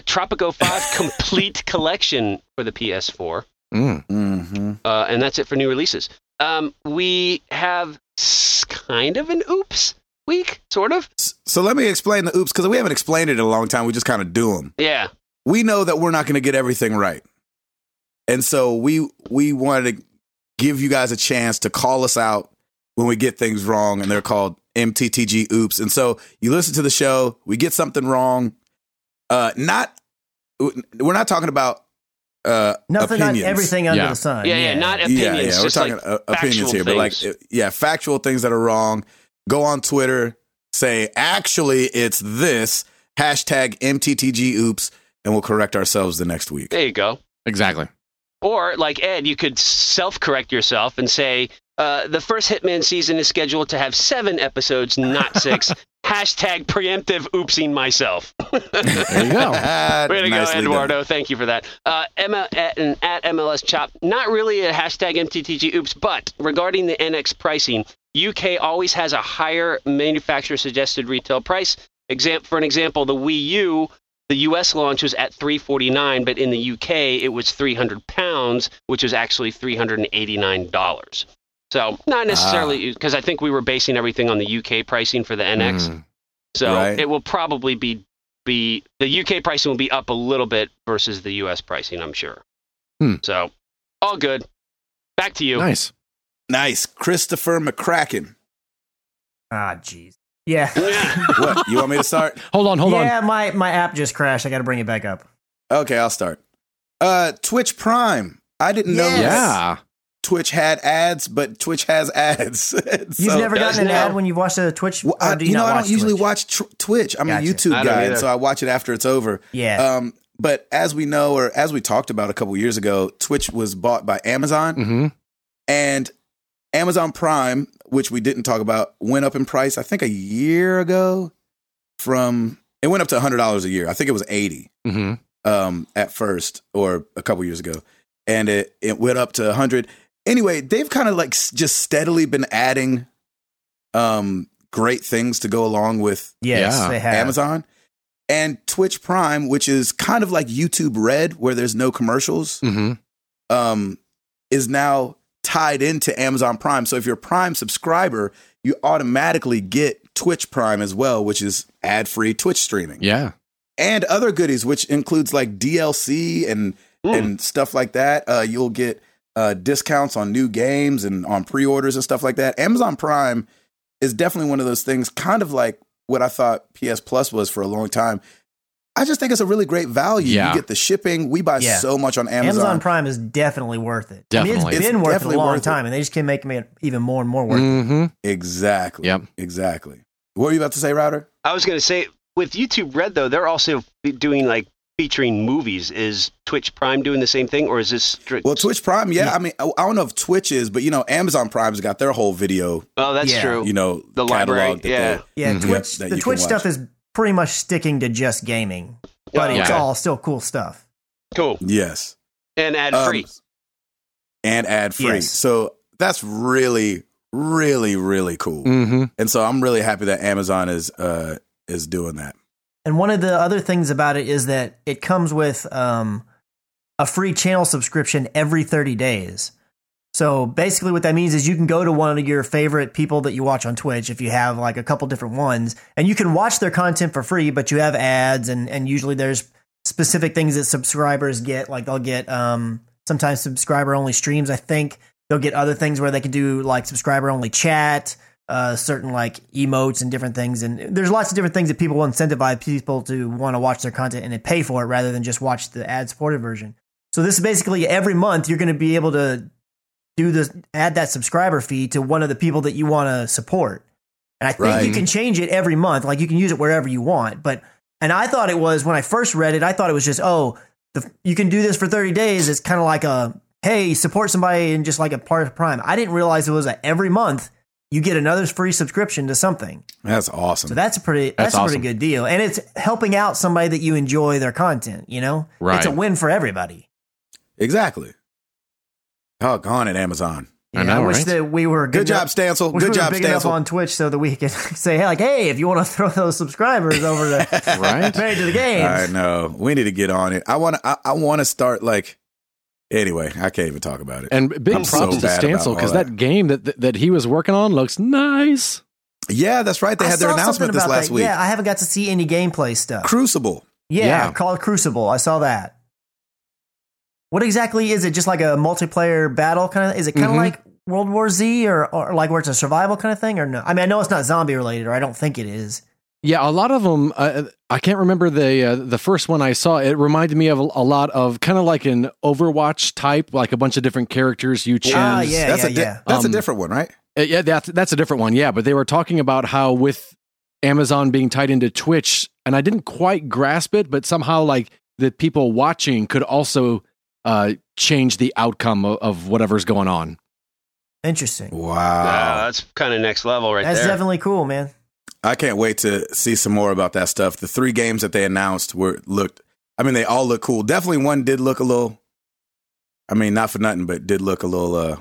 B: Tropico 5 Complete Collection for the PS4.
C: Mm.
A: Mm-hmm.
B: Uh, and that's it for new releases. Um, we have s- kind of an oops week, sort of.
A: So let me explain the oops because we haven't explained it in a long time. We just kind of do them.
B: Yeah.
A: We know that we're not going to get everything right, and so we we wanted to give you guys a chance to call us out when we get things wrong, and they're called MTTG oops. And so you listen to the show, we get something wrong. Uh, not we're not talking about uh
D: Nothing on
A: opinions.
D: everything under
C: Yeah.
D: the sun.
B: Yeah, yeah, not opinions.
A: Uh, Yeah, yeah, we're
B: just
A: talking
B: like,
A: uh, opinions
B: factual
A: here, but like,
B: things.
A: uh, yeah, factual things that are wrong. Go on Twitter, say actually it's this hashtag MTTG oops, and we'll correct ourselves the next week.
B: there you go.
C: Exactly.
B: Or like Ed, you could self-correct yourself and say uh, the first Hitman season is scheduled to have seven episodes, not six. Hashtag preemptive oopsing myself.
C: There you go.
B: Way to
A: Nicely
B: go,
A: done.
B: Eduardo. Thank you for that. Uh, Emma at, and at MLS Chop, not really a hashtag MTTG oops, but regarding the NX pricing, UK always has a higher manufacturer suggested retail price. Exam- for an example, the Wii U, the US launch was at 349, but in the UK it was 300 pounds, which was actually 389 dollars. So not
A: Ah.
B: necessarily because I think we were basing everything on the UK pricing for the NX.
C: Mm.
B: So
A: Right.
B: it will probably be be the UK pricing will be up a little bit versus the US pricing, I'm sure.
C: Hmm.
B: So all good. Back to you.
C: Nice.
A: Nice, Christopher McCracken.
D: Ah, jeez. Yeah.
B: Yeah.
A: What you want me to start?
C: Hold on. Hold
D: yeah, my, my app just crashed. I got to bring it back up.
A: Okay, I'll start. Uh, Twitch Prime. I didn't know
C: on.
D: Yes.
A: that
C: Yeah.
A: Twitch had ads, but Twitch has ads.
D: You've
A: So-
D: never
B: does
D: gotten an
B: now.
D: ad when you watch a Twitch.
A: Well, I,
D: or do
A: you know,
D: not
A: I
D: watch
A: don't usually
D: Twitch?
A: watch tr- Twitch. I'm
D: Gotcha.
A: a YouTube
B: I don't
A: guy, and
B: either.
A: so I watch it after it's over.
D: Yeah.
A: Um, But as we know, or as we talked about a couple years ago, Twitch was bought by Amazon,
C: Mm-hmm.
A: and Amazon Prime, which we didn't talk about, went up in price. I think a year ago, from it went up to hundred dollars a year. I think it was eighty
C: Mm-hmm.
A: um, at first, or a couple years ago, and it it went up to hundred. Anyway, they've kind of like s- just steadily been adding um, great things to go along with
D: Yes,
C: Yeah.
D: they have.
A: Amazon and Twitch Prime, which is kind of like YouTube Red, where there's no commercials,
C: Mm-hmm.
A: um, is now tied into Amazon Prime. So if you're a Prime subscriber, you automatically get Twitch Prime as well, which is ad free Twitch streaming
C: Yeah.
A: and other goodies, which includes like DLC and
B: Mm.
A: and stuff like that. Uh, you'll get uh, discounts on new games and on pre-orders and stuff like that. Amazon Prime is definitely one of those things, kind of like what I thought PS Plus was for a long time. I just think it's a really great value.
C: Yeah.
A: You get the shipping. We buy
D: Yeah.
A: so much on
D: Amazon.
A: Amazon.
D: Prime is definitely worth it. I mean,
C: Definitely.
D: it's
A: It's
D: been worth it
A: definitely
D: a long
A: worth it.
D: time, and they just can make it even more and more worth it.
C: Mm-hmm.
A: Exactly.
C: Yep.
A: Exactly. What were you about to say, Router?
B: I was going to say with YouTube Red though, they're also doing like featuring movies. Is Twitch Prime doing the same thing, or is this strict?
A: Well, Twitch Prime. Yeah, I mean, I I don't know if Twitch is, but you know, Amazon Prime's got their whole video.
B: oh, that's
D: Yeah.
B: true.
A: You know,
B: The library,
A: catalog that
B: yeah.
A: they-
D: Yeah,
C: Mhm.
D: Twitch.
A: That
D: the
A: you can
D: Twitch
A: watch.
D: stuff is pretty much sticking to just gaming, but
B: Oh,
D: it's
B: okay.
D: all still cool stuff.
B: cool
A: Yes.
B: and ad
A: Um,
B: free.
A: and ad free.
D: Yes.
A: So that's really, really, really cool.
D: Mm.
C: Mm-hmm.
A: And so I'm really happy that Amazon is uh is doing that.
D: And one of the other things about it is that it comes with um, a free channel subscription every 30 days. So basically, what that means is you can go to one of your favorite people that you watch on Twitch if you have like a couple different ones, and you can watch their content for free, but you have ads, and, and usually there's specific things that subscribers get. Like they'll get um, sometimes subscriber only streams, I think. They'll get other things where they can do like subscriber only chat uh, certain like emotes and different things. And there's lots of different things that people will incentivize people to want to watch their content and then pay for it rather than just watch the ad supported version. So this is basically every month you're going to be able to do this, add that subscriber fee to one of the people that you want to support. And I think
A: Right.
D: you can change it every month. Like you can use it wherever you want. But, and I thought it was when I first read it, I thought it was just, oh, the, you can do this for 30 days. It's kind of like a, hey, support somebody and just like a part of Prime. I didn't realize it was a every month you get another free subscription to something.
A: That's awesome.
D: So that's a pretty
C: That's
D: that's, a pretty
C: awesome.
D: good deal, and it's helping out somebody that you enjoy their content. You know,
C: Right.
D: It's a win for everybody.
A: exactly. Oh, gone at Amazon.
C: I know,
D: wish
C: right?
D: that we were
A: Good, job,
D: enough-
A: Stancil.
D: wish
A: Good
D: we were
A: job,
D: big enough
A: Stancil.
D: on Twitch so that we could say, hey, like, hey, if you want to throw those subscribers over to
C: Right?
D: married to the games,
A: I know. We need to get on it. I want to. I, I want to start like. Anyway, I can't even talk about it.
C: And big
A: I'm
C: props
A: so
C: to
A: bad about
C: Stancil because
A: all
C: that.
A: that.
C: game that, that that he was working on looks nice.
A: Yeah, that's right. They
D: I
A: had their
D: saw something
A: announcement this
D: about
A: last
D: that.
A: week.
D: Yeah, I haven't got to see any gameplay stuff.
A: Crucible.
D: Yeah,
C: Yeah.
D: called Crucible. I saw that. What exactly is it? Just like a multiplayer battle kind of? Is it kind of
B: Mm-hmm.
C: Mhm.
D: like World War Z or, or like where it's a survival kind of thing or no? I mean, I know it's not zombie related, or I don't think it is.
C: Yeah, a lot of them. Uh, I can't remember the uh, the first one I saw. It reminded me of a, a lot of kind of like an Overwatch type, like a bunch of different characters you choose.
D: Ah, yeah,
A: that's
D: yeah,
A: a di-
D: yeah.
A: that's
C: Um,
A: a different one, right?
C: Uh, yeah, that's that's a different one. Yeah, but they were talking about how with Amazon being tied into Twitch, and I didn't quite grasp it, but somehow like the people watching could also uh, change the outcome of, of whatever's going on.
D: Interesting.
B: Wow,
A: Um, Wow.
B: Oh, that's kind of next level right
D: That's
B: there.
D: definitely cool, man.
A: I can't wait to see some more about that stuff. The three games that they announced were looked. I mean, they all look cool. Definitely one did look a little. I mean, not for nothing, but did look a little. uh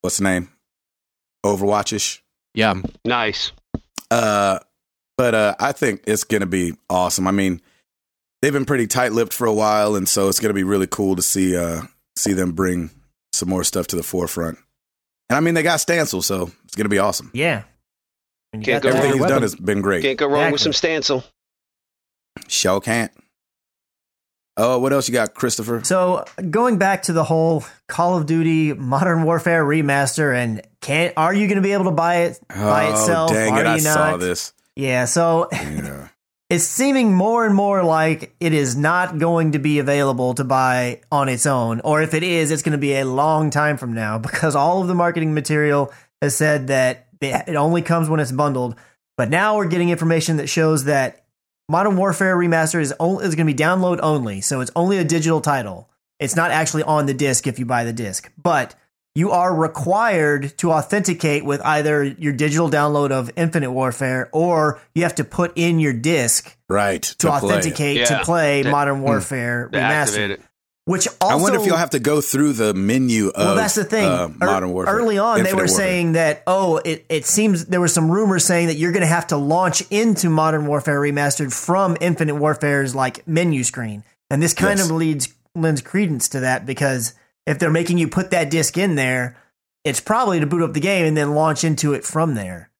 A: What's the name? Overwatchish.
C: Yeah,
B: nice.
A: Uh, but uh, I think it's gonna be awesome. I mean, they've been pretty tight-lipped for a while, and so it's gonna be really cool to see uh see them bring some more stuff to the forefront. And I mean, they got Stancil, so it's gonna be awesome.
D: Yeah. When you
B: Can't
D: got
B: go
D: that-
A: Everything he's
C: weapon.
A: done has been great.
B: Can't go wrong with some
D: Exactly.
B: Stancil.
A: Show can't. Oh, what else you got, Christopher?
D: So going back to the whole Call of Duty Modern Warfare remaster, and can are you going to be able to buy it by
A: oh,
D: itself?
A: dang
D: are
A: it!
D: you
A: I
D: not?
A: saw this.
D: Yeah. So
A: Yeah.
D: it's seeming more and more like it is not going to be available to buy on its own, or if it is, it's going to be a long time from now because all of the marketing material has said that it only comes when it's bundled. But now we're getting information that shows that Modern Warfare Remaster is only is going to be download only, so it's only a digital title. It's not actually on the disc if you buy the disc, but you are required to authenticate with either your digital download of Infinite Warfare or you have to put in your disc
A: right
D: to, authenticate
B: Yeah.
D: to play
B: To-
D: Modern Warfare
B: to activate
D: Remastered.
B: it.
D: Which also
A: Hmm. I wonder if you'll have to go through the menu of
D: well, that's the thing.
A: uh,
D: Ear-
A: Modern Warfare.
D: Early on,
A: Infinite
D: they were
A: Warfare.
D: saying that oh, it, it seems there were some rumors saying that you're going to have to launch into Modern Warfare Remastered from Infinite Warfare's like menu screen, and this kind
A: Yes.
D: of leads lends credence to that because if they're making you put that disc in there, it's probably to boot up the game and then launch into it from there.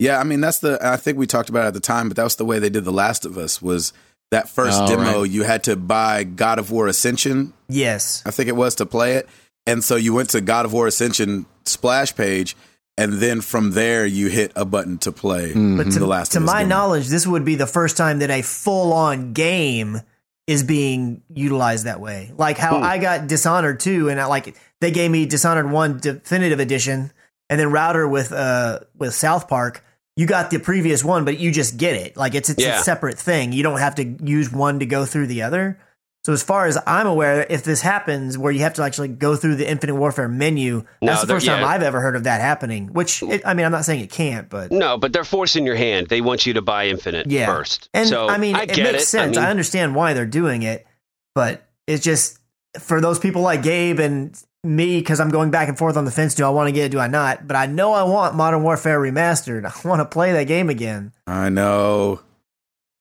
A: Yeah, I mean that's the I think we talked about it at the time, but that was the way they did The Last of Us was that first
C: Oh,
A: demo you had to buy God of War Ascension,
D: Yes,
A: I think it was to play it. And so you went to God of War Ascension splash page and then from there you hit a button to play
C: Mm. mm-hmm.
D: but to,
A: Mm-hmm. The Last
D: to
A: of Us
D: my
A: game.
D: knowledge, this would be the first time that a full on game is being utilized that way. Like how
A: Hmm.
D: I got Dishonored 2 and I like they gave me Dishonored 1 definitive edition and then Router with uh with South Park, you got the previous one but you just get it. Like it's it's
B: Yeah.
D: a separate thing. You don't have to use one to go through the other. So as far as I'm aware, if this happens where you have to actually go through the Infinite Warfare menu,
B: No,
D: that's the
B: there-
D: first time
B: yeah.
D: I've ever heard of that happening. Which it, I mean, I'm not saying it can't, but
B: No, but they're forcing your hand. They want you to buy Infinite
D: yeah.
B: first.
D: And
B: so
D: I mean, it
B: get
D: makes sense. I,
B: I mean,
D: understand why they're doing it, but it's just for those people like Gabe and me because I'm going back and forth on the fence. Do I want to get it? Do I not? But I know I want Modern Warfare remastered. I want to play that game again.
A: I know.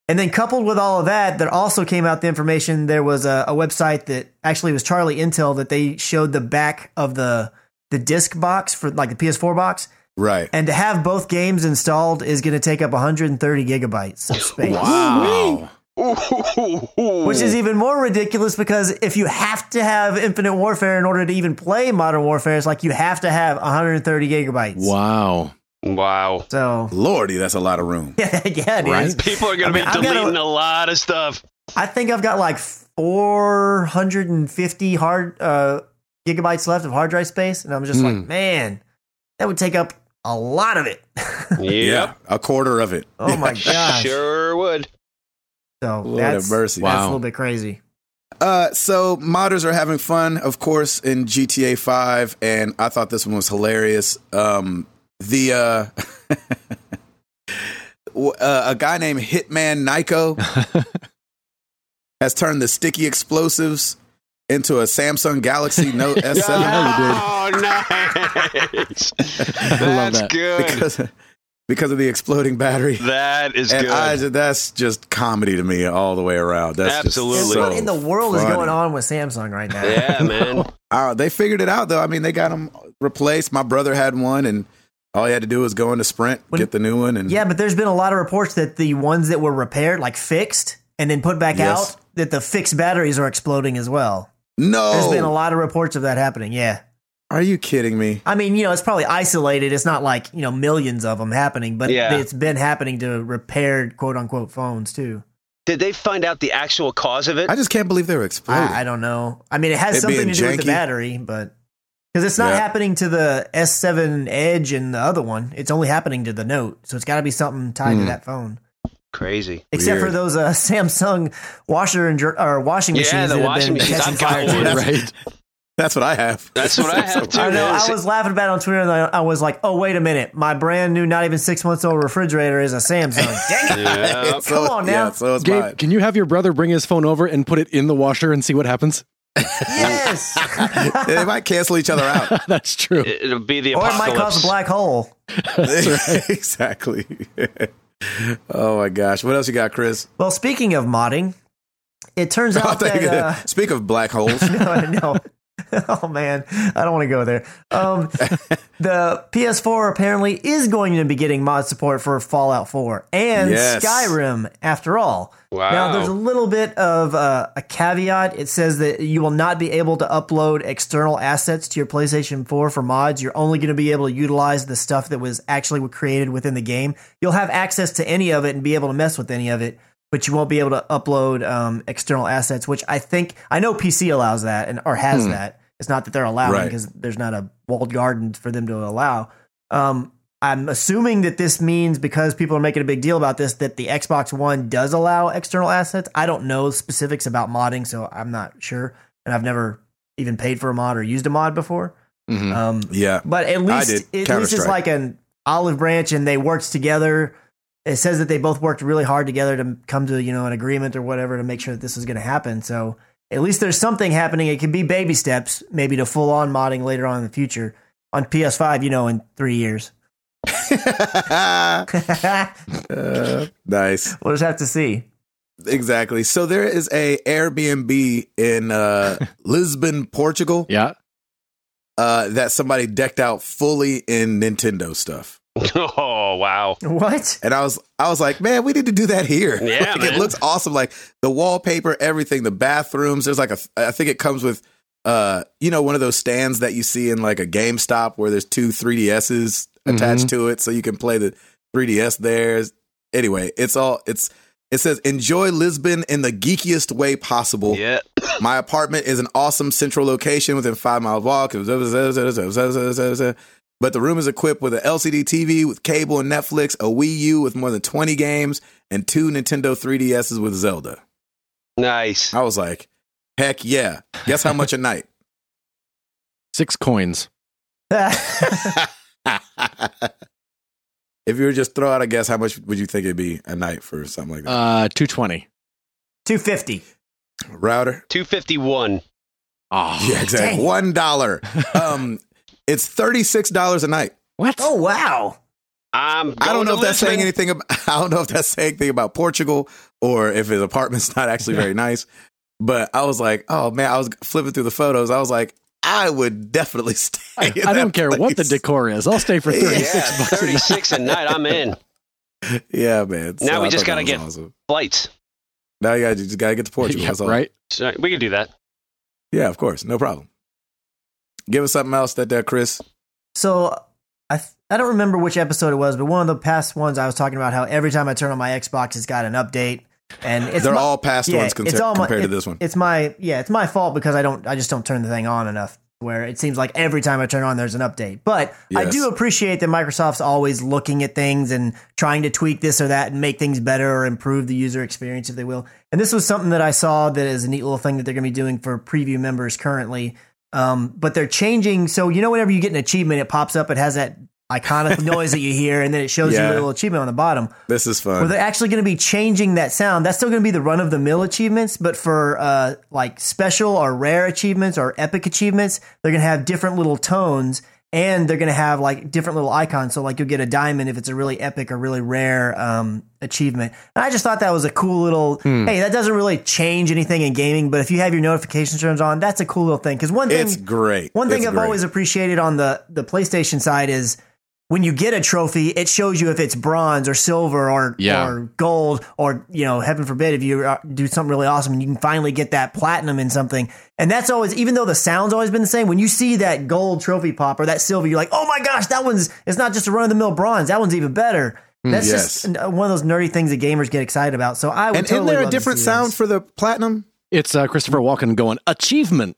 D: And then coupled with all of that, there also came out the information. There was a, a website that actually was Charlie Intel that they showed the back of the the disc box for like the PS4 box,
A: Right.
D: and to have both games installed is going to take up 130 gigabytes of space.
A: Wow.
D: Which is e- even more ridiculous because if you have to have Infinite Warfare in order to even play Modern Warfare, it's like you have to have 130 gigabytes.
C: Wow.
B: wow.
D: So,
A: Lordy, that's a lot of room.
D: yeah, it is.
C: Right?
B: People are going to
D: I mean, I've
B: be
D: gotta-
B: deleting a lot of stuff.
D: I think I've got like 450 hard uh, gigabytes left of hard drive space. And I'm just like, man, that would take up a lot of it.
B: Yep.
A: A quarter of it.
D: oh my gosh.
B: Sure would.
D: So,
A: Lord
D: that's,
A: have mercy.
D: that's a
C: Wow.
D: little bit crazy.
A: Uh, so modders are having fun, of course, in GTA Five, and I thought this one was hilarious. Um, the uh, w- uh, a guy named Hitman Nyko has turned the sticky explosives into a Samsung Galaxy Note S7
B: oh, nice. That's
C: that.
B: good.
A: because because of the exploding battery.
B: that is
A: And
B: good.
A: I, that's just comedy to me all the way around. That's just
B: Absolutely.
A: so
D: what in the world is
A: funny.
D: going on with Samsung right now?
B: yeah, man.
A: Uh, they figured it out though. I mean, they got them replaced. My brother had one, and all he had to do was go into Sprint,
D: When-
A: get the new one, and
D: Yeah, but there's been a lot of reports that the ones that were repaired, like fixed and then put back
A: Yes.
D: out, that the fixed batteries are exploding as well. There's been a
A: no,
D: lot of reports of that happening. Yeah.
A: are you kidding me?
D: I mean, you know, it's probably isolated. It's not like, you know, millions of them happening, but
B: Yeah.
D: it's been happening to repaired quote unquote phones too.
B: Did they find out the actual cause of it?
A: I just can't believe they were exploding.
D: I, I don't know. I mean, it has
A: It
D: something
A: being
D: to do with
A: janky.
D: the battery, but because it's not
A: Yeah.
D: happening to the S7 Edge and the other one, it's only happening to the Note. So it's got to be something tied to
C: Hmm.
D: that phone.
B: Crazy.
D: except for
A: Weird.
D: those uh, Samsung washer and dr- or washing
B: Yeah,
D: machines.
B: the
D: that
B: washing
D: have been
B: machines.
D: catching
B: I've got
D: fire
B: one.
D: too.
C: Right.
A: That's what I have.
B: That's what I have too.
D: I know. I
B: man.
D: was laughing about it on Twitter, and I, I was like, "Oh, wait a minute! My brand new, not even six months old refrigerator is a Samsung." Dang it!
B: Yeah.
A: uh, So-
D: Come on now.
A: yeah, so it's mine.
C: Gabe, can you have your brother bring his phone over and put it in the washer and see what happens?
D: Yes,
A: they might cancel each other out.
C: That's true.
B: It'll be the
D: or it
B: apocalypse.
D: might cause a black hole.
A: exactly. oh my gosh, what else you got, Chris?
D: Well, speaking of modding, it turns out
A: Thank
D: that
A: you.
D: uh,
A: Speak of black holes.
D: no, no. oh man, I don't want to go there. Um, the PS4 apparently is going to be getting mod support for Fallout 4 and
A: Yes.
D: Skyrim. After all,
B: Wow.
D: now there's a little bit of uh, a caveat. It says that you will not be able to upload external assets to your PlayStation 4 for mods. You're only going to be able to utilize the stuff that was actually created within the game. You'll have access to any of it and be able to mess with any of it but you won't be able to upload um, external assets, which I think I know PC allows that and or has that. It's not that they're allowing
A: Right.
D: because there's not a walled garden for them to allow. Um, I'm assuming that this means because people are making a big deal about this that the Xbox One does allow external assets. I don't know specifics about modding, so I'm not sure, and I've never even paid for a mod or used a mod before.
B: mm-hmm.
C: Mhm.
D: Um,
A: Yeah.
D: but at
A: Mm. I
D: least
A: did.
D: at least it's
A: Counter-Strike.
D: like an olive branch, and they worked together. It says that they both worked really hard together to come to you know an agreement or whatever to make sure that this was going to happen. So at least there's something happening. It could be baby steps, maybe to full on modding later on in the future on PS5. You know, in three years, we'll
A: Uh, nice.
D: just have to see.
A: Exactly. So there is a Airbnb in uh, Lisbon, Portugal,
C: Yeah.
A: uh, that somebody decked out fully in Nintendo stuff.
B: oh wow.
D: What?
A: And I was, I was like, man, we need to do that here.
B: Yeah,
A: like, it
B: man.
A: looks awesome. Like the wallpaper, everything, the bathrooms. There's like a, I think it comes with, uh, you know, one of those stands that you see in like a GameStop where there's two 3DSs
B: Mm-hmm.
A: attached to it, so you can play the 3DS there. Anyway, it's all it's. It says enjoy Lisbon in the geekiest way possible.
B: Yeah.
A: My apartment is an awesome central location within five mile walk. But the room is equipped with an LCD TV with cable and Netflix, a Wii U with more than 20 games, and two Nintendo 3DSs with Zelda.
B: Nice.
A: I was like, heck yeah. Guess how much a night?
C: Six coins.
A: if you were just throw out a guess, how much would you think it'd be a night for something like that?
C: Uh, 220.
D: Two fifty.
A: Router?
B: Two fifty one.
C: Oh,
A: Yeah, exactly.
D: dang.
A: One dollar. Um, it's $36 a night.
C: What?
D: Oh wow.
B: I'm
A: I don't
B: going
A: know if
B: to
A: that's saying
B: Lisbon.
A: anything. About, I don't know if that's saying anything about Portugal or if his apartment's not actually very nice. But I was like, oh man, I was flipping through the photos. I was like, I would definitely stay.
C: I, I don't care what the decor is. I'll stay for
A: Yeah.
C: 36
B: Yeah,
C: bucks.
B: thirty six a night. I'm in
A: dick. Yeah, man.
B: Now we
A: I
B: just
A: thought that
B: gotta
A: was
B: get-
A: awesome.
B: flights.
A: Now you gotta, you just gotta get to Portugal.
C: Yeah,
A: That's all.
C: right?
B: So we could do that.
A: Yeah, of course, no problem. Give us something else that there, Chris.
D: So I th- I don't remember which episode it was, but one of the past ones I was talking about how every time I turn on my Xbox, it's got an update, and it's
A: They're
D: my-
A: all past
D: yeah,
A: ones
D: it's
A: consi-
D: all my-
A: compared to
D: it-
A: this one.
D: It's my yeah, it's my fault because I don't I just don't turn the thing on enough. Where it seems like every time I turn on, there's an update. But I
A: Yes.
D: do appreciate that Microsoft's always looking at things and trying to tweak this or that and make things better or improve the user experience, if they will. And this was something that I saw that is a neat little thing that they're going to be doing for preview members currently. Um, but they're changing. So you know, whenever you get an achievement, it pops up. It has that iconic noise that you hear, and then it shows you
A: Yeah.
D: a little achievement on the bottom.
A: This is
D: Well,
A: fun.
D: they're actually going to be changing that sound. That's still going to be the run of the mill achievements, but for uh, like special or rare achievements or epic achievements, they're going to have different little tones and they're going to have like different little icons. So, like, you'll get a diamond if it's a really epic or really rare um, achievement. And I just thought that was a cool little hey, that doesn't really change anything in gaming, but if you have your notifications turned on, that's a cool little thing. Because one thing
A: it's great.
D: one thing
A: It's
D: I've
A: great.
D: always appreciated on the the PlayStation side is when you get a trophy, it shows you if it's bronze or silver or
C: Yeah.
D: or gold or you know, heaven forbid, if you uh, do something really awesome and you can finally get that platinum in something. And that's always, even though the sound's always been the same, when you see that gold trophy pop or that silver, you're like, oh my gosh, that one's it's not just a run of the mill bronze, that one's even better. That's just
A: Mm, yes.
D: n- uh, one of those nerdy things that gamers get excited about. So I would
A: and isn't
D: totally
A: there a
D: love to
A: different
D: see
A: sound
D: those.
A: for the platinum?
C: It's uh, Christopher Walken going, achievement.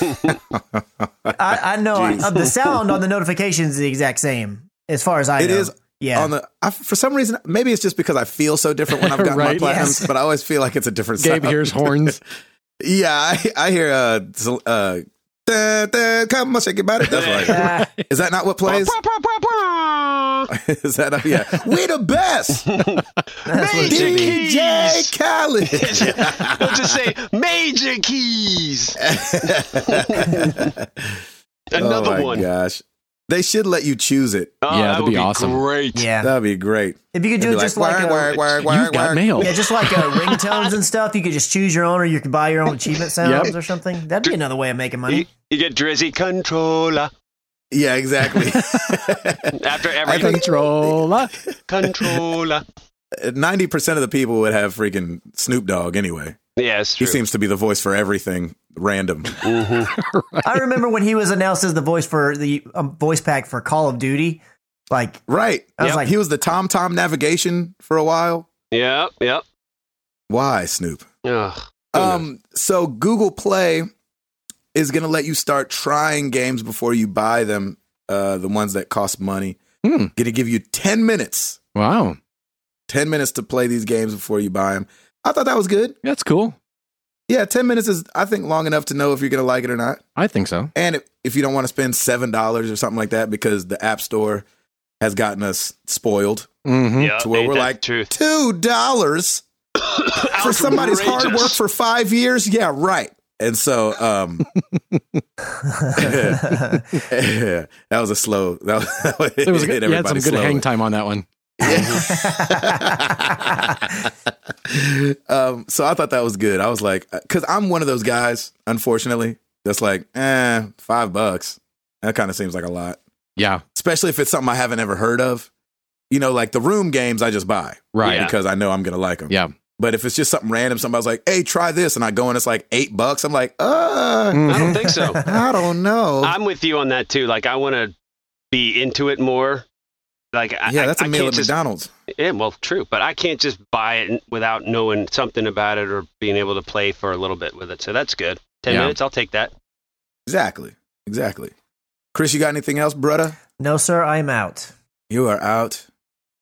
D: I, I know
A: Jeez.
D: uh, the sound on the notifications is the exact same as far as I
A: It
D: know.
A: is
D: Yeah.
A: on the I, for some reason maybe it's just because I feel so different when I've gotten
C: Right.
A: my platinums,
D: Yes.
A: but I always feel like it's a different
C: Gabe
A: sound.
C: hears horns.
A: Yeah, I, I hear uh z- uh da, da, come on, shake your body. That's right.
D: Uh,
A: Is that not what plays? Is that not, yeah? We the best,
D: that's what it should be.
A: DJ Khaled.
B: Let's just say major keys.
A: oh
B: Another
A: my
B: one.
A: Gosh, they should let you choose it.
B: Oh,
C: Yeah,
B: that
C: that'd
B: would
C: be awesome.
B: Great.
D: Yeah.
A: That'd be great.
D: If you could
A: It'd be
D: do it just like, a,
A: wire, wire, wire,
C: You've got
A: wire.
C: mail.
D: yeah, just like uh ringtones and stuff, you could just choose your own, or you could buy your own achievement sounds
C: Yep.
D: or something. That'd be another way of making
B: You,
D: money.
B: you get Drizzy controller
A: Yeah, exactly.
B: after
A: I
B: every
A: think
C: Controller.
B: controller.
A: ninety percent of the people would have freaking Snoop Dogg anyway.
B: Yeah, it's
A: He
B: true.
A: seems to be the voice for everything random.
B: Mhm.
D: I remember when he was announced as the voice for the um, voice pack for Call of Duty. Like
A: Right.
D: I was
B: Yep.
D: like,
A: he was the Tom Tom navigation for a while.
B: Yep, yep.
A: Why, Snoop?
B: Ugh.
A: Um, so Google Play is going to let you start trying games before you buy them uh, the ones that cost money.
C: Hmm.
A: Going to give you 10 minutes,
C: Wow.
A: 10 minutes to play these games before you buy them. I thought that was good.
C: That's cool.
A: Yeah, 10 minutes is, I think, long enough to know if you're going to like it or not.
C: I think so.
A: And if, if you don't want to spend $7 or something like that because the App Store has gotten us spoiled.
C: hmm
B: Yeah,
A: To where
B: ain't
A: we're
B: that
A: like-
B: the truth.
A: $2 for somebody's hard
B: Outrageous.
A: work for five years? Yeah, right. And so, um, that was a slow. That was, that was-
C: It was good.
A: hit
C: You had some
A: everybody
C: good hang
A: slowly.
C: time on that one.
A: um, so I thought that was good. I was like, because I'm one of those guys, unfortunately, that's like, eh, five bucks. That kind of seems like a lot,
C: Yeah.
A: especially if it's something I haven't ever heard of. You know, like the room games, I just buy
C: Right.
B: Yeah.
A: because I know I'm gonna like them.
C: Yeah.
A: But if it's just something random, somebody's like, "Hey, try this," and I go and it's like eight bucks, I'm like,
C: Mm.
A: uh,
B: I
C: Mm-hmm.
B: don't think so.
A: I don't know.
B: I'm with you on that too. Like I want to be into it more. Like I,
A: yeah,
B: I-
A: that's a
B: I
A: meal
B: can't
A: at
B: just,
A: McDonald's.
B: Yeah, well, true, but I can't just buy it n- without knowing something about it or being able to play for a little bit with it. So that's good. Ten
C: Yeah.
B: minutes, I'll take that.
A: Exactly. Exactly. Chris, you got anything else, brother?
D: no, sir, I'm out.
A: You are out.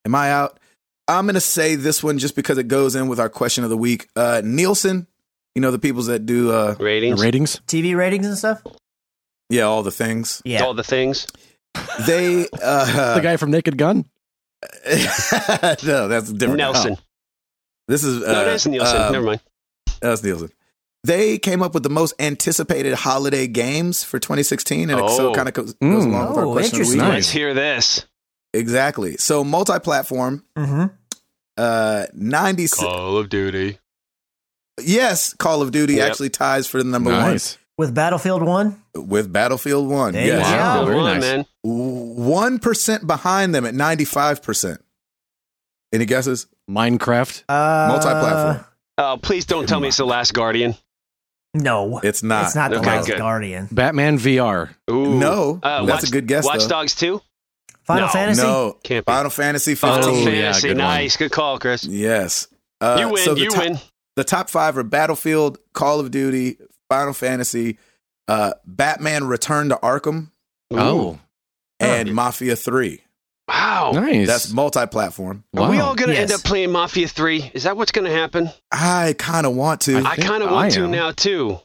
A: Am I out? I'm going to say this one just because it goes in with our question of the week. Uh, Nielsen, you know, the peoples that do, uh,
C: The
B: Ratings,
C: ratings.
D: TV ratings and stuff.
A: yeah, all the things.
D: Yeah.
B: all the things.
A: They,
C: the
A: uh,
C: guy from Naked Gun.
A: no, that's different.
B: Nelson.
A: This is, uh,
B: no, it is Nielsen.
A: um,
B: Never mind.
A: That's Nielsen. They came up with the most anticipated holiday games for 2016, and it so
B: Oh.
A: kind of goes, goes
C: Mm.
A: along with our question
D: Oh,
A: of the week.
C: interesting. Nice.
B: Let's hear this.
A: Exactly. So multi-platform,
D: Mm-hmm.
A: uh, 96,
B: Call of Duty.
A: Yes, Call of Duty
B: Yep.
A: actually ties for the number
C: Nice.
D: With Battlefield One.
A: one with Battlefield One.
D: There
A: yes,
D: you go.
C: Wow,
B: Good
C: very
B: one,
C: nice.
B: man.
A: one percent behind them at ninety five percent. Any guesses?
C: Minecraft.
D: Uh,
A: Multi-platform.
B: Oh, please don't tell me it's the Last Guardian.
D: No,
A: It's not.
D: it's not the
B: Okay,
D: Last
B: good.
D: Guardian.
C: Batman VR.
B: Ooh.
A: No,
B: Uh,
A: that's
B: Watch-
A: a good guess.
B: Watch
A: though.
B: Dogs Two.
D: Final
B: No,
D: Fantasy.
A: No,
B: Can't be.
A: Final Fantasy
B: Final
A: fifteen.
C: Oh, yeah,
B: Fantasy.
C: good one.
B: nice. Good call, Chris.
A: Yes. Uh,
B: you win.
A: so the
B: you
A: top,
B: win.
A: The top five are Battlefield, Call of Duty, Final Fantasy, uh, Batman: Return to Arkham,
B: Ooh.
C: Oh,
A: and Mafia Three.
B: wow.
C: nice.
A: That's multi-platform.
B: Are we
C: Wow.
B: all going to end
D: Yes.
B: up playing Mafia 3? Is that what's going to happen?
A: I kind of want to.
B: I,
C: think
B: kind of
C: I
B: want to
C: am.
B: now, too.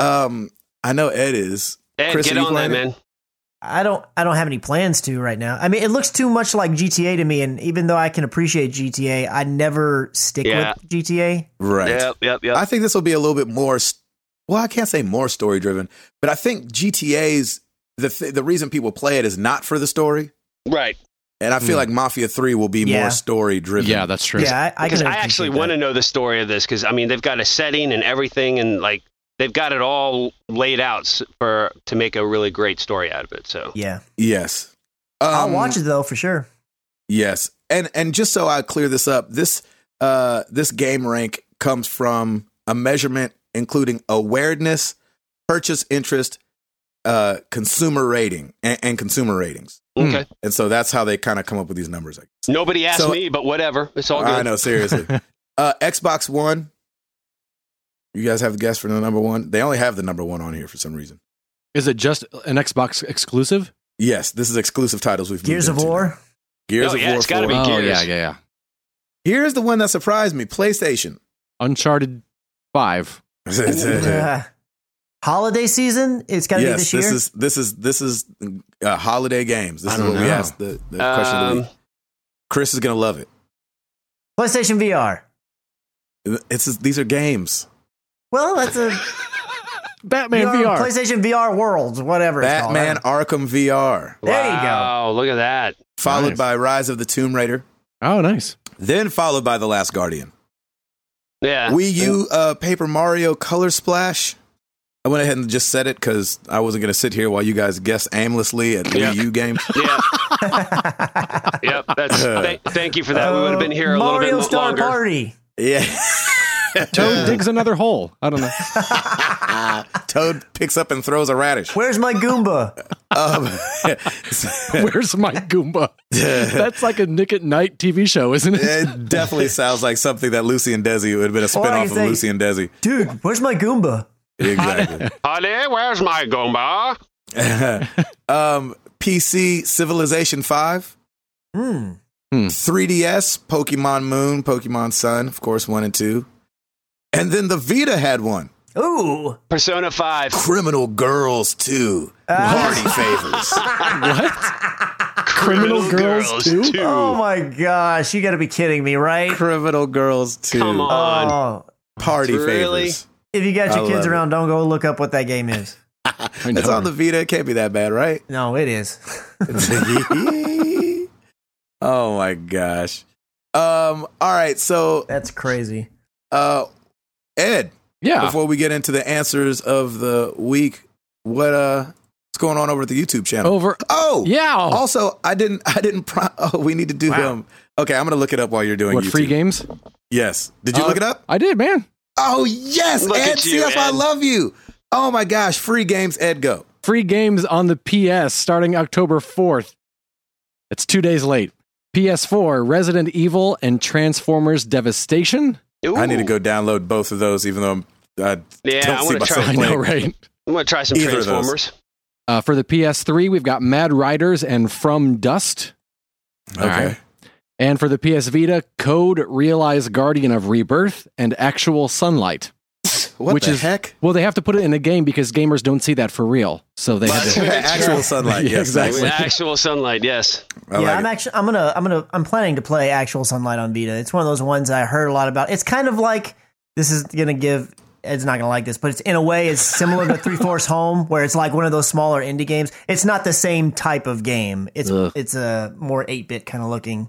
A: Um, I know Ed is.
B: Ed,
A: Chris,
B: get
A: are you
B: on that,
A: playing it?
B: man.
D: I don't. I don't have any plans to right now. I mean, it looks too much like GTA to me. And even though I can appreciate GTA, I never stick
B: Yeah.
D: with GTA.
A: Right.
B: Yep, yep, yep.
A: I think this will be a little bit more. s- Well, I can't say more story driven, but I think GTA's the th- the reason people play it is not for the story,
B: right.
A: and I feel
C: Hmm.
A: like Mafia Three will be
D: Yeah.
A: more story driven.
C: yeah, that's true.
D: Yeah, I, I
B: Because
D: can.
B: I, actually want to know the story of this because, I mean, they've got a setting and everything, and, like, they've got it all laid out s- for to make a really great story out of it. So,
D: Yeah,
A: Yes. Um,
D: I'll watch it though for sure.
A: Yes, and and just so I clear this up, this uh this game rank comes from a measurement including awareness, purchase interest, uh consumer rating, and, and consumer ratings,
C: Hmm.
B: okay.
A: and so that's how they kind of come up with these numbers. I guess.
B: Nobody asked
A: So-
B: me, but whatever. It's all
A: I
B: good.
A: know, seriously. uh, Xbox One. You guys have the guess for the number one? They only have the number one on here for some reason.
C: Is it just an Xbox exclusive?
A: Yes, this is exclusive titles we've moved
D: Gears of
A: into.
D: War.
A: Gears
B: Oh,
A: of
B: yeah,
A: War.
B: it's
A: 4.
B: gotta be-
C: oh,
B: Gears.
C: yeah, yeah, yeah.
A: Here's the one that surprised me: PlayStation.
C: Uncharted 5.
A: yes,
D: Uh, holiday season. It's got to be
A: this
D: this year.
A: is this is this is uh, holiday games. This
C: I
A: is what
C: don't
A: we
C: know.
A: asked the, the question of the
B: Um,
A: week. Chris is gonna love it.
D: PlayStation VR.
A: It's these are games.
D: Well, that's a
C: Batman
D: you know,
C: VR.
D: PlayStation VR Worlds, whatever.
A: Batman
D: It's called.
A: Arkham VR,
D: There you go.
B: wow, look at that.
A: followed
C: Nice.
A: by Rise of the Tomb Raider,
C: oh, nice.
A: then followed by The Last Guardian.
B: Yeah.
A: Wii U uh, Paper Mario Color Splash. I went ahead and just said it because I wasn't going to sit here while you guys guessed aimlessly at
B: Yeah.
A: Wii U games.
B: yeah.
D: I don't know.
B: Yep. That's, th- thank you for that. we would have been here a
D: Mario
B: little bit
D: Star
B: longer.
D: Party.
A: Yeah.
C: Toad digs another hole. I don't know.
A: Toad picks up and throws a radish.
D: Where's my Goomba?
A: Um,
C: Where's my Goomba? That's like a Nick at Night TV show, isn't it?
A: it definitely sounds like something that Lucy and Desi would have been a
D: Or
A: spinoff
D: I
A: of
D: could say-
A: Lucy and Desi.
D: Dude, where's my Goomba?
A: Exactly.
B: Honey, where's my Goomba?
A: um, PC Civilization 5,
D: Hmm.
A: 3DS Pokemon Moon, Pokemon Sun, of course, 1 and 2. And then the Vita had one
D: Ooh. Uh,
B: Persona 5.
A: Criminal Girls 2. Party favors.
C: Criminal Girls 2?
D: Oh my gosh! You got to be kidding me, right?
A: Criminal Girls 2.
B: Come on.
D: Oh,
A: Party
B: Really?
A: favors.
D: if you got
A: I
D: your kids
A: love it.
D: around, don't go look up what that game is.
C: I
A: It's
C: know.
A: on the Vita. It can't be that bad, right?
D: No, it is.
A: oh my gosh. Um, all right, so
D: That's crazy.
A: uh Ed,
C: yeah.
A: before we get into the answers of the week, what uh what's going on over at the YouTube channel?
C: Over.
A: Oh,
C: Yeah.
A: Also, I didn't I didn't pro- oh, we need to do
D: Wow.
A: them. Okay, I'm going to look it up while you're doing
C: what
A: YouTube.
C: free games?
A: Yes. Did you
C: Uh,
A: look it up?
C: I did, man.
A: Oh, yes.
B: Look
A: Ed,
B: at
A: see
B: you,
A: that's why I
B: Ed.
A: love you. Oh my gosh, free games Ed go.
C: Free games on the PS starting October 4th. It's two days late. PS4, Resident Evil, and Transformers Devastation.
A: I need to
B: Ooh.
A: go download both of those even though I'm I
B: Yeah,
A: don't
B: I
A: see
B: want to
A: myself
C: I
B: try.
C: know, right?
B: I'm gonna try some
A: Either of those.
B: Transformers.
C: Uh, for the PS3, we've got Mad Riders and From Dust.
A: Okay.
C: right. And for the PS Vita, Code Realize Guardian of Rebirth and Actual Sunlight.
A: What
C: Which
A: the
C: is-
A: heck?
C: Well, they have to put it in a game because gamers don't see that for real. So they had
B: That's
C: to.
B: what it's
A: actual
B: for.
A: sunlight.
C: Yeah,
A: yes,
C: exactly.
B: With actual sunlight, yes.
A: I
D: yeah,
A: like
D: I'm
A: it.
D: actually. I'm gonna. I'm gonna. I'm planning to play Actual Sunlight on Vita. It's one of those ones I heard a lot about. It's kind of like this is gonna give. Ed's not gonna like this, but it's in a way it's similar to Three Force Home, where it's like one of those smaller indie games. It's not the same type of game. It's
C: Ugh.
D: it's a more eight bit kind of looking,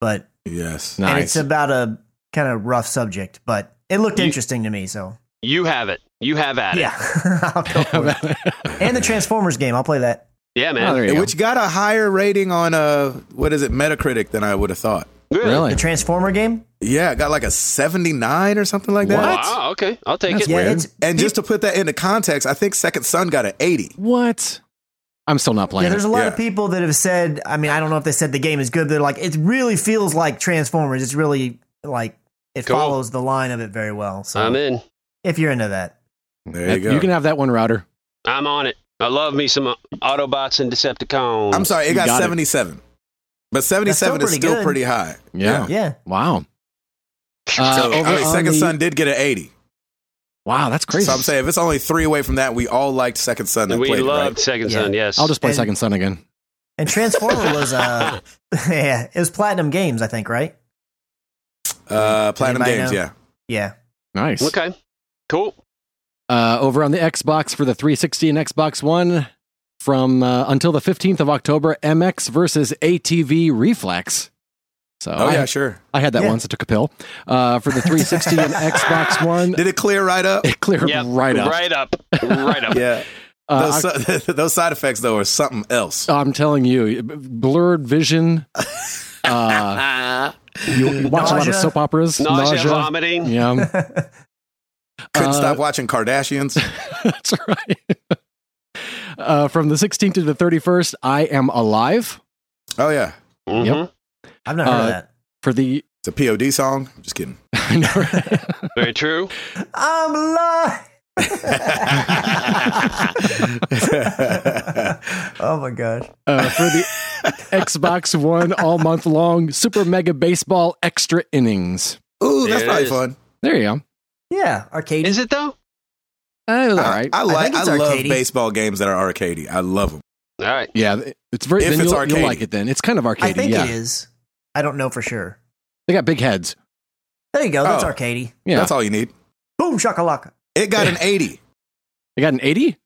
D: but
A: Yes.
C: Nice.
D: and it's about a kind of rough subject, but it looked interesting to me. So
B: You have it. You have at it.
D: yeah, I'll go for it. and the Transformers game, I'll play that.
B: Yeah,
C: Oh,
B: man.
C: there you go.
A: Which got a higher rating on uh what is it Metacritic than I would have thought.
B: Good.
C: really?
D: The Transformer game,
A: Yeah, it got like a 79 or something like that.
B: Wow. Okay, I'll take it.
D: yeah, it's
A: And just to put that into context, I think Second Son got an 80.
C: What? I'm still not
D: Yeah,
C: playing.
D: there's a lot
A: Yeah.
D: of people that have said. I mean, I don't know if they said the game is good. But they're like, it really feels like Transformers. It's really like it
B: Cool.
D: follows the line of it very well. So
B: I'm in.
D: if you're into that,
A: There
C: it.
A: you go.
C: can have that one router.
B: I'm on it. I love me some uh, Autobots and Decepticons.
A: I'm sorry, it
C: You
A: got,
C: got it.
A: 77. But 77
D: That's
A: is
D: still
A: still pretty
D: pretty
A: high.
C: Yeah.
D: yeah,
C: Wow. Uh,
A: So,
C: over
A: I mean,
C: on
A: Second
C: the-
A: Son did get an 80.
C: Wow, that's crazy.
A: So I'm saying if it's only three away from that, we all liked Second Son that
B: we
A: played it,
B: loved
A: right?
B: Second
D: Yeah.
B: Son. Yes.
C: I'll just play
D: And-
C: Second Son again.
D: and Transformer was uh, yeah, it was Platinum Games, I think, right?
A: Uh, Platinum
D: Anybody
A: Games,
D: know?
A: yeah.
D: Yeah,
C: Nice.
B: Okay. Cool.
C: Uh, over on the Xbox for the 360 and Xbox One, from uh, until the 15th of October, MX versus ATV Reflex. So
A: Oh,
C: I,
A: yeah, sure.
C: I had that
D: Yeah.
C: once. I took a pill uh, for the 360 and Xbox One.
A: Did it clear right up?
C: It cleared
B: Yep.
C: right up.
B: Right up. Right up.
A: yeah.
C: Uh,
A: Those, si- those side effects, though, are something else.
C: I'm telling you, b- blurred vision. Uh, you, you watch a lot
D: Nausea.
C: of soap operas.
B: Nausea, vomiting.
C: Yeah,
A: Couldn't
C: Uh,
A: stop watching Kardashians.
C: that's right. Uh, from the 16th to the 31st, I am alive
A: Oh yeah,
B: Mhm.
C: Yep.
D: I've not heard
C: Uh,
D: of that.
C: for the.
A: it's a POD song. Just kidding.
C: I know, right?
B: Very true.
D: I'm live. oh my gosh!
C: uh, for the Xbox One all month long Super Mega Baseball Extra Innings.
A: Ooh,
B: There
A: that's
B: it
A: probably
B: is.
A: fun.
C: There you go.
D: Yeah, arcade.
B: Is it though?
C: Uh, it was all
A: I-
C: right.
A: I, like.
D: think
A: I,
D: it's
A: love
D: arcadey.
A: baseball games that are arcadey. I love them.
B: All right.
C: yeah, it's very.
A: If
C: Then
A: it's
C: you'll, you'll
A: arcadey.
C: like it. Then it's kind of arcadey.
D: I think
C: yeah,
D: it is. I don't know for sure.
C: they got big heads.
D: There you go. That's
A: Oh.
D: arcadey.
C: Yeah,
A: That's all you need.
D: Boom shakalaka.
A: It got an 80.
C: they got an eighty.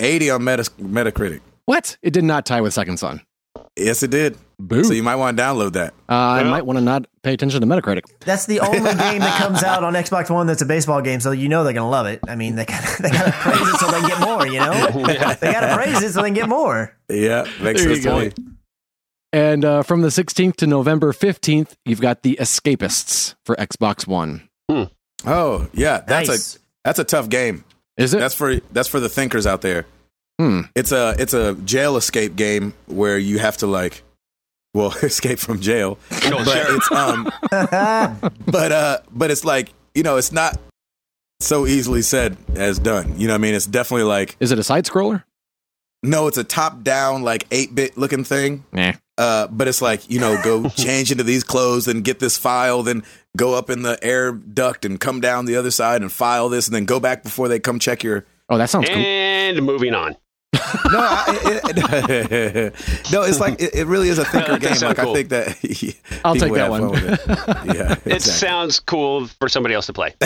A: 80 on Metas- Metacritic.
C: What? It did not tie with Second Son.
A: Yes, it did.
C: Boo.
A: So you might want to download that.
C: Uh, I
B: Yeah.
C: might want to not pay attention to Metacritic.
D: That's the only game that comes out on Xbox One that's a baseball game, so you know they're gonna love it. I mean, they gotta, they gotta praise it so they can get more. You know, they gotta praise it so they can get more.
A: Yeah, makes
C: There you
A: sense
C: go.
A: to me.
C: And uh, from the 16th to November 15th, you've got the Escapists for Xbox One.
A: Oh yeah, that's
D: Nice.
A: a that's a tough game.
C: Is it?
A: That's for that's for the thinkers out there.
C: Hmm.
A: It's a it's a jail escape game where you have to like, well, escape from jail.
B: No,
A: but
B: Oh, sure.
A: it's um but uh but it's like you know it's not so easily said as done you know what i mean it's definitely like
C: Is it a side scroller?
A: No, it's a top down, like 8 bit looking thing.
C: Nah.
A: Uh, but it's like, you know, go change into these clothes and get this file, then go up in the air duct and come down the other side and file this and then go back before they come check your.
C: Oh, that sounds cool.
B: And moving on.
A: No, I, it, no, it's like, it, it really is a thinker
B: That
A: game. Like,
B: sounds
A: I
B: cool.
A: think that.
C: I'll take
A: people would have
C: that
A: fun
C: one.
A: with it. Yeah.
B: It
A: exactly.
B: sounds cool for somebody else to play.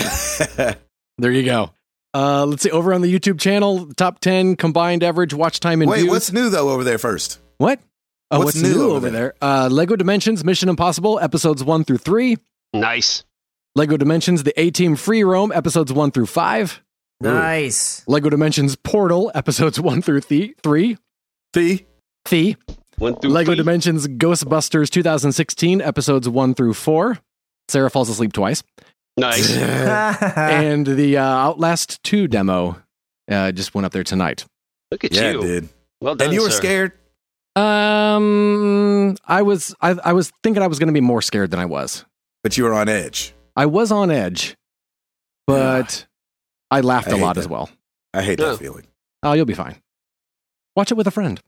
C: There you go. Uh, let's see. Over on the YouTube channel, top ten combined average watch time and
A: Wait,
C: views.
A: what's new though over there first?
C: what? Oh,
A: what's
C: what's, new, over there? Uh, Lego Dimensions, Mission Impossible, episodes one through three.
B: Nice.
C: Lego Dimensions, the A Team Free Roam, episodes one through five.
D: Nice.
C: Lego Dimensions Portal, episodes one through th- three.
A: See?
C: The
B: One through
C: Lego
B: three.
C: Dimensions Ghostbusters 2016, episodes one through four. Sarah falls asleep twice.
B: Nice.
A: Ah.
C: and the uh, Outlast 2 demo uh, just went up there tonight.
B: Look at
A: yeah, it
B: you.
A: did.
B: Well done.
A: And you were
B: sir.
A: scared.
C: Um, I was I, I was thinking I was going to be more scared than I was.
A: but you were on edge.
C: I was on edge, but I laughed
A: I
C: a
A: hate
C: lot
A: that.
C: as well.
A: I hate
B: Yeah.
A: that feeling.
C: Oh, you'll be fine. Watch it with a friend.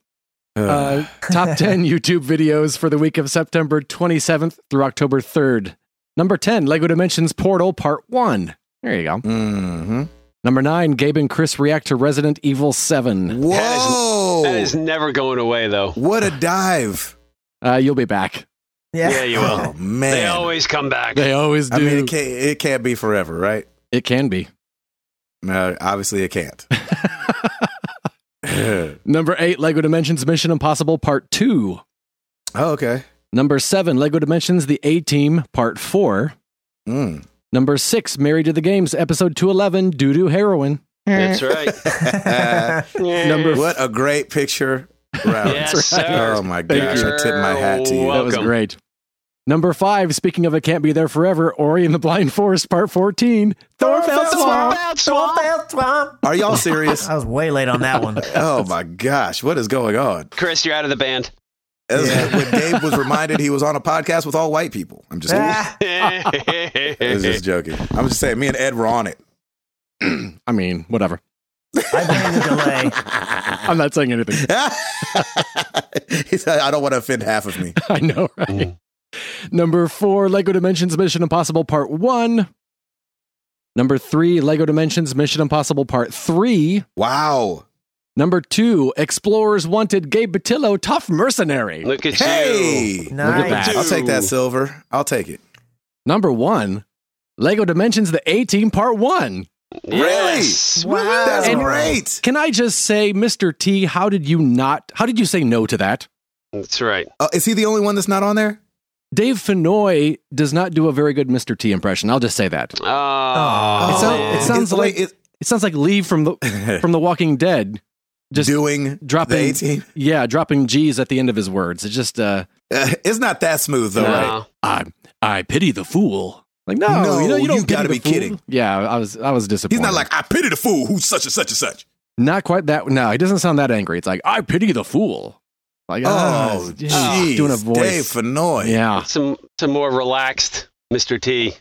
C: Uh, top 10 YouTube videos for the week of September 27th through October 3rd. Number 10, Lego Dimensions Portal Part 1. There you go.
A: hmm
C: Number 9, Gabe and Chris react to Resident Evil 7.
A: Whoa!
B: That is never going away, though.
A: what a dive!
C: Uh, you'll be back.
B: Yeah, you will.
A: Oh man!
B: They always come back.
C: They always do.
A: I mean, it can't. It can't be forever, right?
C: it can be.
A: No, obviously it can't. oh,
C: Number 8, Lego Dimensions Mission Impossible Part 2.
A: Oh, okay.
C: Number 7, Lego Dimensions The A Team Part 4.
A: Mm.
C: Number 6, Married to the Games Episode 211 Doo Doo Heroin.
B: That's right.
C: Number
A: What a great picture! Round.
B: Yes,
C: right.
B: sir.
A: Oh my
C: Thank
A: gosh!
B: you.
A: I tip my hat to you.
B: Well-
C: That was
B: Welcome.
C: great. Number five, speaking of it can't be there forever, Ori and the Blind Forest, part 14. Thorfeld
A: Thorfeld
C: Swamp.
D: I
A: Are y'all serious?
D: was way late on that one.
A: oh my gosh! What is going on?
B: Chris, you're out of the band.
A: That's
D: Yeah.
A: when Dave was reminded he was on a podcast with all white people. I'm just. I
D: Ah,
A: was just joking. I'm just saying. Me and Ed were on it.
C: I mean, whatever.
D: I blame the delay.
C: I'm not saying anything.
A: he said, "I don't want to offend half of me."
C: I know, right?
B: Mm.
C: Number four, Lego Dimensions Mission Impossible Part One. Number three, Lego Dimensions Mission Impossible Part Three.
A: Wow.
C: Number two, Explorers Wanted Gabe Batillo, Tough Mercenary.
B: Look at you.
A: Hey,
D: Nice.
C: that.
A: I'll take that silver. I'll take it.
C: Number one, Lego Dimensions The A Team Part One.
B: Yes.
D: Wow.
A: That's
C: And-
A: great.
C: Can I just say, Mr. T, how did you not, how did you say no to that?
B: That's right.
A: Uh, is he the only one that's not on there?
C: Dave Fenoy does not do a very good Mr. T impression. I'll just say that.
B: Oh,
D: Aw.
C: It sound- it
B: man.
C: sound-
A: It's
C: sounds like-
A: it-
C: It sounds like Lee from the from The Walking Dead, just
A: doing the
C: dropping,
A: 18.
C: yeah, dropping G's at the end of his words. It's just, uh,
A: Uh, it's not that smooth though,
B: No.
A: right?
C: I I pity the fool. Like no,
A: No,
C: you know you don't
A: you
C: pity
A: gotta
C: the
A: be
C: fool.
A: kidding.
C: Yeah, I was I was disappointed.
A: He's not like I pity the fool who's such and such and such.
C: not quite that. No, he doesn't sound that angry. It's like I pity the fool. Like ah,
A: Oh,
C: yeah,
A: jeez,
C: doing a voice.
A: Dave Fenoy.
C: yeah,
B: Some some more relaxed Mr. T.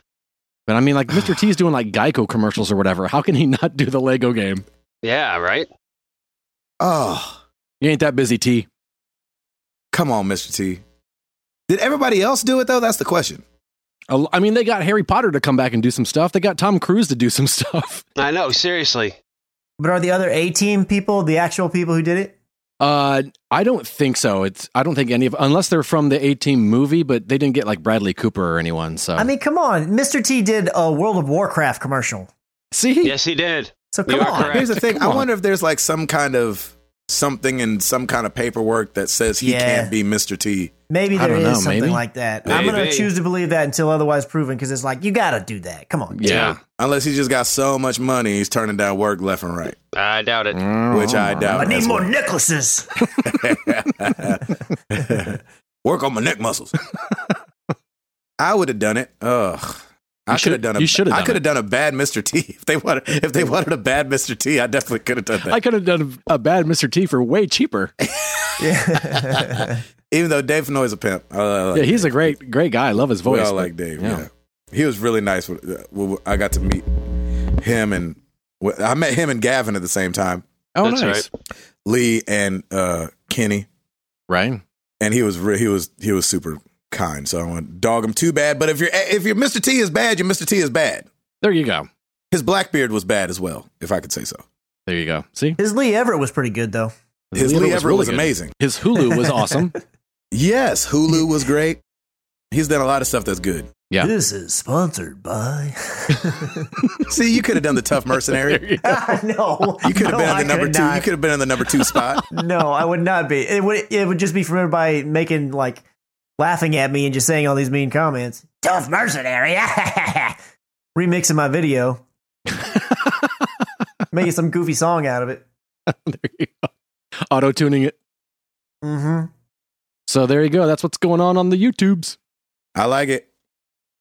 C: but I mean, like Mr. T's doing like Geico commercials or whatever. How can he not do the Lego game?
B: Yeah, right?
A: Oh,
C: You ain't that busy, T.
A: come on, Mr. T. Did everybody else do it though? That's the question.
C: A- I mean, they got Harry Potter to come back and do some stuff. They got Tom Cruise to do some stuff.
B: I know, seriously.
D: But are the other A team people the actual people who did it?
C: Uh, I don't think so. It's I don't think any of unless they're from the A Team movie, but they didn't get like Bradley Cooper or anyone. So
D: I mean, come on. Mr. T did a World of Warcraft commercial.
C: see,
B: Yes, he did.
D: So
B: You
D: come
B: are
D: on.
B: correct.
A: Here's the thing.
C: Come
A: I
C: on.
A: wonder if there's like some kind of something in some kind of paperwork that says he
D: Yeah.
A: can't be Mr. T.
D: Maybe
C: I
D: there is
C: don't know,
D: something
C: maybe.
D: like that. I'm going to
B: Maybe.
D: choose to believe that until otherwise proven because it's like, you got to do that. Come on.
C: yeah.
A: Unless he just got so much money, he's turning down work left and right,
B: I doubt it.
C: Mm. Oh
A: which I doubt.
D: I need
A: as
D: more
A: well.
D: necklaces.
A: work on my neck muscles. I would have done it. Ugh. I
C: You
A: could have
C: should've-
A: done a.
C: you should've
A: I
C: done
A: could
C: it.
A: have done a bad Mr. T if they wanted. If they wanted a bad Mr. T, I definitely could have done that.
C: I could have done a bad Mr. T for way cheaper.
D: Yeah.
A: Even though Dave Fenoy's a pimp. I- I like
C: yeah, he's a great, great guy. I love his
A: We
C: voice.
A: all
C: but-
A: like Dave.
C: yeah.
A: Yeah. he was really nice. When, uh, when I got to meet him and well, I met him and Gavin at the same time.
C: oh,
B: That's
C: nice.
A: A Lee and uh, Kenny,
C: right?
A: and he was re- he was he was super kind. So I don't want to dog him too bad. But if you're eh, if your Mr. T is bad, your Mr. T is bad.
C: There you go.
A: His Blackbeard was bad as well, if I could say so.
C: There you go. See,
D: His Lee Everett was pretty good though.
A: His
C: Leader
A: Lee Everett was
C: really good.
A: amazing.
C: His Hulu was awesome.
A: Yes, Hulu was great. He's done a lot of stuff that's good.
C: Yeah.
D: This is sponsored by.
A: See, you could have done the tough mercenary.
C: There you go.
D: no,
A: You could have
D: no,
A: been in
D: I
A: the number
D: could
A: two.
D: not.
A: You could have been in the number two spot.
D: no, I would not be. It would it would just be from everybody making like laughing at me and just saying all these mean comments. Tough mercenary. Remixing my video. Making some goofy song out of it.
C: There you go. Auto tuning it.
D: Mm-hmm.
C: So there you go. That's what's going on on the YouTubes.
A: I like it.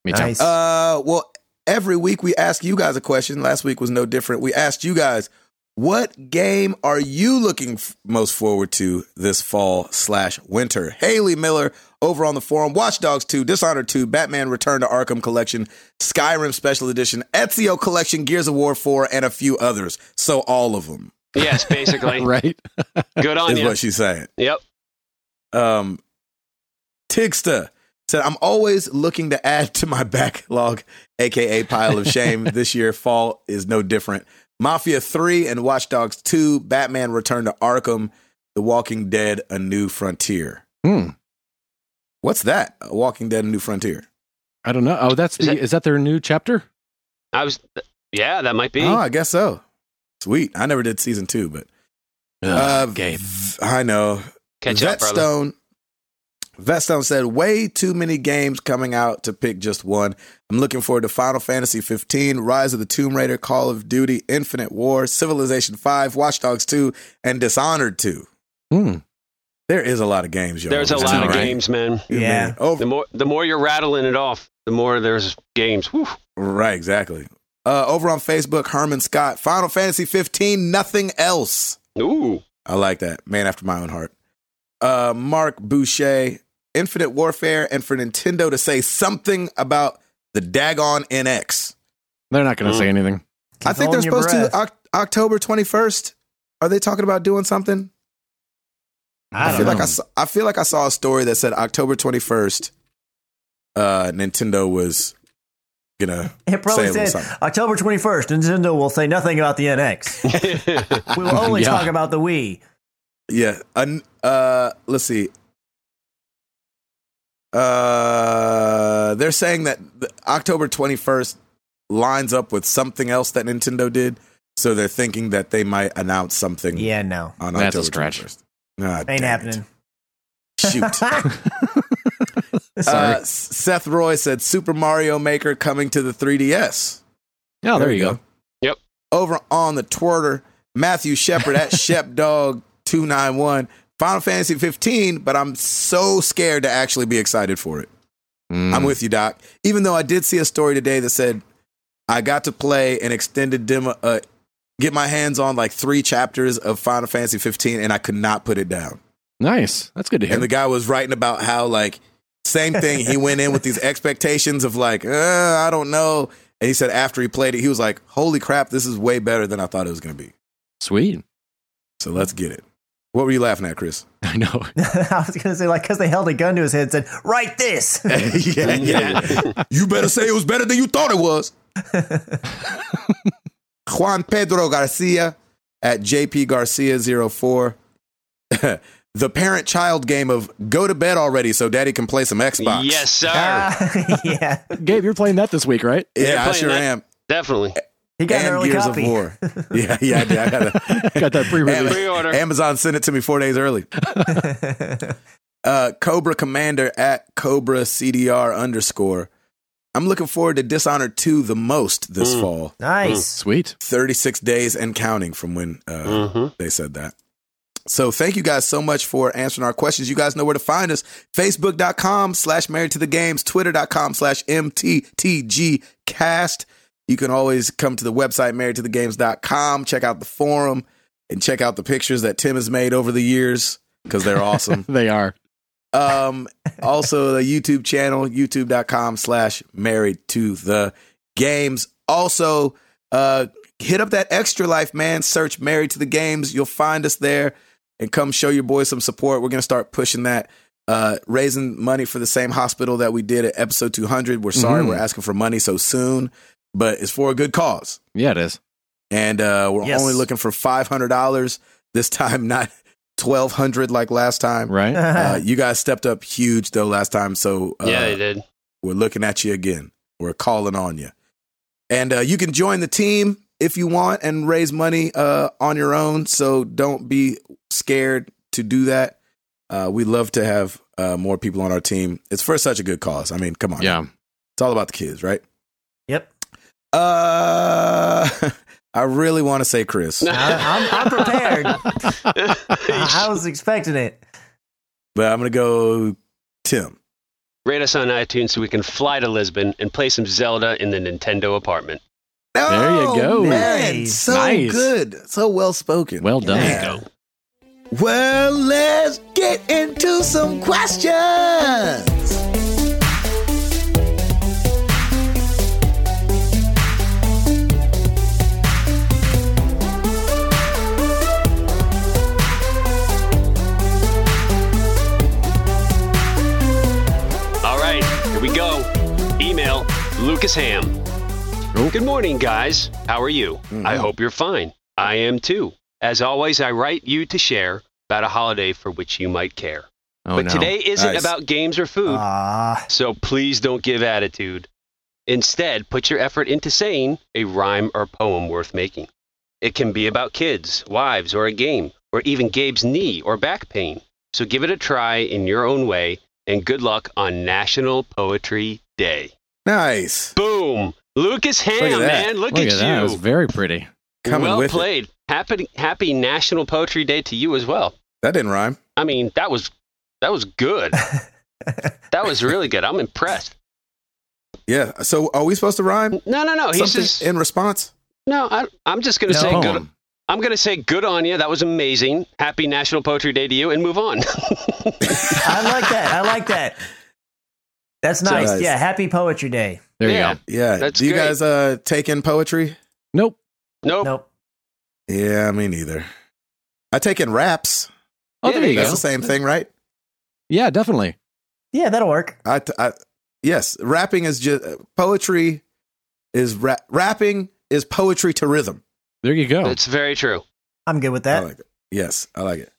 C: Me too.
D: Nice.
A: Uh, well, every week we ask you guys a question. Last week was no different. We asked you guys, what game are you looking f- most forward to this fall slash winter? Haley Miller over on the forum, Watch Dogs 2, Dishonored 2, Batman Return to Arkham Collection, Skyrim Special Edition, Ezio Collection, Gears of War 4, and a few others. So all of them
B: Yes, basically.
C: Right.
B: Good on
A: is
B: you.
A: what she's saying.
B: Yep.
A: Um, Tigsta said, I'm always looking to add to my backlog, aka pile of shame. this year, fall is no different. Mafia 3 and Watch Dogs 2, Batman Return to Arkham, The Walking Dead, A New Frontier.
C: Hmm.
A: What's that? A Walking Dead, A New Frontier.
C: I don't know. Oh, that's
B: Is
C: the,
B: that-
C: is that their new chapter?
B: I was. Yeah, that might be.
A: Oh, I guess so. Sweet. I never did season two, but uh,
C: Gabe.
A: I know.
B: Catch up, brother.
A: Vetstone. Vetstone said, way too many games coming out to pick just one. I'm looking forward to Final Fantasy 15, Rise of the Tomb Raider, Call of Duty, Infinite War, Civilization 5, Watch Dogs 2, and Dishonored 2.
C: Hmm.
A: There is a lot of games, y'all.
B: There's a
A: It's
B: lot
A: all
B: of
A: right.
B: games, man.
A: You
D: Yeah.
A: mean- Oh,
B: The more the more you're rattling it off, the more there's games. Whew.
A: right, exactly. Uh, over on Facebook, Herman Scott, Final Fantasy 15, nothing else.
B: Ooh.
A: I like that. Man after my own heart. Uh, Mark Boucher, Infinite Warfare, and for Nintendo to say something about the Dagon NX.
C: They're not going to
B: Hmm.
C: say anything.
A: I think they're
D: holding your
A: supposed to
D: breath.
A: Oc- October 21st. Are they talking about doing something?
D: I
A: I,
D: don't
A: feel
D: know.
A: like I, saw, I feel like I saw a story that said October 21st. Uh, Nintendo was gonna.
D: It probably
A: Say a little
D: said
A: something.
D: October 21st, Nintendo will say nothing about the NX. We will only
C: Yeah.
D: talk about the Wii.
A: Yeah. An, uh, let's see. Uh, they're saying that the October 21st lines up with something else that Nintendo did. So they're thinking that they might announce something
D: Yeah, no.
A: on
C: That's a
A: October
C: stretch.
A: 21st. Ah,
D: Ain't
A: damn it.
D: happening.
A: Shoot.
D: Sorry.
A: Uh, S- Seth Roy said Super Mario Maker coming to the 3DS.
C: Oh, there,
A: we
C: you go.
B: Yep.
A: Over on the Twitter, Matthew Shepard at ShepDog291. Final Fantasy 15, but I'm so scared to actually be excited for it.
C: Hmm.
A: I'm with you, Doc. Even though I did see a story today that said I got to play an extended demo, uh, get my hands on like three chapters of Final Fantasy 15, and I could not put it down.
C: Nice. That's good to hear.
A: And the guy was writing about how like same thing. He went in with these expectations of like, uh, I don't know. And he said after he played it, he was like, Holy crap, this is way better than I thought it was gonna be.
C: Sweet.
A: So let's get it. What were you laughing at, Chris?
C: I know.
D: I was going to say, like, because they held a gun to his head and said, write this.
A: yeah, you better say it was better than you thought it was. Juan Pedro Garcia at JP Garcia04. the parent child game of go to bed already so daddy can play some Xbox.
B: Yes, sir.
D: Ah, yeah.
C: Gabe, you're playing that this week, right?
B: You're
A: Yeah, I
B: playing
A: sure
B: that?
A: am.
B: Definitely.
D: He got an
A: and
D: early
A: Gears
D: copy.
A: of War. yeah, yeah, I did. I got, a,
C: Got that pre-release.
B: Pre-order.
A: Amazon sent it to me four days early. Uh, Cobra Commander at Cobra CDR underscore. I'm looking forward to Dishonored 2 the most this
B: Mm.
A: fall.
D: nice.
C: Sweet.
A: 36 days and counting from when uh,
B: hmm
A: they said that. So thank you guys so much for answering our questions. You guys know where to find us. Facebook.com slash married to the games, twitter.com slash MTTG cast. You can always come to the website married to the games.com, check out the forum, and check out the pictures that Tim has made over the years because they're awesome.
C: They are.
A: Um, also the YouTube channel, youtube.com slash married to the games. Also, uh, hit up that extra life, man. Search married to the games. You'll find us there. and come show your boys some support. We're going to start pushing that, uh, raising money for the same hospital that we did at episode 200. We're sorry
C: Mhm.
A: we're asking for money so soon, but it's for a good cause.
C: Yeah, it is.
A: And uh, we're
D: Yes.
A: only looking for $500 this time, not 1200 like last time.
C: Right?
A: Uh, you guys stepped up huge though last time, so uh,
B: yeah, they did.
A: we're looking at you again. We're calling on you. And uh, you can join the team if you want and raise money uh, on your own. So don't be scared to do that. Uh, we love to have uh, more people on our team. It's for such a good cause. I mean, come on.
C: Yeah.
A: It's all about the kids, right?
D: yep.
A: Uh, I really want to say Chris,
D: I, I'm, I'm prepared. I, I was expecting it.
A: but I'm going to go Tim.
B: Rate us on iTunes so we can fly to Lisbon and play some Zelda in the Nintendo apartment.
C: There you
A: Oh,
C: go.
A: Man,
D: Nice.
A: So
C: Nice.
A: good. So well spoken.
C: Well done.
A: Yeah.
B: There you go.
A: Well, let's get into some questions.
B: All right, here we go. Email Lucas Ham.
C: Oh.
B: Good morning, guys. How are you? I hope you're fine. I am too. As always, I write you to share about a holiday for which you might care.
C: Oh,
B: but
C: no.
B: today isn't
A: Nice.
B: about games or food,
D: Ah,
B: so please don't give attitude. Instead, put your effort into saying a rhyme or poem worth making. It can be about kids, wives, or a game, or even Gabe's knee or back pain. So give it a try in your own way, and good luck on National Poetry Day.
A: Nice.
B: Boom! Lucas Ham,
A: at that.
B: man, look,
C: Look at
B: at,
C: that. That was
B: you.
C: very pretty.
A: Coming
B: well
A: with it.
B: played. Happy, happy National Poetry Day to you as well.
A: That didn't rhyme.
B: I mean, that was that was good. that was really good. I'm impressed.
A: Yeah. So are we supposed to rhyme
B: No, no, no. He's
A: something
B: just
A: in response?
B: no. I, I'm just gonna
C: It's a
B: say good.
C: poem.
B: I'm gonna say good on you. That was amazing. Happy National Poetry Day to you, and move on.
D: I like that. I like that. That's nice.
A: Nice.
D: Yeah. Happy Poetry Day.
C: There
B: Yeah.
C: you go.
A: Yeah.
B: That's
A: Do you
B: great.
A: guys uh, take in poetry?
C: Nope.
B: nope.
D: Nope.
A: Yeah, me neither. I take in raps.
C: Oh,
B: Yeah,
C: there
B: there
C: you
B: you
A: That's
C: go.
A: the same thing, right?
C: Yeah, definitely.
D: Yeah, that'll work.
A: I, t- I yes, rapping is just poetry is ra- rapping is poetry to rhythm.
C: There you go.
B: It's very true.
D: I'm good with
A: I
D: that.
A: like it. Yes, I like it.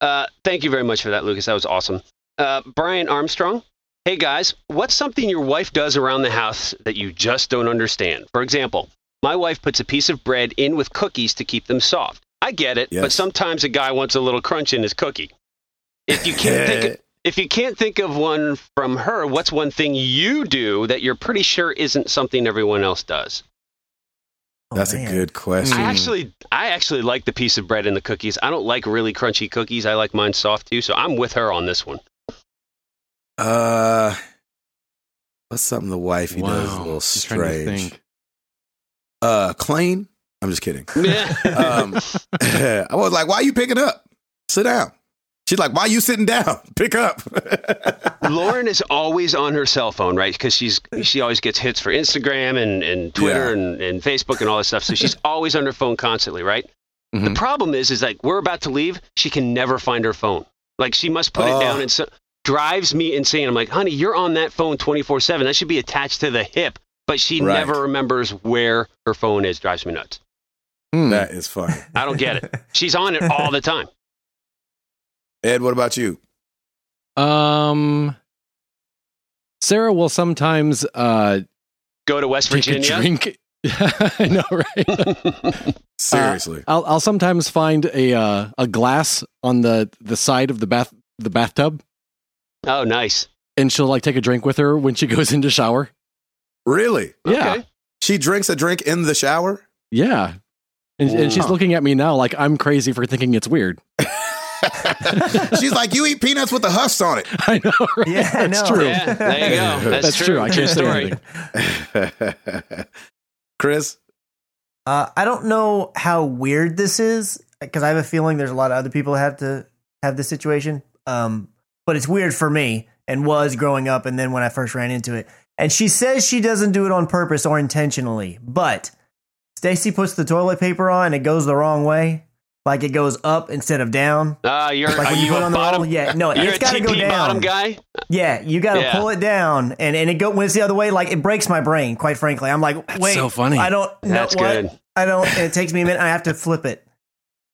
B: Uh, thank you very much for that, Lucas. That was awesome. Uh, Brian Armstrong. Hey guys, what's something your wife does around the house that you just don't understand? For example, my wife puts a piece of bread in with cookies to keep them soft. I get it, but
A: Yes.
B: sometimes a guy wants a little crunch in his cookie. If you can't think if you can't think of one from her, what's one thing you do that you're pretty sure isn't something everyone else does?
D: Oh,
A: That's a
D: man.
A: good question.
B: I
C: Mm.
B: actually I actually like the piece of bread and the cookies. I don't like really crunchy cookies. I like mine soft too, so I'm with her on this one.
A: Uh, what's something the wifey does is a little
C: Just trying to
A: strange?
C: think.
A: Uh, clean. I'm just kidding.
B: um,
A: Um, I was like, "Why you picking up? Sit down." She's like, "Why you sitting down? Pick up."
B: Lauren is always on her cell phone, right? Because she's she always gets hits for Instagram and, and Twitter
A: Yeah.
B: and, and Facebook and all that stuff. So she's always on her phone constantly, right? The
C: Mhm.
B: problem is, is like we're about to leave. She can never find her phone. Like she must put
A: Oh.
B: it down and so, drives me insane. I'm like, honey, you're on that phone 24 seven. That should be attached to the hip. But she
A: Right.
B: never remembers where her phone is. Drives me nuts.
C: Hmm.
A: that is funny.
B: I don't get it. She's on it all the time.
A: Ed, what about you?
C: Um, Sarah will sometimes uh,
B: Go to West
C: take a
B: Virginia.
C: drink. I know, right?
A: Seriously,
C: I'll I'll sometimes find a uh, a glass on the the side of the bath the bathtub,
B: Oh, nice.
C: and she'll like take a drink with her when she goes into shower.
A: really?
C: Yeah,
B: Okay.
A: She drinks a drink in the shower.
C: yeah. And, and she's
A: Wow.
C: looking at me now like I'm crazy for thinking it's weird.
A: She's like, "You eat peanuts with the husks on it."
C: I know, right?
D: Yeah, I
C: That's
D: know.
C: true.
B: Yeah, there you go. That's,
C: That's true. I can't say
B: story.
C: anything.
A: Chris,
D: Uh, I don't know how weird this is because I have a feeling there's a lot of other people that have to have this situation. Um, but it's weird for me and was growing up, and then when I first ran into it. And she says she doesn't do it on purpose or intentionally, but Stacy puts the toilet paper on and it goes the wrong way, Like it goes up instead of down.
B: Ah, you're
D: Like
B: are
D: when you,
B: you
D: put
B: a
D: on
B: bottom?
D: the roll, yeah, no,
B: you're
D: it's
B: a
D: got to
B: TP
D: go down.
B: bottom guy.
D: Yeah, you got to
B: Yeah.
D: pull it down, and and it go when it's the other way, like it breaks my brain. Quite frankly, I'm like, wait,
C: so funny.
D: I don't know
B: That's
D: what
B: good.
D: I don't. It takes me a minute. I have to flip it.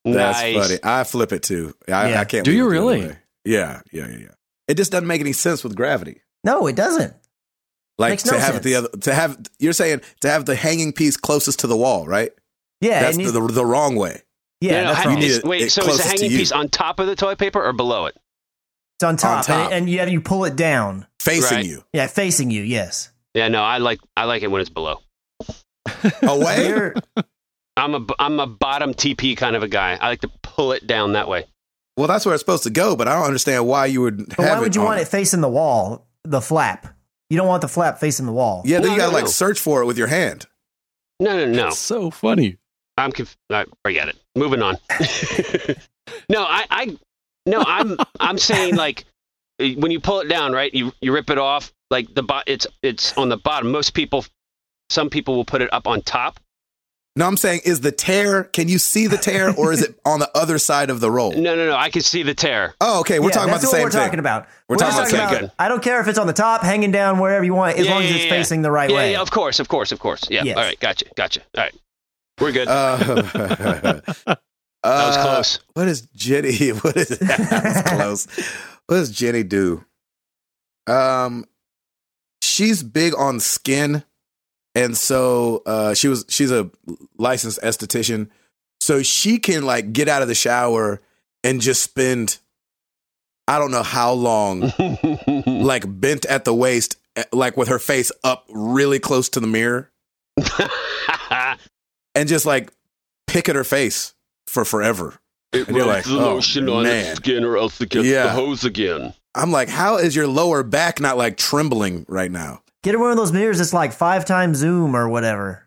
A: That's
B: nice.
A: funny. I flip it too. I,
D: Yeah.
A: I can't.
C: Do
A: leave
C: you
A: it the
C: really?
A: other way. Yeah, yeah, yeah, yeah. It just doesn't make any sense with gravity.
D: No, it doesn't.
A: Like
D: Makes
A: to
D: no
A: have it the
D: sense.
A: other to have you're saying to have the hanging piece closest to the wall, right?
D: Yeah,
A: that's
D: and
A: the,
D: you-
A: the the wrong way.
D: yeah,
B: no, no,
D: that's
B: how-
D: wrong.
A: You need
B: is-
A: it-
B: wait,
A: it
B: so is the
A: closest to
B: hanging
A: you.
B: piece on top of the toilet paper or below it?
D: it's on top,
A: top.
D: And, and you have you pull it down.
A: Facing
B: Right.
A: you.
D: Yeah, facing you. Yes.
B: Yeah, no, I like I like it when it's below.
A: Away?
D: You're-
B: I'm a I'm a bottom TP kind of a guy. I like to pull it down that way.
A: well, that's where it's supposed to go, but I don't understand why you would
D: But
A: have
D: why would you
A: on
D: want it facing the wall? The flap. You don't want the flap facing the wall.
A: Yeah, then
B: No,
A: you gotta
B: no,
A: like
B: no.
A: search for it with your hand.
B: No, no, no.
C: so funny.
B: I'm conf- uh, I forget it. Moving on. no, I, I no, I'm I'm saying like eh, when you pull it down, right? You you rip it off like the bot. It's it's on the bottom. Most people, some people will put it up on top.
A: No, I'm saying is the tear, can you see the tear or is it on the other side of the roll?
B: No, no, no. I can see the tear.
A: Oh, okay. We're
D: Yeah,
A: talking about
D: that's
A: the
D: what
A: same
D: we're
A: thing.
D: talking about.
A: We're talking
D: just
A: about the same
B: thing.
D: I don't care if it's on the top, hanging down, wherever you want, as
B: Yeah,
D: long as
B: yeah,
D: it's
B: yeah.
D: facing the right
B: yeah,
D: way.
B: yeah, of course, of course, of course. Yeah.
D: Yes.
B: All right. Gotcha. Gotcha. All right. We're good.
A: Uh,
B: that was
A: uh,
B: close.
A: What is Jenny? What is that was close? What does Jenny do? Um, she's big on skin, and so uh, she was she's a licensed esthetician, so she can like get out of the shower and just spend I don't know how long
B: Mm-hmm.
A: like bent at the waist, eh, like with her face up really close to the mirror, and just like pick at her face for forever.
B: it
A: And you're like, oh, man.
B: skin, or else it
A: Yeah.
B: hose again.
A: I'm like, how is your lower back not like trembling right now?
D: Get her one of those mirrors that's like five times zoom or whatever.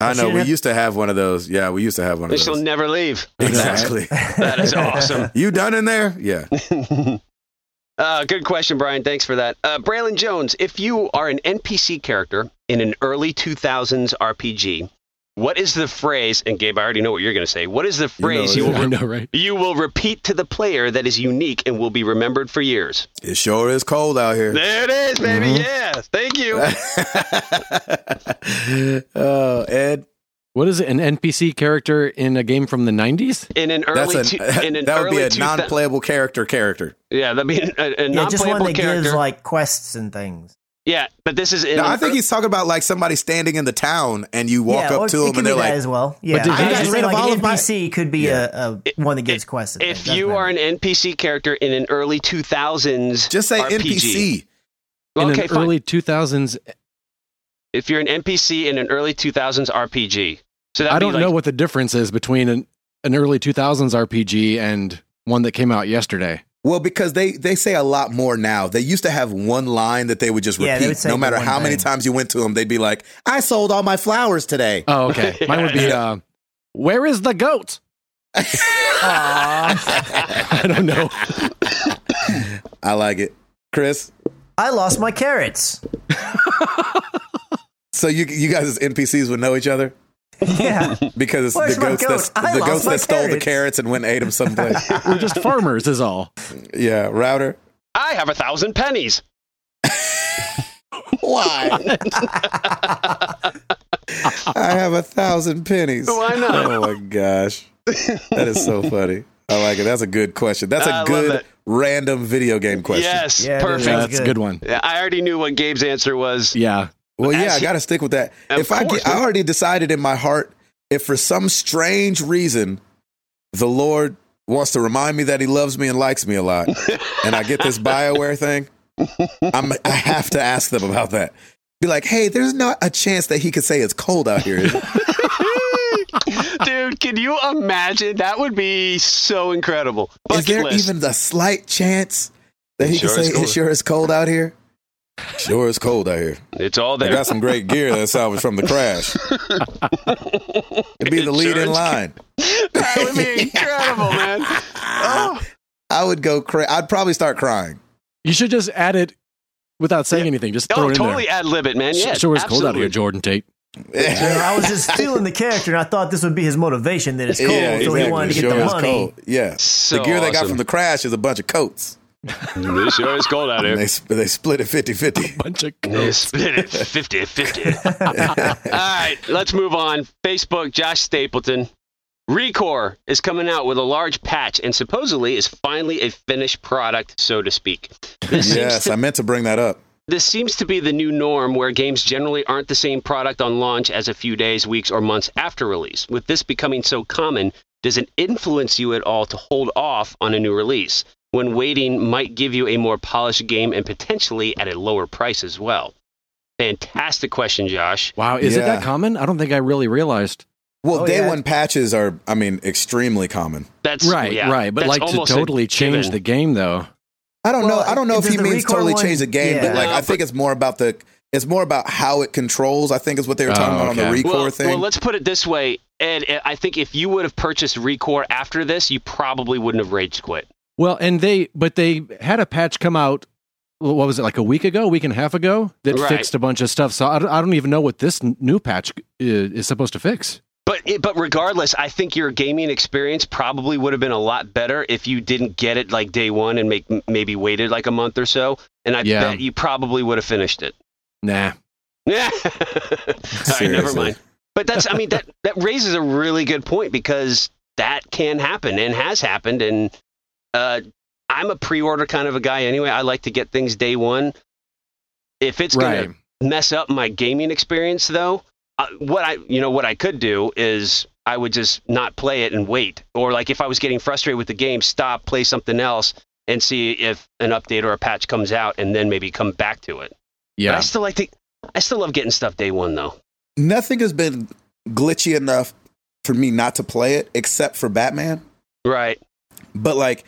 A: I
D: Well,
A: know
D: she
A: we
D: had-
A: used to have one of those. Yeah, we used to have one
B: And
A: of
B: she'll
A: those.
B: never leave.
A: Exactly.
B: That is awesome.
A: you done in there? Yeah.
B: uh, good question, Brian. Thanks for that. Uh, Braylon Jones, if you are an NPC character in an early 2000s RPG, what is the phrase? And Gabe, I already know what you're going to say. What is the phrase
A: it.
B: you,
C: I
B: will,
C: know, right?
B: you will repeat to the player that is unique and will be remembered for years?
A: It sure is cold out here.
B: There it is, baby.
C: Mhm.
B: Yeah. Thank you.
A: oh, Ed.
C: What is it? An NPC character in a game from the '90s?
B: In an
A: That's
B: early,
A: an,
B: two, in an
A: that would be
B: early
A: a
B: 2000
A: non playable character character.
B: Yeah, that'd be a, a
D: yeah, just one
B: non-playable
D: that
B: character.
D: gives like quests and things.
B: yeah, but this is in.
A: No,
B: an
A: I think
B: ear-
A: he's talking about like somebody standing in the town and you walk
D: yeah, or
A: up to
D: it
A: him and
D: could be
A: they're
D: that
A: like,
D: as well. Yeah,
C: did
D: I
C: they just
D: was just
A: get rid
D: saying,
A: of
D: like
A: all
D: an
A: of my-
D: NPC could be a, a one that gives quests. and
B: If
D: things.
B: you
D: That's
B: are an
D: right.
B: NPC character in an early 2000s
A: just say
B: RPG.
A: NPC.
C: In
B: Okay,
C: an
B: fine.
C: early 2000s.
B: if you're an NPC in an early 2000s RPG. So that'd
C: I don't
B: be like,
C: know what the difference is between an, an early 2000s RPG and one that came out yesterday.
A: Well, because they they say a lot more now. They used to have one line that they would just repeat.
D: Yeah, they would say
A: no
D: the
A: matter
D: one
A: how many
D: thing.
A: times you went to them, they'd be like, "I sold all my flowers today."
C: Oh, okay. Mine would be, uh, "Where is the goat?" I don't know.
A: I like it, Chris.
D: I lost my carrots.
A: So you you guys as NPCs would know each other
D: Yeah,
A: because it's
D: Where's
A: the
D: my
A: goats
D: goat?
A: that's
D: I
A: the
D: lost
A: goats
D: my
A: that stole the
D: carrots.
A: carrots and went and ate them someplace.
C: We're just farmers, is all.
A: yeah, router.
B: I have a thousand pennies.
A: Why? I have a thousand pennies.
B: Why not?
A: Oh my gosh, that is so funny. I like it. That's a good question. That's a
B: I love
A: good
B: it.
A: random video game question.
B: Yes,
D: Yeah, it
C: Yeah,
D: is.
B: perfect.
C: that's a good one.
B: Yeah, I already knew what Gabe's answer was.
C: Yeah.
A: Well, yeah, I
B: Actually-
A: got to stick with that.
B: Of
A: If I
B: course,
A: get, I
B: man.
A: already decided in my heart, if for some strange reason the Lord wants to remind me that He loves me and likes me a lot, and I get this Bioware thing, I'm, I have to ask them about that. Be like, hey, there's not a chance that He could say it's cold out here. is it?"
B: Dude, can you imagine? That would be so incredible.
A: Is
B: Bucket
A: there
B: list.
A: even the slight chance that He
B: Sure
A: could
B: it's
A: say
B: cold.
A: it sure is cold out here? Sure, it's cold out here.
B: it's all
A: They
B: there.
A: got some great gear that's salvaged from the crash. It'd be the lead in
B: Insurance.
A: line.
B: that would be incredible, man. Oh,
A: I would go crazy. I'd probably start crying.
C: You should just add it without saying anything. Just
B: no,
C: throw it in
B: oh, totally
C: there.
B: ad lib it, man. Yeah,
C: sure, it's cold out here,
B: absolutely.
C: Jordan Tate.
D: You know, I was just feeling the character, and I thought this would be his motivation that it's cold, so he wanted to get
A: Sure
D: the
A: is
D: money.
A: cold. Yeah.
B: So
A: the gear they got
B: awesome.
A: from the crash is a bunch of coats.
B: It sure is cold out
A: And
B: here.
A: they, sp- they split it 50 50.
C: Bunch of
B: Yeah,
C: coats.
B: split it 50 50. All right, let's move on. Facebook, Josh Stapleton. Recore is coming out with a large patch and supposedly is finally a finished product, so to speak. This, seems,
A: Yes,
B: to,
A: I meant to bring that up.
B: this seems to be the new norm where games generally aren't the same product on launch as a few days, weeks, or months after release. With this becoming so common, does it influence you at all to hold off on a new release when waiting might give you a more polished game and potentially at a lower price as well? Fantastic question, Josh.
C: Wow, is it
A: Yeah.
C: that common? I don't think I really realized.
A: Well,
D: Oh,
A: day
D: yeah.
A: one patches are, I mean, extremely common.
B: That's
C: right,
B: yeah,
C: right. But
B: that's
C: like to
B: almost a
C: totally change
B: given.
C: the game, though.
A: I don't
D: Well,
A: know. I don't know if
D: it-
A: he
D: does the
A: means
D: recoil
A: totally
D: one-
A: change the game,
D: Yeah.
A: but like
B: No,
A: I think it's more about the it's more about how it controls. I think is what they were talking
C: Oh,
A: about on the
C: okay.
A: recore
B: well,
A: thing.
B: well, let's put it this way, Ed. Ed, I think if you would have purchased Recore after this, you probably wouldn't have rage quit.
C: Well, and they but they had a patch come out. What was it like a week ago, a week and a half ago that
B: Right.
C: fixed a bunch of stuff? So I don't, I don't even know what this n- new patch i- is supposed to fix.
B: But it, but regardless, I think your gaming experience probably would have been a lot better if you didn't get it like day one and make maybe waited like a month or so. And I
C: Yeah.
B: bet you probably would have finished it.
C: Nah,
B: Yeah. All right, never
A: Seriously.
B: mind. But that's I mean that that raises a really good point because that can happen and has happened and uh I'm a pre-order kind of a guy anyway. I like to get things day one. If it's
C: right.
B: going to mess up my gaming experience though, uh, what I you know what I could do is I would just not play it and wait or like if I was getting frustrated with the game, stop, play something else and see if an update or a patch comes out and then maybe come back to it. But I
C: Yeah,
B: still like to. I still love getting stuff day one though.
A: Nothing has been glitchy enough for me not to play it, except for Batman.
B: Right.
A: But like,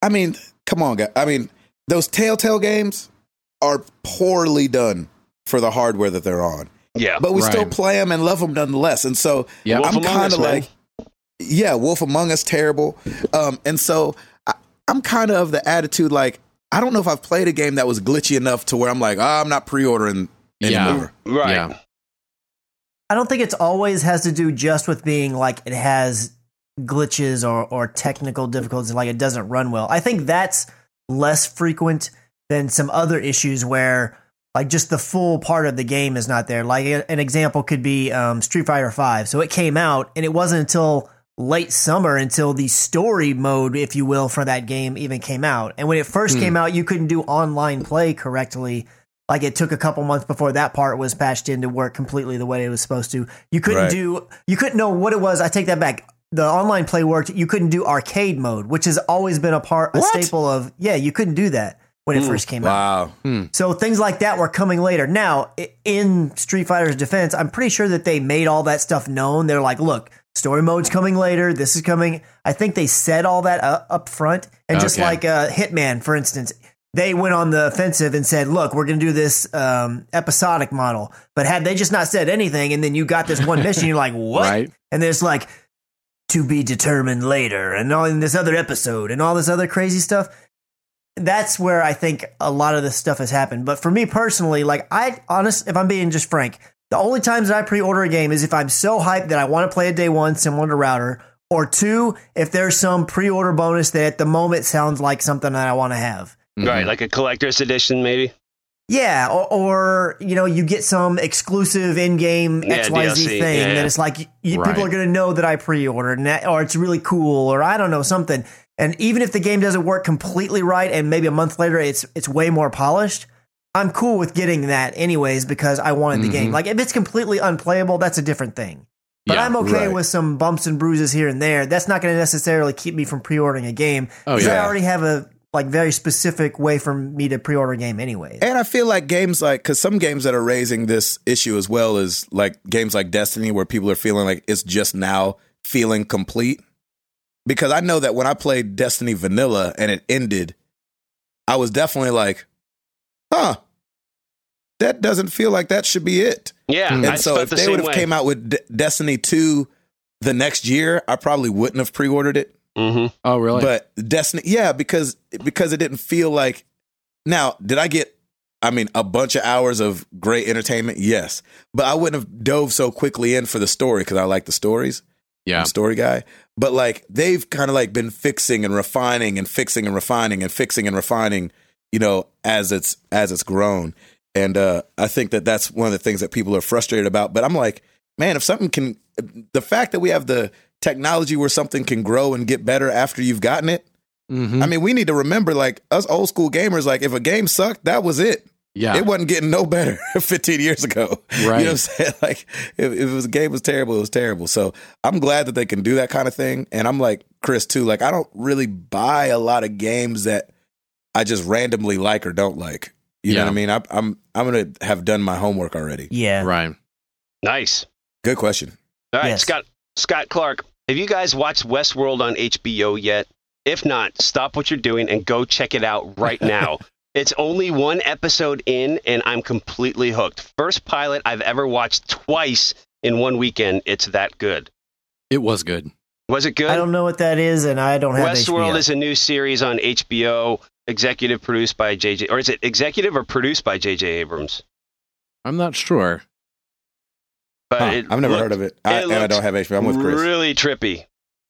A: I mean, come on, guys. I mean, those Telltale games are poorly done for the hardware that they're on,
B: Yeah.
A: but we still
C: Right.
A: play them and love them nonetheless. And so
C: yeah.
B: Wolf
A: I'm
B: Among
A: kind
B: Us,
A: of
B: man.
A: like, yeah, Wolf Among Us terrible. Um, and so I, I'm kind of of the attitude like I don't know if I've played a game that was glitchy enough to where I'm like, ah, I'm not pre-ordering
C: Yeah.
A: anymore.
B: Right.
C: Yeah.
D: I don't think it's always has to do just with being like it has glitches or, or technical difficulties, like it doesn't run well. I think that's less frequent than some other issues where like just the full part of the game is not there. Like a- an example could be um, Street Fighter Five. So it came out, and it wasn't until late summer until the story mode, if you will, for that game even came out. And when it first
C: Hmm.
D: came out, you couldn't do online play correctly like it took a couple months before that part was patched in to work completely the way it was supposed to. You couldn't
A: Right.
D: do you couldn't know what it was. I take that back. The online play worked. You couldn't do arcade mode, which has always been a part a
A: What?
D: staple of yeah, you couldn't do that when it first came out.
A: Wow.
D: So things like that were coming later. Now, i- in Street Fighter's defense, I'm pretty sure that they made all that stuff known. They're like, look, story mode's coming later. This is coming. I think they said all that up, up front. And just
C: Okay.
D: like uh, Hitman, for instance, they went on the offensive and said, look, we're going to do this um, episodic model. But had they just not said anything and then you got this one mission, you're like, what?
C: Right.
D: And there's like, to be determined later, and all in this other episode, and all this other crazy stuff that's where I think a lot of this stuff has happened. But for me personally, like I honest, if I'm being just frank, the only times that I pre-order a game is if I'm so hyped that I want to play it day one, similar to Router, or two, if there's some pre-order bonus that at the moment sounds like something that I want to have.
C: Mm-hmm.
B: Right. Like a collector's edition, maybe.
D: Yeah, or, or you know, you get some exclusive in-game
B: Yeah,
D: XYZ
B: DLC,
D: thing
B: yeah, yeah.
D: that it's like y y-
C: Right.
D: people are going to know that I pre-ordered, and that, or it's really cool, or I don't know something. And even if the game doesn't work completely right, and maybe a month later it's it's way more polished, I'm cool with getting that anyways because I wanted the game.
C: Mhm.
D: Like if it's completely unplayable, that's a different thing. But
C: Yeah,
D: I'm okay
A: right.
D: with some bumps and bruises here and there. That's not going to necessarily keep me from pre-ordering a game.
C: Oh,
D: 'cause
A: yeah.
D: I already have a like very specific way for me to pre-order a game anyways.
A: And I feel like games like, because some games that are raising this issue as well is like games like Destiny, where people are feeling like it's just now feeling complete. Because I know that when I played Destiny Vanilla and it ended, I was definitely like, huh, that doesn't feel like that should be it.
B: Yeah.
C: Mm.
B: I
A: And so
B: felt
A: if
B: the
A: they
B: same
A: would have
B: way.
A: came out with D- Destiny 2 the next year, I probably wouldn't have pre ordered it.
B: Mhm.
C: Oh, really?
A: But Destiny, yeah, because because it didn't feel like. Now, did I get I mean, a bunch of hours of great entertainment, yes. But I wouldn't have dove so quickly in for the story because I like the stories.
C: Yeah.
A: I'm a story guy. But like they've kind of like been fixing and refining and fixing and refining and fixing and refining, you know, as it's as it's grown. And uh, I think that that's one of the things that people are frustrated about. But I'm like, man, if something can, the fact that we have the technology where something can grow and get better after you've gotten it.
C: Mhm.
A: I mean, we need to remember, like us old school gamers, like if a game sucked, that was it.
C: yeah.
A: It wasn't getting no better 15 years ago. You know
C: Right.
A: what I'm saying? Like, if, if it was, game was terrible, it was terrible. So I'm glad that they can do that kind of thing. And I'm like Chris, too. Like, I don't really buy a lot of games that I just randomly like or don't like. You know
C: Yeah.
A: what I mean? I, I'm I'm going to have done my homework already.
D: Yeah.
C: right.
B: Nice.
A: Good question.
B: All right,
D: Yes.
B: Scott Scott Clark, have you guys watched Westworld on HBO yet? If not, stop what you're doing and go check it out right now. it's only one episode in and I'm completely hooked. First pilot I've ever watched twice in one weekend. It's that good.
C: It was good.
B: Was it good?
D: I don't know what that is, and I don't have
B: Westworld
D: HBO.
B: is a new series on HBO, executive produced by JJ or is it executive or produced by JJ Abrams?
C: I'm not sure.
B: But
C: Huh,
B: it
A: I've never
B: looked
A: heard of it. I,
B: it
A: and I
B: looks
A: don't have HBO. I'm with Chris.
B: Really trippy.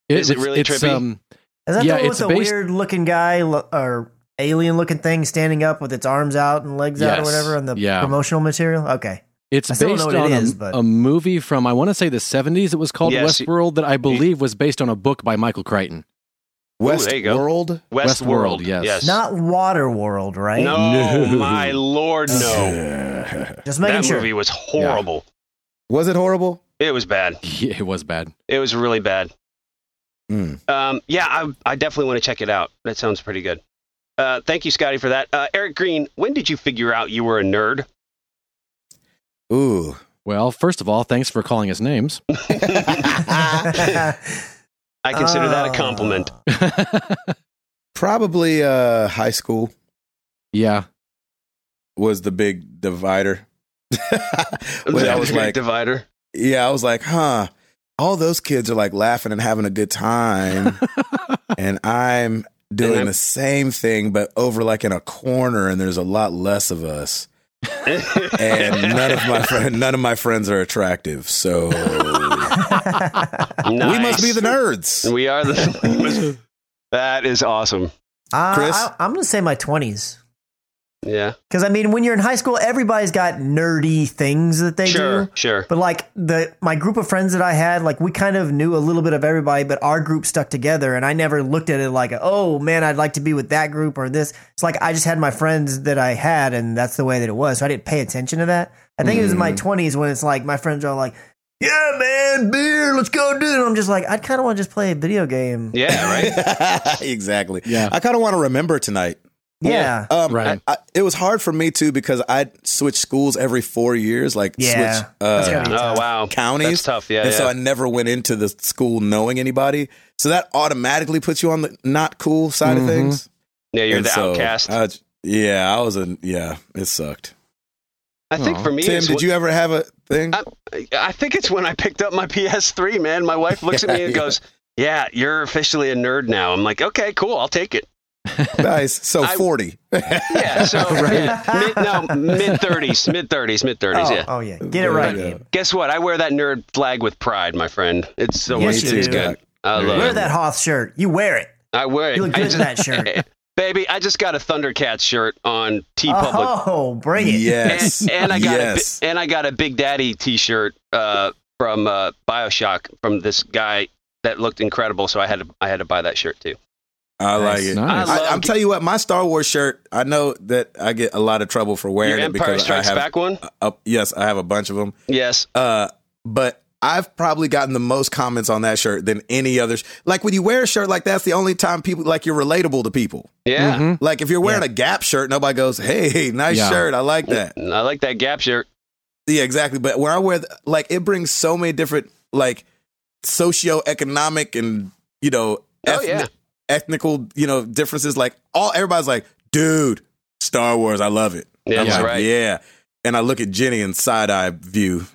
B: Is it
C: it's-
B: really
C: it's,
B: trippy?
C: Um,
D: Is that
C: Yeah,
D: the one
C: it's
D: with the
C: based-
D: weird looking guy lo- or alien looking thing standing up with its arms out and legs out or
C: Yes.
D: whatever on the
C: Yeah.
D: promotional material? Okay.
C: it's
D: I still don't
C: based
D: know what
C: on
D: it
C: a,
D: is, but-
C: a movie from I want to say the 70s. It was called
B: Yes, y-
C: Westworld that I believe was based on a book by Michael Crichton.
B: Ooh,
A: West
B: there you go.
A: World.
B: Westworld,
C: Westworld, yes.
B: yes.
D: Not Water World, right?
B: No,
C: No.
B: my lord, no.
D: Just making
B: that
D: sure.
B: movie was horrible.
A: was it horrible?
B: It was bad.
C: Yeah, it was bad.
B: It was really bad.
A: Mm.
B: Um, yeah, I, I definitely want to check it out. That sounds pretty good. Uh, thank you, Scotty, for that. Uh, Eric Green, when did you figure out you were a nerd?
A: Ooh.
C: Well, first of all, thanks for calling us names.
B: I consider
A: Uh,
B: that a compliment.
D: Ah.
A: Probably uh, high school
C: yeah.
A: was the big divider. when I was
B: Great
A: like,
B: divider.
A: yeah, I was like, huh, all those kids are like laughing and having a good time. and I'm doing
B: I'm-
A: the same thing, but over like in a corner, and there's a lot less of us. And none of my friend, none of my friends are attractive, so
D: Uh,
A: we must be the nerds.
B: We are the. that is awesome.
D: Uh,
A: Chris?
D: I, I'm going to say my 20s.
B: Yeah.
D: Because, I mean, when you're in high school, everybody's got nerdy things that they
B: sure.
D: do.
B: Sure.
D: But like the my group of friends that I had, like we kind of knew a little bit of everybody, but our group stuck together, and I never looked at it like, oh man, I'd like to be with that group or this. It's like I just had my friends that I had, and that's the way that it was. So I didn't pay attention to that. I think it was in
A: Mm.
D: my twenties when it's like my friends are like, yeah, man, beer, let's go, dude. And I'm just like, I kind of want to just play a video game.
B: Yeah. Right.
A: exactly.
C: Yeah.
A: I kind of want to remember tonight.
D: yeah.
A: Um,
C: Right.
A: I, it was hard for me too because I switch schools every four years, like
D: Yeah.
A: switch
D: That's gotta
A: uh,
D: be
B: oh wow. That's
A: counties,
B: tough. Yeah.
A: and
B: yeah.
A: so I never went into the school knowing anybody. So that automatically puts you on the not cool side
D: Mm-hmm.
C: Mhm.
A: of things.
B: yeah. You're
A: And
B: the
A: so,
B: outcast.
A: I- yeah, I was a yeah. It sucked.
B: I think
C: Aw.
B: for me,
A: Tim,
B: it's
A: did
B: wh-
A: you ever have a thing?
B: I- I think it's when I picked up my PS3, man. My wife looks at me and
A: Yeah.
B: goes, "Yeah, you're officially a nerd now." I'm like, "Okay, cool, I'll take it."
A: nice. So
B: I-
A: forty.
B: Yeah, so
A: Right.
B: mid, no, mid thirties, mid thirties, mid thirties.
D: Oh,
B: Yeah.
D: oh, yeah. Get it right.
A: Yeah.
D: Gabe.
B: Guess what? I wear that nerd flag with pride, my friend. It's so
D: Yes,
B: much
D: you
B: too
D: do.
B: good. I
A: There you
B: love
A: go.
D: Wear
B: it.
D: that Hoth shirt. You wear it.
B: I wear it.
D: You look
B: I
D: good in
B: just-
D: that shirt.
B: baby. I just got a Thundercats shirt on T Public,
D: Oh, bring it.
A: yes.
B: and, and I got
A: yes.
B: a, bi- and I got a Big Daddy T-shirt uh, from uh, Bioshock from this guy that looked incredible. So I had to I had to buy that shirt too.
A: I like
C: Nice.
A: it.
C: Nice.
B: I
A: I,
B: love
A: I'm
B: ge-
A: telling you what, my Star Wars shirt. I know that I get a lot of trouble for wearing
B: Your
A: it
B: Empire
A: because
B: Strikes
A: I have.
B: Back one.
A: uh, yes, I have a bunch of them.
B: Yes.
A: Uh, but I've probably gotten the most comments on that shirt than any other. Sh- like when you wear a shirt like that's the only time people like you're relatable to people.
B: Yeah.
C: Mhm.
A: Like if you're wearing a Gap shirt, nobody goes, "Hey, nice
C: Yeah.
A: shirt, I like that."
B: I like that Gap shirt.
A: Yeah, exactly. But when I wear, th- like, it brings so many different like socioeconomic and you know,
B: Oh, yeah.
A: ethnical you know differences. Like all everybody's like, "Dude, Star Wars, I love it."
B: Yeah,
A: I'm
B: that's
A: like,
B: right.
A: Yeah, and I look at Jenny and side eye view.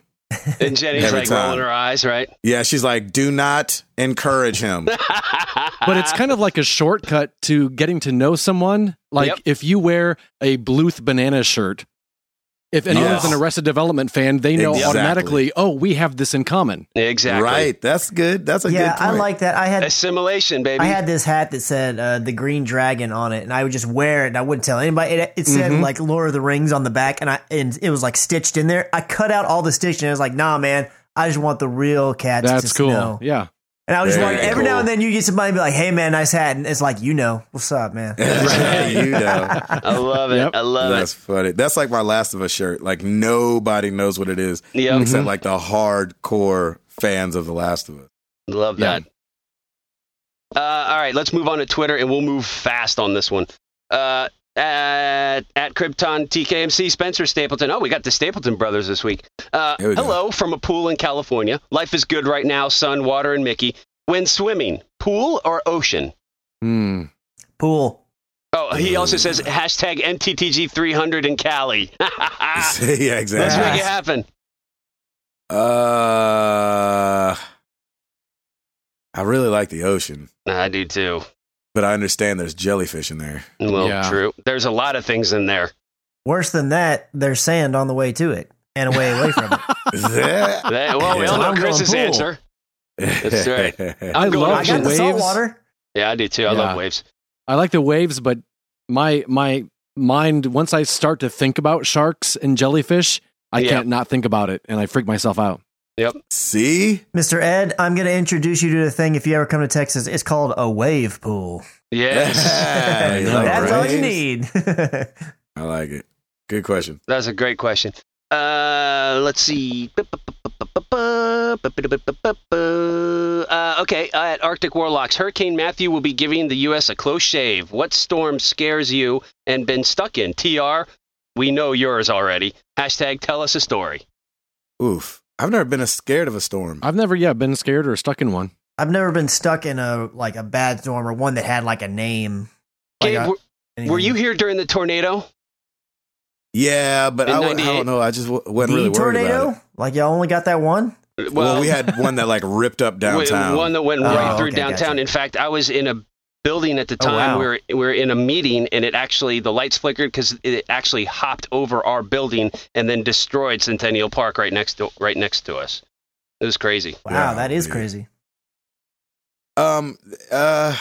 B: And Jenny's
A: Every
B: like
A: time.
B: rolling her eyes, right?
A: Yeah, she's like, do not encourage him.
C: but it's kind of like a shortcut to getting to know someone. Like
B: Yep.
C: if you wear a Bluth banana shirt, if anyone's
A: Yes.
C: an Arrested Development fan, they know
A: Exactly.
C: automatically, oh, we have this in common.
B: exactly
A: Right. That's good. That's a
D: yeah,
A: good
D: I
A: point.
D: like that. I had
B: assimilation, baby.
D: I had this hat that said uh, the green dragon on it, and I would just wear it, and I wouldn't tell anybody. It, it said
C: Mhm.
D: like Lord of the Rings on the back, and I and it was like stitched in there. I cut out all the stitching. And I was like, nah, man, I just want the real cats.
C: That's
D: to
C: cool.
D: Know.
C: Yeah.
D: And I was just
A: Very
D: like, every now
B: cool.
D: and then you get somebody and be like, hey man, nice hat, and it's like, you know, what's up, man?
A: you know.
B: I love it.
C: Yep.
B: I love
A: That's funny. That's like my Last of Us shirt. Like nobody knows what it is
B: it. Yep.
A: except like the hardcore fans of The Last of Us.
B: Love
C: Yeah.
B: that. Uh, all right, let's move on to Twitter, and we'll move fast on this one. Uh, at, at Krypton TKMC, Spencer Stapleton. Oh, we got the Stapleton brothers this week. Uh,
A: Here we go.
B: hello from a pool in California. Life is good right now. Sun, water, and Mickey. When swimming, pool or ocean?
C: Hmm.
D: Pool.
B: Oh, he also
A: Ooh.
B: says hashtag MTTG300 in Cali. let's
A: yeah,
B: make
A: exactly.
B: it happen.
A: Uh, I really like the ocean,
B: I do too.
A: but I understand there's jellyfish in there.
B: Well,
C: Yeah.
B: true. There's a lot of things in there.
D: Worse than that, there's sand on the way to it and a way away from it.
A: That's
B: That- well, we
A: Yeah.
B: all know
C: I'm going
B: Chris's
C: pool.
B: answer. That's right.
C: I
B: going
C: love
D: I
C: Oh,
D: got
C: the
D: the
C: waves.
D: salt water.
B: Yeah, I do too. I
C: Yeah.
B: love waves.
C: I like the waves, but my my mind once I start to think about sharks and jellyfish, I
B: Yeah.
C: can't not think about it, and I freak myself out.
A: See?
D: Mr. Ed, I'm going to introduce you to a thing if you ever come to Texas. It's called a wave pool.
B: Yes,
A: Yeah, you like
D: That's all you
A: waves?
D: need.
A: I like it. Good question.
B: that's a great question. Uh, let's see. Uh, okay, at Arctic Warlocks, Hurricane Matthew will be giving the U.S. a close shave. What storm scares you and been stuck in? TR, we know yours already. Hashtag tell us a story.
A: Oof. I've never been as scared of a storm.
C: I've never yeah been scared or stuck in one.
D: I've never been stuck in a like a bad storm or one that had like a name. Like
B: Gabe,
D: a-
B: were, were you
D: anything.
B: here during the tornado?
A: Yeah, but
B: In
A: I, wa- I
B: 98?
A: don't know. I just wa- wasn't
D: the
A: really worried about it.
D: tornado? Like y'all only got that one?
A: Well, we had one that like ripped up
B: w-
A: downtown.
B: One that went
D: Oh,
B: right through
D: okay,
B: downtown.
D: gotcha.
B: In fact, I was in a building at the
D: Oh,
B: time.
D: wow.
B: We, were, we were in a meeting, and it actually the lights flickered because it actually hopped over our building and then destroyed Centennial Park right next to right next to us. It was crazy.
D: Wow,
A: Yeah,
D: that is
A: dude.
D: crazy.
A: Um, uh,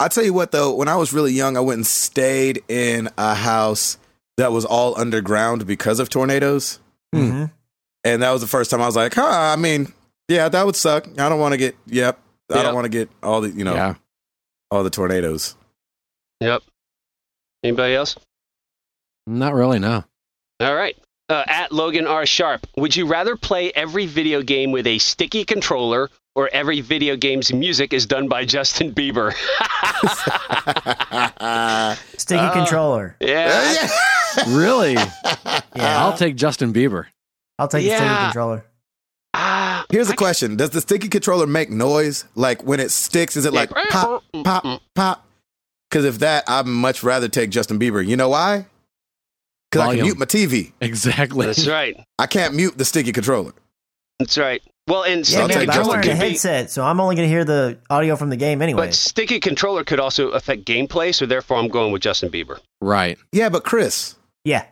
A: I tell you what though, when I was really young, I went and stayed in a house that was all underground because of tornadoes,
C: Hmm.
D: Mhm.
A: and that was the first time I was like, huh, I mean, yeah, that would suck. I don't want to get, yep, I
B: Yeah.
A: don't want to get all the, you know,
C: Yeah,
A: all the tornadoes.
B: Yep. Anybody else?
C: not really. No.
B: All right. Uh, at Logan R. Sharp, would you rather play every video game with a sticky controller or every video game's music is done by Justin Bieber?
A: yeah.
D: Sticky
B: Uh,
D: controller.
B: yeah.
C: Really?
D: Yeah.
C: I'll take Justin Bieber.
D: I'll take the sticky
B: yeah.
D: controller.
B: Ah,
A: Here's a question: Does the sticky controller make noise? Like when it sticks, is it like pop, pop, pop. Because if that, I'd much rather take Justin Bieber. You know why? Because I can
C: Volume.
A: mute my TV.
C: Exactly.
B: That's right.
A: I can't mute the sticky controller.
B: That's right. Well, and
D: Yeah,
A: I'll take
B: sticky
D: man, but I'm
A: Justin
B: controller
D: wearing a
B: could be,
D: headset, so I'm only going to hear the audio from the game anyway.
B: but sticky controller could also affect gameplay. So therefore, I'm going with Justin Bieber.
C: Right.
A: Yeah, but Chris,
D: yeah.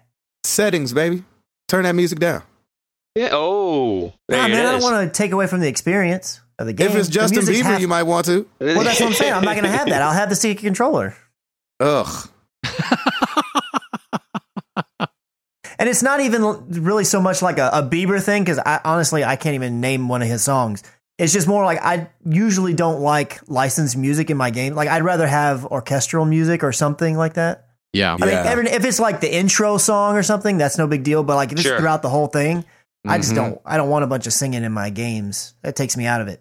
A: settings, baby. Turn that music down.
B: Yeah. Oh, there
D: Nah,
B: it
D: man, I don't
B: is.
D: want to take away from the experience of the game.
A: if it's
D: The
A: Justin
D: music's
A: Bieber,
D: half-
A: you might want to.
D: Well, that's what I'm saying. I'm not going to have that. I'll have the sticky controller.
A: Ugh.
D: And it's not even l- really so much like a, a Bieber thing because I honestly I can't even name one of his songs. It's just more like I usually don't like licensed music in my game. Like I'd rather have orchestral music or something like that.
C: Yeah.
D: I mean,
A: Yeah.
D: every, if it's like the intro song or something, that's no big deal. But like if it's
B: Sure. Mm-hmm.
D: throughout the whole thing, I just
C: Mhm.
D: don't. I don't want a bunch of singing in my games. That takes me out of it.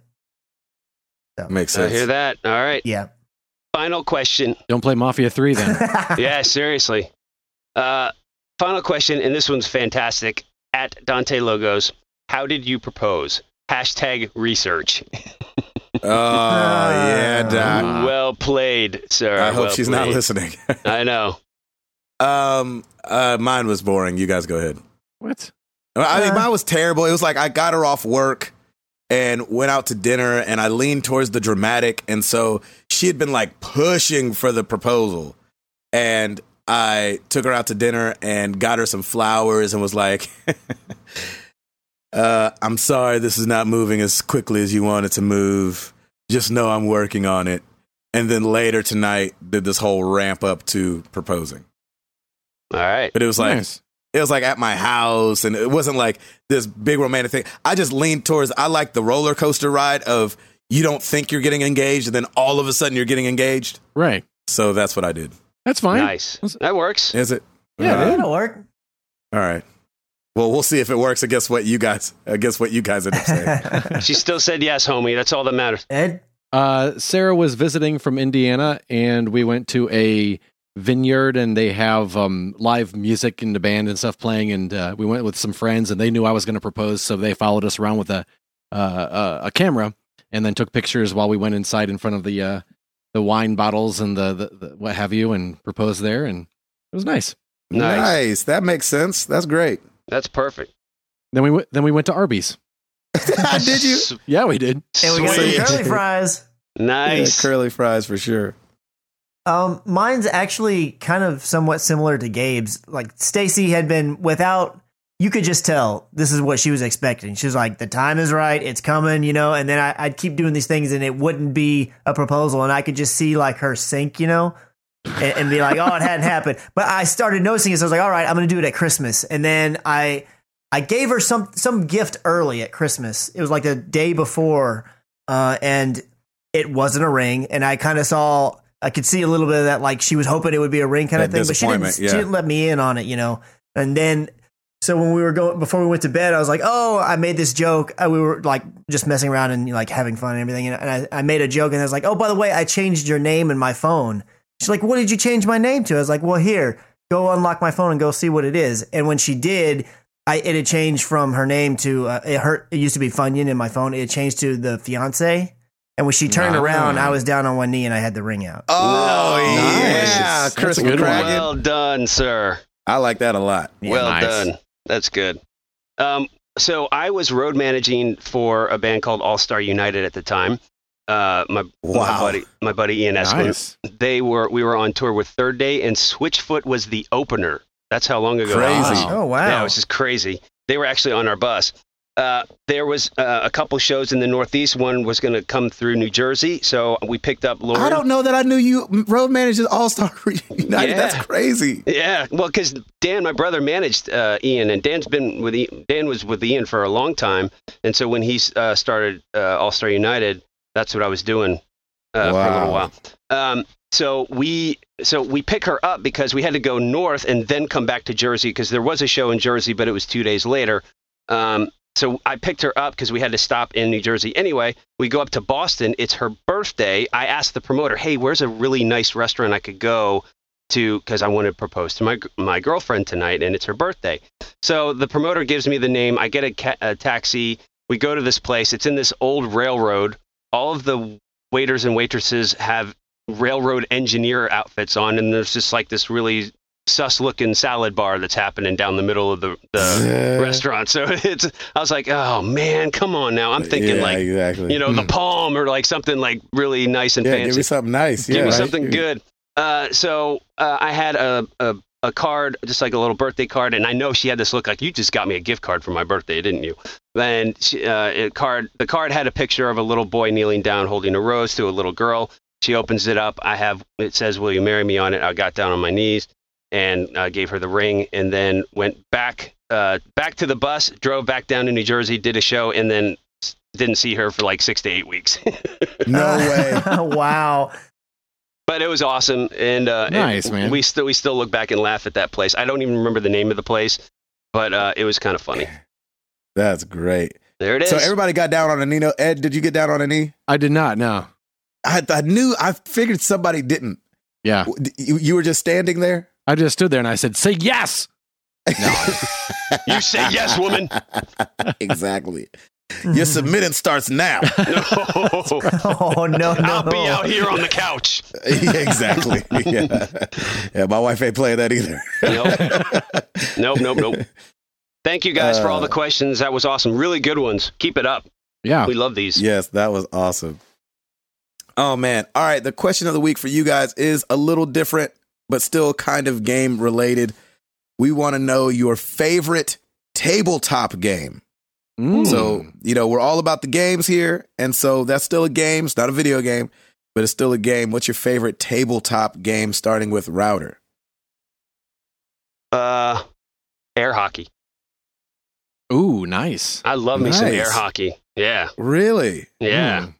A: Makes
B: I
A: sense.
B: hear that. All right.
D: Yeah.
B: Final question.
C: Don't play Mafia Three then.
B: Yeah, seriously. Uh, final question, and this one's fantastic. At Dante Logos, how did you propose? Hashtag research.
A: Oh, yeah, Doc.
C: Ah.
B: well played, sir.
A: I hope
B: Well
A: she's not
B: played.
A: listening.
B: I know.
A: um, uh, mine was boring. You guys go ahead.
C: what?
A: I mean, mine was terrible. It was like I got her off work and went out to dinner, and I leaned towards the dramatic, and so she had been like pushing for the proposal, and I took her out to dinner and got her some flowers and was like. Uh, I'm sorry this is not moving as quickly as you want it to move. Just know I'm working on it. And then later tonight did this whole ramp up to proposing.
B: All right.
A: But it was like it was like at my house and it wasn't like this big romantic thing. I just leaned towards I like the roller coaster ride of you don't think you're getting engaged and then all of a sudden you're getting engaged.
C: Right.
A: So that's what I did.
C: That's fine.
B: Nice. That works.
A: Is it?
C: Yeah,
A: All right.
D: That'll work.
A: All right. Well, we'll see if it works against what you guys against what you guys end up saying.
B: She still said yes, homie. That's all that matters.
D: Ed,
C: Uh, Sarah was visiting from Indiana, and we went to a vineyard, and they have um, live music and the band and stuff playing. And uh, we went with some friends, and they knew I was going to propose, so they followed us around with a uh, uh, a camera, and then took pictures while we went inside in front of the uh, the wine bottles and the, the, the what have you, and proposed there, and it was nice.
B: Nice.
A: nice. That makes sense. That's great.
B: That's perfect.
C: Then we went then we went to Arby's.
A: Did you?
B: S-
C: Yeah, we did.
D: and we got some
B: Sweet.
D: curly fries.
B: Nice.
A: Yeah, curly fries for sure.
D: Um, mine's actually kind of somewhat similar to Gabe's. Like Stacy had been without. You could just tell this is what she was expecting. She was like, "The time is right. It's coming," you know. And then I, I'd keep doing these things, and it wouldn't be a proposal, and I could just see like her sink, you know, and, and be like, "Oh, it hadn't happened." But I started noticing it. So I was like, "All right, I'm going to do it at Christmas." And then I, I gave her some some gift early at Christmas. It was like the day before, uh, and it wasn't a ring and i kind of saw i could see a little bit of that like she was hoping it would be a ring kind of
A: That
D: thing but she didn't
A: disappointment, yeah.
D: she didn't let me in on it you know and then so when we were going before we went to bed i was like oh i made this joke Uh, we were like just messing around and like having fun and everything and I, I made a joke and i was like oh by the way i changed your name in my phone she's like what did you change my name to i was like well here go unlock my phone and go see what it is and when she did I, it had changed from her name to uh, it hurt. It used to be Funyun in my phone. It had changed to the fiance, and when she turned around, I was down on one knee and I had the ring out.
A: Oh
B: Nice.
A: yeah,
C: That's
A: Chris
C: a good one.
A: Kraken.
B: Well done, sir.
A: I like that a lot.
B: well
C: nice.
B: done. That's good. Um, so I was road managing for a band called All Star United at the time. Uh, my, my
A: Wow.
B: buddy, my buddy Ian Esplin.
C: Nice.
B: They were we were on tour with Third Day, and Switchfoot was the opener. That's how long ago. it was.
A: Crazy.
C: Wow.
D: Oh wow!
B: Yeah, it was just crazy. They were actually on our bus. Uh, there was uh, a couple shows in the Northeast. One was going to come through New Jersey, so we picked up Lauren.
A: I don't know that I knew you road managers all star reunited.
B: Yeah.
A: That's crazy.
B: Yeah, well, because Dan, my brother, managed uh, Ian, and Dan's been with I- Dan was with Ian for a long time, and so when he uh, started uh, All Star United, that's what I was doing uh, for a little
A: Wow.
B: while. Um, so we so we pick her up because we had to go north and then come back to Jersey because there was a show in Jersey, but it was two days later. Um, so I picked her up because we had to stop in New Jersey anyway. We go up to Boston. It's her birthday. I asked the promoter, "Hey, where's a really nice restaurant I could go?" to because I want to propose to my my girlfriend tonight, and it's her birthday. So the promoter gives me the name. I get a, ca- a taxi. We go to this place. It's in this old railroad. All of the waiters and waitresses have railroad engineer outfits on, and there's just like this really sus looking salad bar that's happening down the middle of the, the restaurant. So it's I was like, oh man, come on now. I'm thinking
A: Yeah,
B: like
A: exactly.
B: you know the palm or like something like really nice and
A: yeah,
B: fancy.
A: give me something nice.
B: Give
A: yeah,
B: me
A: right?
B: something good. Uh, so uh, I had a, a a card, just like a little birthday card, and I know she had this look like you just got me a gift card for my birthday, didn't you? And she, uh, it card the card had a picture of a little boy kneeling down holding a rose to a little girl. She opens it up. I have it says, "Will you marry me?" on it. I got down on my knees and uh, gave her the ring, and then went back uh, back to the bus, drove back down to New Jersey, did a show, and then s- didn't see her for like six to eight weeks.
A: No way.
D: wow.
B: But it was awesome, and uh, it-
C: Nice, man.
B: We still we still look back and laugh at that place. I don't even remember the name of the place, but uh, it was kind of funny.
A: That's great.
B: There it is.
A: So everybody got down on a knee. No, Ed, did you get down on a knee?
C: I did not. No.
A: I, I knew. I figured somebody didn't.
C: Yeah.
A: W- d- You, you were just standing there.
C: I just stood there and I said, "Say yes."
B: you say yes, woman.
A: exactly. Your submitting starts now.
B: No.
D: Oh no! no.
B: I'll be out here on the couch.
A: exactly. Yeah. yeah. My wife ain't playing that either.
B: Nope. Nope. Nope. Nope. Thank you guys for all the questions. That was awesome. Really good ones. Keep it up.
C: Yeah.
B: We love these.
E: Yes, that was awesome.
A: Oh man. All right. The question of the week for you guys is a little different, but still kind of game related. We want to know your favorite tabletop game.
C: Mm.
A: So, you know, we're all about the games here. And so that's still a game. It's not a video game, but it's still a game. What's your favorite tabletop game starting with router?
B: Uh, air hockey.
C: ooh, nice.
B: I love me some
A: Nice.
B: air hockey. Yeah.
A: Really?
D: Hmm.
B: Yeah.
C: Mm.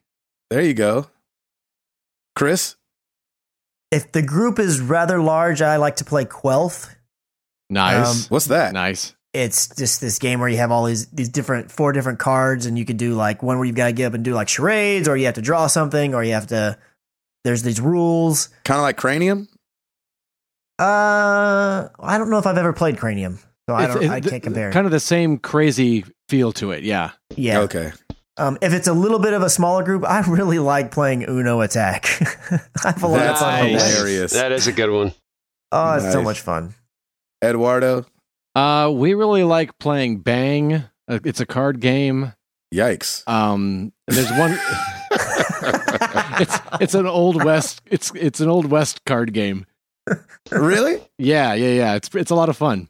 A: There you go. Chris?
D: If the group is rather large, I like to play Quelth.
C: Nice.
D: Um,
A: What's that?
C: nice.
D: it's just this game where you have all these these different four different cards and you can do like one where you've got to get up and do like charades or you have to draw something or you have to there's these rules
A: Kind of like Cranium?
D: uh i don't know if i've ever played cranium so i
C: It's-
D: don't
C: it-
D: i can't compare
C: Kind of the same crazy feel to it. Yeah.
D: yeah
A: Okay.
D: um if it's a little bit of a smaller group i really like playing uno attack i have a lot of
A: That's
D: fun with that.
A: hilarious.
B: That is a good one.
D: oh it's so
A: Nice.
D: much fun
A: Eduardo?
C: Uh, we really like playing Bang. Uh, It's a card game.
A: Yikes.
C: Um, and there's one. it's it's an old west. It's it's an old west card game.
A: really?
C: Yeah, yeah, yeah. It's it's a lot of fun.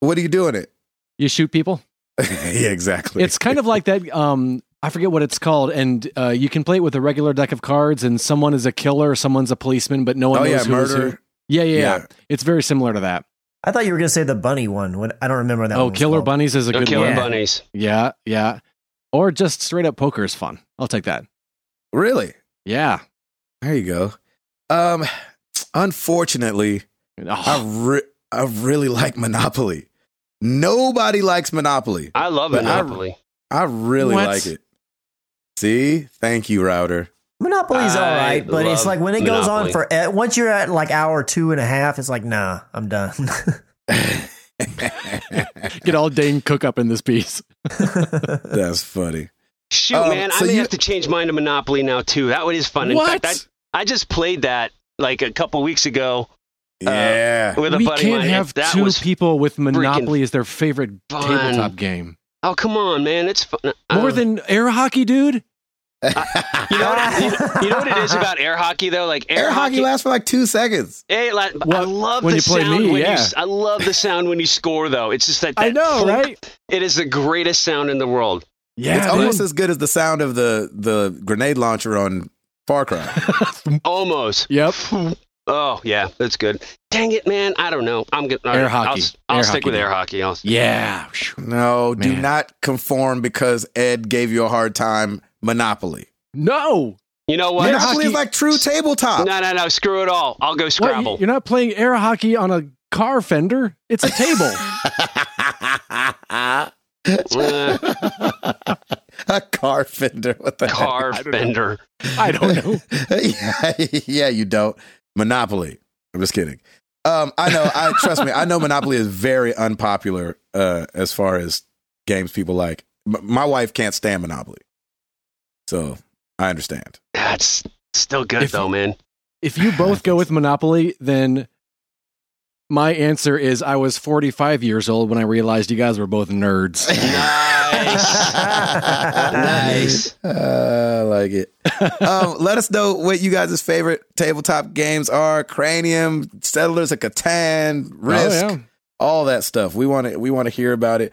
A: What are you doing it?
C: You shoot people.
A: yeah, exactly.
C: It's kind of like that. Um, I forget what it's called, and uh, you can play it with a regular deck of cards, and someone is a killer, someone's a policeman, but no one
A: Oh yeah,
C: knows who is who.
A: murder.
C: Yeah, yeah, yeah,
A: Yeah.
C: It's very similar to that.
D: i thought you were gonna say the bunny one when i don't remember what that
C: oh,
D: one was
C: Killer
D: called.
C: Bunnies is a
B: The
C: good
B: killer
C: one.
D: Yeah.
B: bunnies.
C: Yeah, yeah. Or just straight up poker is fun. I'll take that.
A: Really?
C: Yeah.
A: There you go. Um, unfortunately, I
C: Oh,
A: re- I really like Monopoly. Nobody likes Monopoly.
B: I love
A: But I-
B: Monopoly.
A: I really
C: What?
A: like it. See, thank you, router.
D: Monopoly's all
B: I
D: right, but it's
B: love
D: like when it goes on
B: Monopoly.
D: for eh, once you're at like hour two and a half, it's like nah, I'm done.
C: get all Dane Cook up in this piece.
A: That's funny.
B: Shoot,
A: Um,
B: man,
A: so
B: I may
A: you-
B: have to change mine to Monopoly now too. That one is fun. In
C: What?
B: fact, I, I just played that like a couple weeks ago
C: Uh,
A: Yeah,
B: with a
C: we
B: buddy of
C: can't
B: mine.
C: have
B: that
C: two
B: was
C: people with Monopoly as their favorite
B: fun. Um,
C: tabletop game.
B: oh come on, man, it's uh, fun. I
C: More
B: don't-
C: than air hockey, dude.
B: you know, what it, you know what it is about air hockey though. Like air,
A: air hockey lasts for like two seconds.
B: Hey, la- but I
C: Well,
B: love
C: when
B: the
C: you play
B: sound
C: me,
B: when you,
C: yeah.
B: s- I love the sound when you score though. It's just like that
C: I know,
B: clink.
C: right?
B: It is the greatest sound in the world.
C: Yeah,
A: it's
C: dude.
A: almost as good as the sound of the the grenade launcher on Far Cry.
B: Almost.
C: Yep.
B: Oh yeah, that's good. Dang it, man. I don't know. I'm gonna
C: Air
B: I'll-
C: hockey.
B: I'll,
C: Air
B: stick
C: hockey.
B: with air hockey. I'll,
C: yeah.
A: no, do
C: Man.
A: not conform because Ed gave you a hard time. Monopoly.
C: No.
B: you know what?
C: Air
A: Monopoly is
C: hockey-
A: like true tabletop.
B: No, no, no. Screw it all. I'll go
C: What,
B: Scrabble.
C: you're not playing air hockey on a car fender. It's a table.
B: Uh,
A: a car fender. What the heck?
B: car bender.
C: I don't know.
A: yeah, yeah, you don't. Monopoly. I'm just kidding. Um, I know. I trust me. I know Monopoly is very unpopular uh, as far as games people like. M- my wife can't stand Monopoly, so I understand.
B: That's still good
C: If-
B: though, man.
C: If you both go with Monopoly, then my answer is I was 45 years old when I realized you guys were both nerds.
B: Nice.
A: Ah,
B: Nice.
A: Uh, I like it. um, let us know what you guys' favorite tabletop games are: Cranium, Settlers of Catan, Risk.
C: Oh, yeah.
A: all that stuff. We want to we want to hear about it.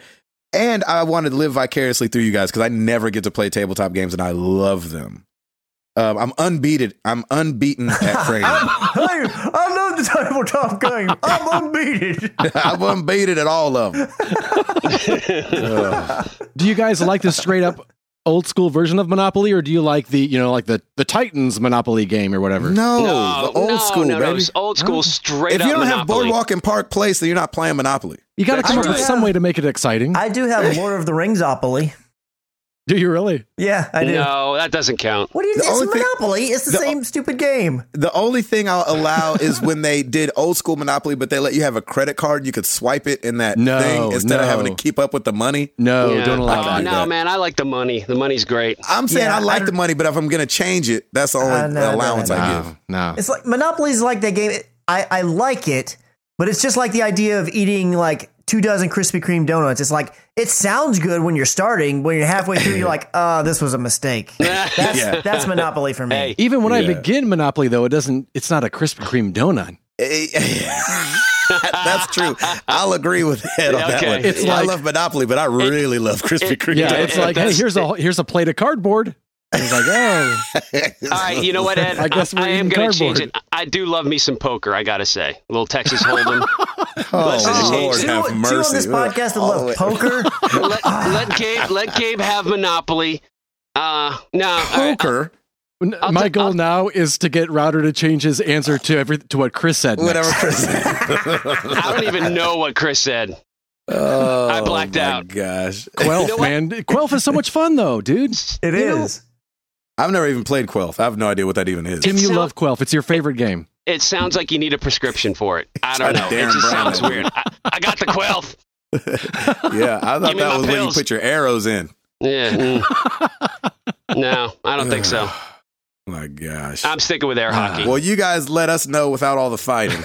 A: And I want to live vicariously through you guys because I never get to play tabletop games and I love them. Um, I'm unbeaten. I'm unbeaten at Cranium.
D: Hey, I love the tabletop game. I'm unbeaten.
A: I'm unbeaten at all of them. Oh, Ugh.
C: Do you guys like the straight up old school version of Monopoly, or do you like the you know like the the Titans Monopoly game or whatever?
A: No,
B: No,
A: the old
B: no,
A: school,
B: no, no,
A: baby.
B: it's old school,
C: Huh?
B: straight
A: If
B: up
A: you don't have
B: Monopoly.
A: Boardwalk and Park Place, then you're not playing Monopoly.
C: You got to come
D: I
C: up
D: do
C: with some
D: have-
C: way to make it exciting.
D: I do have Lord of the Ringsopoly.
C: do you really?
D: Yeah, I do.
B: no, that doesn't count.
D: What do you
A: The
D: think? It's
A: only thing-
D: Monopoly. it's the,
A: the-
D: same stupid game.
A: The only thing I'll allow is when they did old school Monopoly, but they let you have a credit card. You could swipe it in that
C: No,
A: thing instead of
C: no.
A: having to keep up with the money.
C: No,
B: Yeah.
C: Oh, don't allow
B: Uh,
C: that.
B: No,
A: that.
B: man, I like the money. The money's great.
A: I'm saying
D: Yeah,
A: I like
D: I-
A: the money, but if I'm going to change it, that's the only
D: Uh, no, no,
A: allowance
D: no,
A: I
C: no,
A: give.
C: no.
D: It's like Monopoly's like that game. I I like it, but it's just like the idea of eating like two dozen Krispy Kreme donuts. It's like it sounds good when you're starting. When you're halfway through, you're like, "Uh, this was a mistake." That's
B: Yeah.
D: that's Monopoly for me.
B: Hey.
C: Even when I
A: Yeah.
C: begin Monopoly, though, it doesn't. It's not a Krispy Kreme donut.
A: Eh, That's true. I'll agree with Ed on that
B: Okay.
A: one.
C: It's
A: I
C: like-
A: love Monopoly, but I really love Krispy
B: it-
A: Kreme.
C: Yeah,
B: Yeah,
C: it's like, hey,
B: that's-
C: here's a here's a plate of cardboard. And It's like, oh,
B: All right, you know what, Ed?
C: I guess we're
B: I am
C: eating
B: gonna change it.
C: cardboard.
B: I do love me some poker. I gotta say, little Texas Hold'em. Let's
A: Oh,
B: just change
A: Lord
B: it.
A: have
D: two,
A: mercy. Oh,
D: two on this
A: Ugh.
D: podcast that
A: All
D: love
A: the way-
D: poker.
B: let, let Gabe let Gabe have Monopoly. Uh, no, all right.
A: Poker.
C: N-
B: I'll
C: my
B: ta-
C: goal
B: I'll-
C: now is to get Router to change his answer to every to what Chris said. next.
A: Whatever Chris said.
B: I don't even know what Chris said.
A: Oh,
B: I blacked
A: my
B: out.
A: Gosh.
C: Quelf,
B: know what?
C: man, Quelf is so much fun though, dude.
D: It
C: You know,
D: is.
A: I've never even played Quelf. I have no idea what that even is.
C: Tim, you
B: sound-
C: love Quelf. It's your favorite game.
B: It sounds like you need a prescription for it. I don't know.
A: That's
B: It
A: Darren
B: just
A: Brown.
B: sounds weird. I, I got the quilf.
A: Yeah, I
B: Give
A: thought
B: me my
A: that was where you
B: pills.
A: put your arrows in.
B: Yeah. mm. No, I don't think so.
A: My gosh.
B: I'm sticking with air hockey.
A: Well, you guys let us know without all the fighting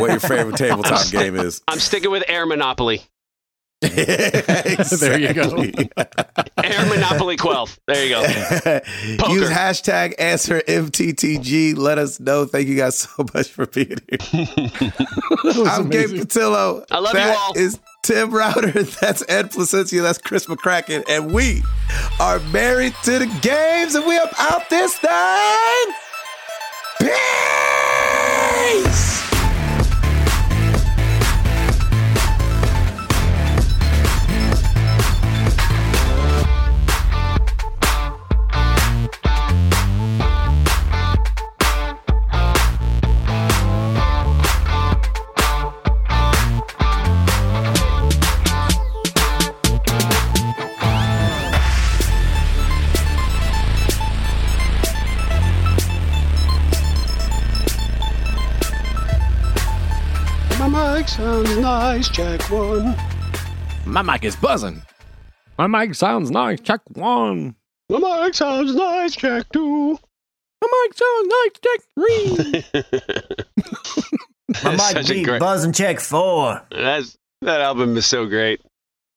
A: what your favorite tabletop game is.
B: I'm sticking with air monopoly.
A: there
C: you go.
B: Air monopoly quilf. There you go.
A: Use hashtag answer MTTG. Let us know. Thank you guys so much for being here. I'm Gabe Patillo.
B: I love you
A: That
B: all.
A: is Tim Router. That's Ed Placencia. That's Chris McCracken. And we are married to the games and we are out this time. Peace!
B: My mic sounds nice. Check one.
C: My mic is buzzing. My mic sounds nice. Check one.
B: My mic sounds nice. Check two.
C: My mic sounds nice. Check three.
D: My mic
B: Such a
D: beat
B: great-
D: buzz and check four.
B: That's that album is so great.